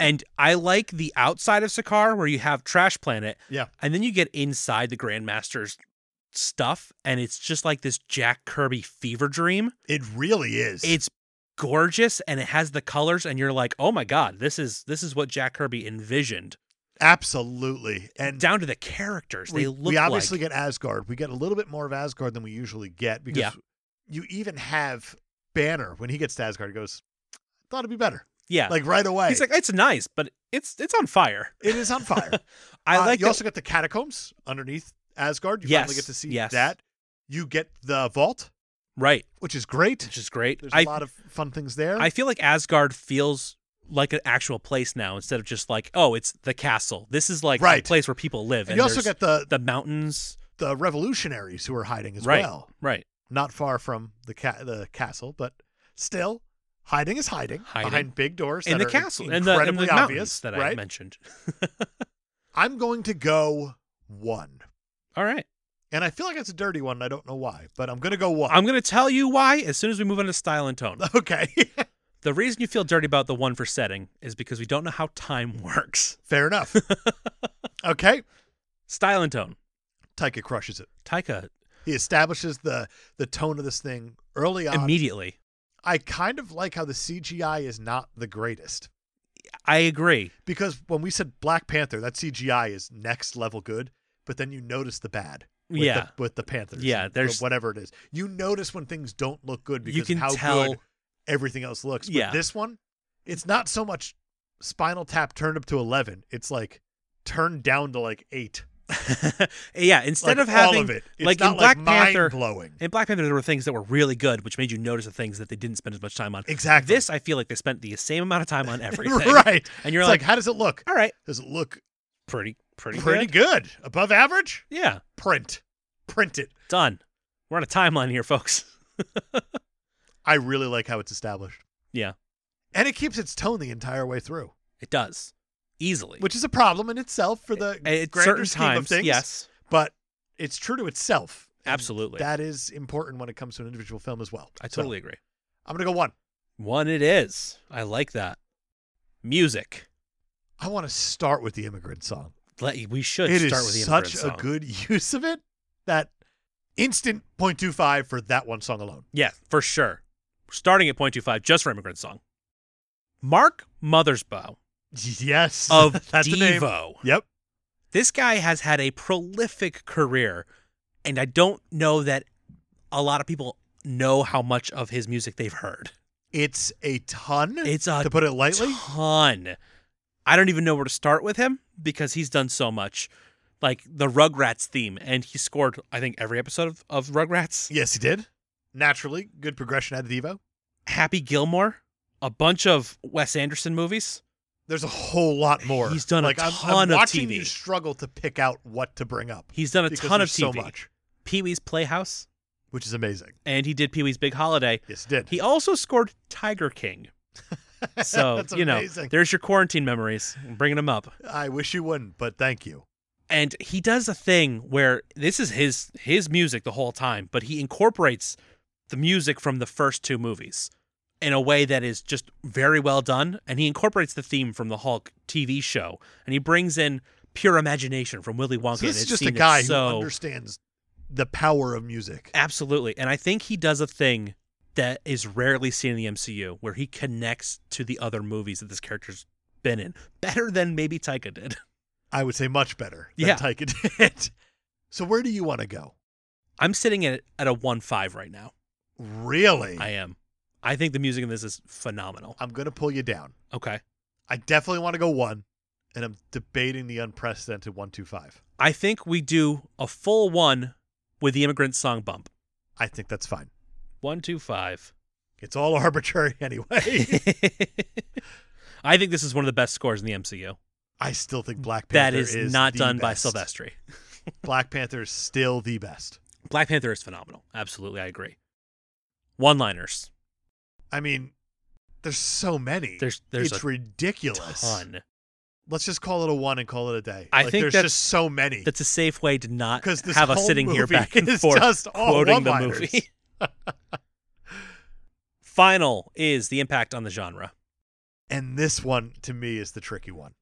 and I like the outside of Sakar where you have Trash Planet. Yeah. And then you get inside the Grandmaster's stuff and it's just like this Jack Kirby fever dream. It really is. It's gorgeous and it has the colors and you're like, "Oh my god, this is this is what Jack Kirby envisioned." absolutely and Down to the characters. we, they look we obviously like get Asgard. We get a little bit more of Asgard than we usually get because Yeah. you even have Banner when he gets to Asgard. He goes, "Thought it'd be better." Yeah. Like right away, He's like, "It's nice, but it's it's on fire." "It is on fire." I Uh, like You that- also get the catacombs underneath Asgard. You finally Yes, get to see yes. that. You get the vault, right, which is great. which is great. There's a I lot of fun things there. I feel like Asgard feels like an actual place now instead of just like, oh, it's the castle. This is like Right. a place where people live. and you also there's get the the mountains. the revolutionaries who are hiding as Right. well. Right. Not far from the ca- the castle, but still hiding is hiding, Hiding. behind big doors And that the are castle. And the, and incredibly the obvious mountains that I right? mentioned. I'm going to go one, All right. and I feel like it's a dirty one. and I don't know why, but I'm going to go one. I'm going to tell you why as soon as we move on to style and tone. okay, The reason you feel dirty about the one for setting is because we don't know how time works. fair enough. okay, Style and tone. Taika crushes it. Taika He establishes the the tone of this thing early on. immediately. I kind of like how the CGI is not the greatest. I agree. because when we said Black Panther, that CGI is next level good, but then you notice the bad. With Yeah. the, with the Panthers. Yeah, and there's- whatever it is. You notice when things don't look good because You can of how tell. good everything else looks. But Yeah. this one, it's not so much Spinal Tap turned up to eleven. It's like turned down to like eight. yeah. Instead Like, of having all of it, it's like not in Black like Panther, blowing. In Black Panther, there were things that were really good, which made you notice the things that they didn't spend as much time on. Exactly. This, I feel like they spent the same amount of time on everything. right. And you're It's like, like, how does it look? all right, Does it look pretty, pretty, pretty good. good? Above average? Yeah, Print, print it. done. We're on a timeline here, folks. I really like how it's established. Yeah. And it keeps its tone the entire way through, It does easily. which is a problem in itself for the At grander certain scheme of times, things. yes, But it's true to itself. and Absolutely. That is important when it comes to an individual film as well. I So, totally agree. I'm going to go one. One, it is. I like that music. I want to start with the immigrant song. Let- we should It is start with the Immigrant such a Song. good use of it that instant 0.25 for that one song alone. Yeah, for sure. Starting at 0.25 just for immigrant song. Mark Mothersbaugh Yes. of That's the name. Devo. Yep. this guy has had a prolific career, and I don't know that a lot of people know how much of his music they've heard. It's a ton, It's a to put it lightly. ton. I don't even know where to start with him because he's done so much. Like the Rugrats theme, and he scored, I think, every episode of, of Rugrats. Yes, he did. Naturally, good progression out of Devo. Happy Gilmore, a bunch of Wes Anderson movies. There's a whole lot more. He's done a like, I'm- I'm, ton of watching TV. You struggle to pick out what to bring up. He's done a because ton of there's TV. so much, Pee Wee's Playhouse, which is amazing. and he did Pee Wee's Big Holiday. Yes, he did. He also scored Tiger King. So That's you know, amazing. there's your quarantine memories. I'm bringing them up. I wish you wouldn't, but thank you. and he does a thing where this is his his music the whole time but he incorporates the music from the first two movies in a way that is just very well done and he incorporates the theme from the hulk tv show and he brings in pure imagination from willy wonka So and this is it's just a seen it guy who so understands the power of music. absolutely and i think he does a thing that is rarely seen in the mcu where he connects to the other movies that this character's been in better than maybe taika did I would say much better than Yeah. Taika did. so where do you want to go? i'm sitting at, at a 1-5 right now Really? I am. I think the music in this is phenomenal. I'm gonna pull you down. Okay. I definitely want to go one, and I'm debating the unprecedented one two five. I think we do a full one with the immigrant song bump. I think that's fine. One, two, five. It's all arbitrary anyway. I think this is one of the best scores in the MCU. I still think Black that Panther is, not the done by best. Silvestri. Black Panther is still the best. Black Panther is phenomenal. Absolutely, I agree. One liners. I mean, there's so many. There's there's it's a ridiculous. ton. Let's just call it a one and call it a day. I Like, think there's that's- just so many. That's a safe way to not Because this have us whole sitting here movie back and is forth just all quoting the one-liners. movie. Final is the impact on the genre. And this one to me is the tricky one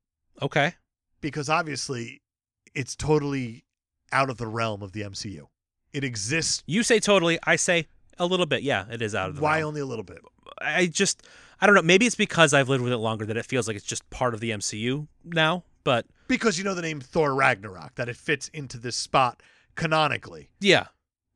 Okay. because obviously it's totally out of the realm of the MCU. It exists. You say totally. I say a little bit. Yeah, it is out of the Why realm. only a little bit? I just, I don't know. Maybe it's because I've lived with it longer that it feels like it's just part of the MCU now. But Because you know the name Thor Ragnarok, that it fits into this spot canonically. yeah,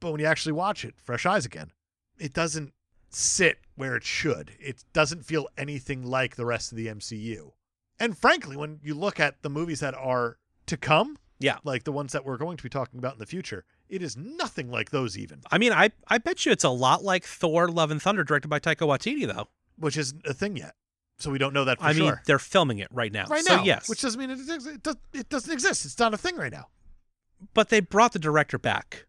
But when you actually watch it, fresh eyes again, it doesn't sit where it should. It doesn't feel anything like the rest of the MCU. And frankly, when you look at the movies that are to come, Yeah. like the ones that we're going to be talking about in the future, it is nothing like those even, I mean, I, I bet you it's a lot like Thor: Love and Thunder, directed by Taika Waititi, though. which isn't a thing yet. So we don't know that for I sure. mean, they're filming it right now. right so now, yes, which doesn't mean it, does- it, does, it doesn't exist. It's not a thing right now. but they brought the director back.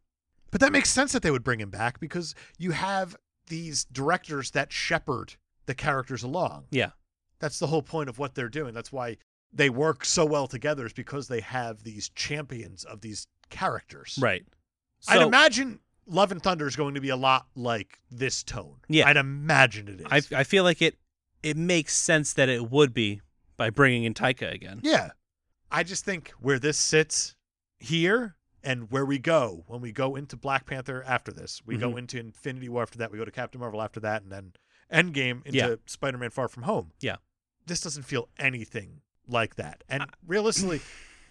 But that makes sense that they would bring him back because you have these directors that shepherd the characters along. Yeah. That's the whole point of what they're doing. That's why they work so well together is because they have these champions of these characters. Right. I'd So- imagine Love and Thunder is going to be a lot like this tone. Yeah. I'd imagine it is. I I feel like it it makes sense that it would be by bringing in Taika again. yeah. I just think where this sits here and where we go when we go into Black Panther after this, we Mm-hmm. go into Infinity War after that, we go to Captain Marvel after that, and then Endgame into Yeah. Spider Man Far From Home. Yeah. This doesn't feel anything like that. And realistically,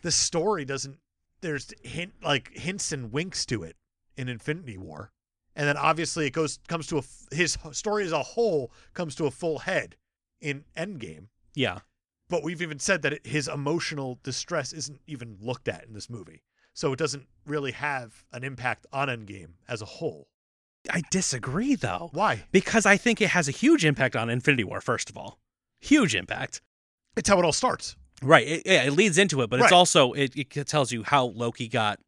the story doesn't there's hint like hints and winks to it in Infinity War, and then obviously it goes comes to a f- his story as a whole comes to a full head in Endgame. Yeah. But we've even said that it, his emotional distress isn't even looked at in this movie, so it doesn't really have an impact on Endgame as a whole. I disagree though. Why? Because I think it has a huge impact on Infinity War, first of all. Huge impact. It's how it all starts. Right. It, yeah, it leads into it, but it's Right. also, it, it tells you how Loki got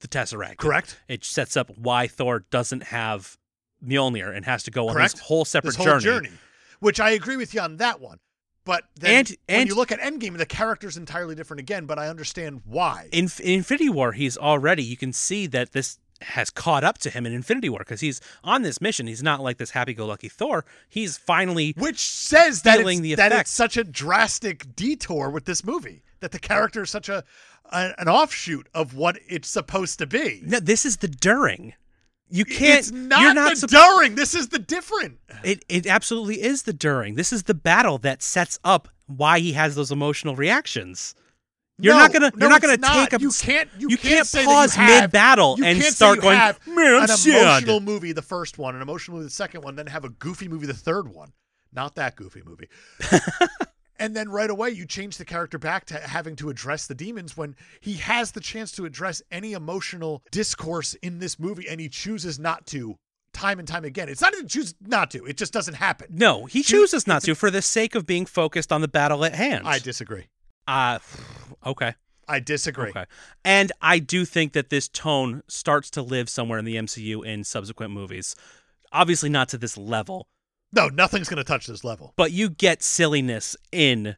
the Tesseract. Correct. It sets up why Thor doesn't have Mjolnir and has to go on Correct. this whole separate This whole journey. journey. which I agree with you on that one. But then And- when and- you look at Endgame, the character's entirely different again. But I understand why. In, in Infinity War, he's already, you can see that this has caught up to him in Infinity War because he's on this mission. He's not like this happy go lucky Thor. He's finally which says that it's, feeling the that effect. it's such a drastic detour with this movie that the character is such a, a an offshoot of what it's supposed to be. No, this is the during. You can't. it's not, you're not the supp- during. This is the different. It it absolutely is the during. This is the battle that sets up why he has those emotional reactions. You're No, not gonna no, you're not it's gonna take a You can't. You, you can't, can't say that pause you have- mid-battle you and can't say start you going, have "Man, I'm an sad." emotional movie, the first one, an emotional movie, the second one, then have a goofy movie, the third one. Not that goofy movie. and then right away you change the character back to having to address the demons when he has the chance to address any emotional discourse in this movie and he chooses not to time and time again. It's not even choose not to. It just doesn't happen. No, he chooses not to for the sake of being focused on the battle at hand. I disagree. Uh, okay. I disagree. Okay. And I do think that this tone starts to live somewhere in the MCU in subsequent movies. Obviously, not to this level, No, nothing's going to touch this level. but you get silliness in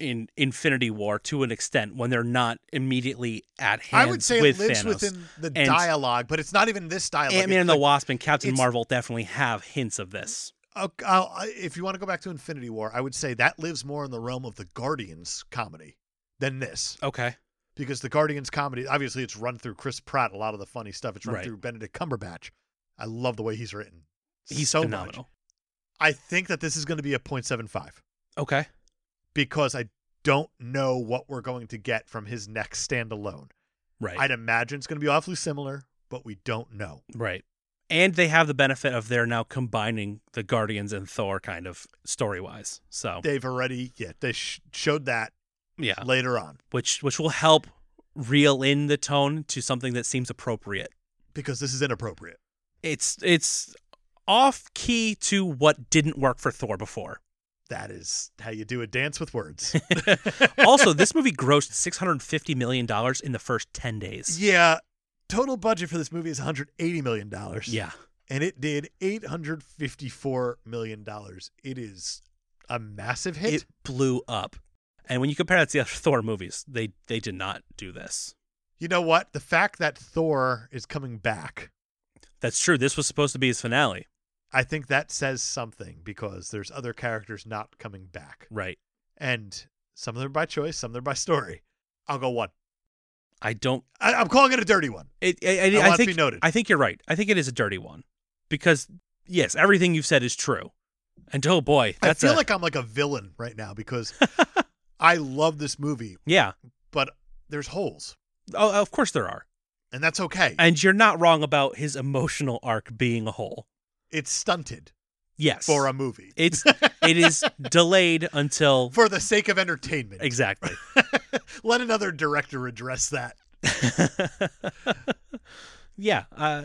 in Infinity War to an extent when they're not immediately at hand. I would say with it lives Thanos. within the And- dialogue, but it's not even this dialogue. Ant Man and It's the Wasp and Captain it's- Marvel definitely have hints of this. Okay, uh, I'll, I- if you want to go back to Infinity War, I would say that lives more in the realm of the Guardians comedy than this, Okay. because the Guardians comedy, obviously, it's run through Chris Pratt. A lot of the funny stuff, it's run Right. through Benedict Cumberbatch. I love the way he's written. He's so much. phenomenal. I think that this is going to be a 0.75 Okay. because I don't know what we're going to get from his next standalone. Right. I'd imagine it's going to be awfully similar, but we don't know. right. And they have the benefit of they're now combining the Guardians and Thor kind of story wise. So They've already, yeah, they sh- showed that Oh. yeah. later on Which which will help reel in the tone to something that seems appropriate. because this is inappropriate. It's it's off key to what didn't work for Thor before. That is how you do a dance with words. also, this movie grossed six hundred and fifty million dollars in the first ten days. yeah. Total budget for this movie is $180 million. Yeah. And it did $854 million. It is a massive hit. it blew up. And when you compare that to the other Thor movies, they they did not do this. you know what? The fact that Thor is coming back, That's true. This was supposed to be his finale, I think that says something because there's other characters not coming back. right? And some of them are by choice, some of them are by story. I'll go one. I don't. I, I'm calling it a dirty one. It, I, I- I I want it to think be noted. I think you're right. I think it is a dirty one because yes, everything you've said is true. And oh boy, that's I feel a- like I'm like a villain right now because I love this movie, yeah. but there's holes, Oh, of course there are, and that's okay. and you're not wrong about his emotional arc being a whole. it's stunted Yes, for a movie it's it is delayed until for the sake of entertainment. exactly. Let another director address that. yeah, uh,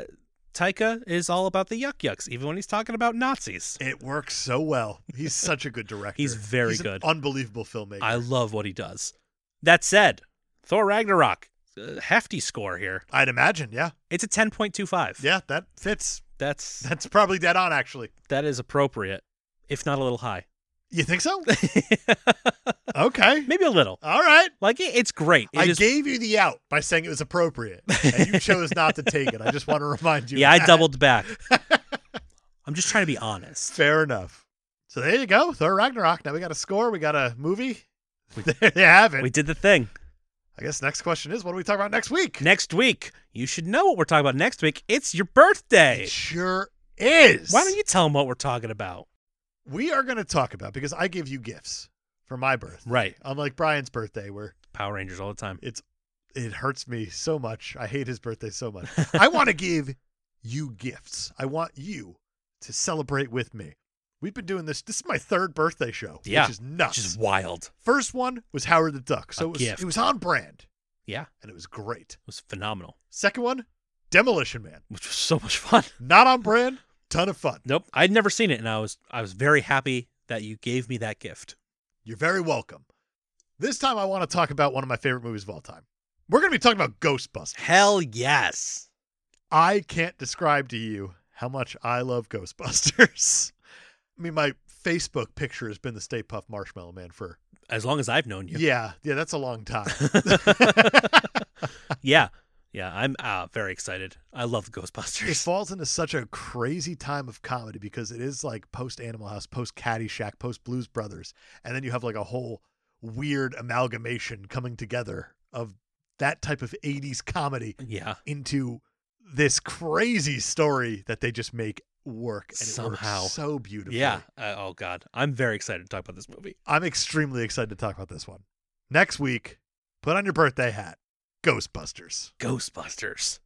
Taika is all about the yuck yucks, even when he's talking about Nazis. It works so well. He's such a good director. He's very an good. unbelievable filmmaker. I love what he does. That said, Thor Ragnarok, uh, hefty score here. I'd imagine, yeah, It's a ten point two five. yeah, that fits. that's That's probably dead on, actually. that is appropriate, if not a little high. You think so? Okay, Maybe a little. all right. Like it, it's great. It I is- gave you the out by saying it was appropriate, and you chose not to take it. I just want to remind you. yeah, of I that. doubled back. I'm just trying to be honest. Fair enough. So there you go, Thor Ragnarok. Now we got a score. We got a movie. there you have it. We did the thing. I guess next question is, what do we talk about next week? Next week, you should know what we're talking about next week. It's your birthday. It sure is. Why don't you tell them what we're talking about? We are going to talk about because I give you gifts for my birthday. Right. Unlike Brian's birthday, where Power Rangers all the time. it's it hurts me so much. I hate his birthday so much. I want to give you gifts. I want you to celebrate with me. We've been doing this. This is my third birthday show, Yeah, which is nuts. Which is wild. It First one was Howard the Duck, so A it was, gift. it was on brand. Yeah. and it was great. was phenomenal, Second one, Demolition Man, which was so much fun. not on brand, ton of fun. Nope, I'd never seen it, and I was I was very happy that you gave me that gift. You're very welcome. This time, I want to talk about one of my favorite movies of all time. We're going to be talking about Ghostbusters. Hell yes. I can't describe to you how much I love Ghostbusters. I mean, my Facebook picture has been the Stay Puff Marshmallow Man for As long as I've known you. yeah, yeah, that's a long time. yeah. Yeah, I'm uh, very excited. I love Ghostbusters. it falls into such a crazy time of comedy because it is like post Animal House, post Caddyshack, post Blues Brothers, and then you have like a whole weird amalgamation coming together of that type of '80s comedy yeah. into this crazy story that they just make work and it Somehow. works so beautifully. Yeah. Uh, oh god, I'm very excited to talk about this movie. I'm extremely excited to talk about this one next week. Put on your birthday hat, Ghostbusters. Ghostbusters.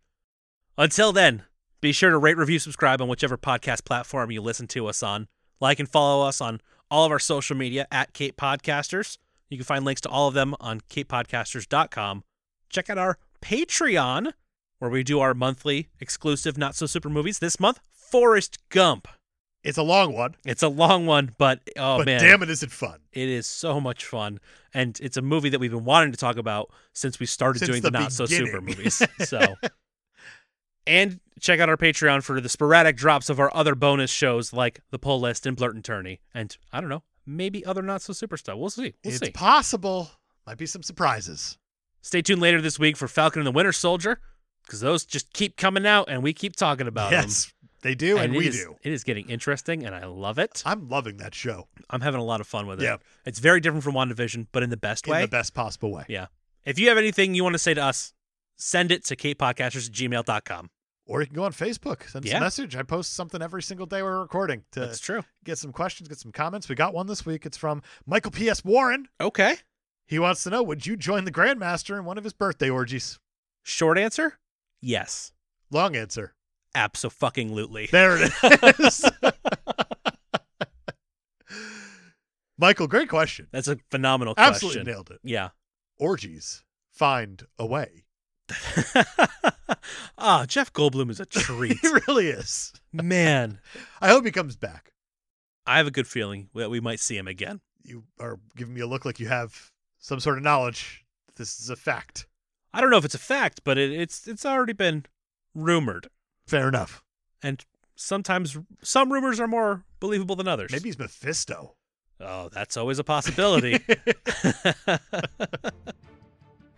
Until then, be sure to rate, review, subscribe on whichever podcast platform you listen to us on. Like and follow us on all of our social media at Cape Podcasters. You can find links to all of them on capepodcasters.com. Check out our Patreon, where we do our monthly exclusive not so super movies. This month, Forrest Gump. It's a long one, It's a long one, but oh but man, damn it, is it fun! it is so much fun, and it's a movie that we've been wanting to talk about since we started Since doing the, the not so super beginning. movies. So, and check out our Patreon for the sporadic drops of our other bonus shows like the Pull List and Blurt and Turney, and I don't know, maybe other not so super stuff. We'll see. We'll it's see. possible. Might be some surprises. Stay tuned later this week for Falcon and the Winter Soldier because those just keep coming out and we keep talking about them. yes, they do, and, it we is- do. It is getting interesting, and I love it. I'm loving that show I'm having a lot of fun with it. Yep. It's very different from WandaVision, but in the best way. in the best possible way. Yeah. if you have anything you want to say to us, send it to katepodcasters at gmail.com. Or you can go on Facebook, send us Yeah. a message. I post something every single day we're recording to That's true. get some questions, get some comments. We got one this week. It's from Michael P.S. Warren. Okay. He wants to know Would you join the Grandmaster in one of his birthday orgies? Short answer yes. Long answer. Absolutely. There it is. Michael, great question. That's a phenomenal Absolutely question. nailed it. Yeah. Orgies. Find a way. Ah, Jeff Goldblum is a treat. He really is. Man, I hope he comes back. I have a good feeling that we might see him again. You are giving me a look like you have some sort of knowledge. This is a fact. I don't know if it's a fact, but it, it's it's already been rumored. Fair enough. and sometimes some rumors are more believable than others. Maybe he's Mephisto. Oh, that's always a possibility.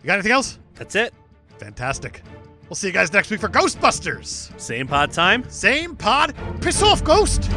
You got anything else? that's it. Fantastic. We'll see you guys next week for Ghostbusters. Same pod time. Same pod. Piss off, ghost.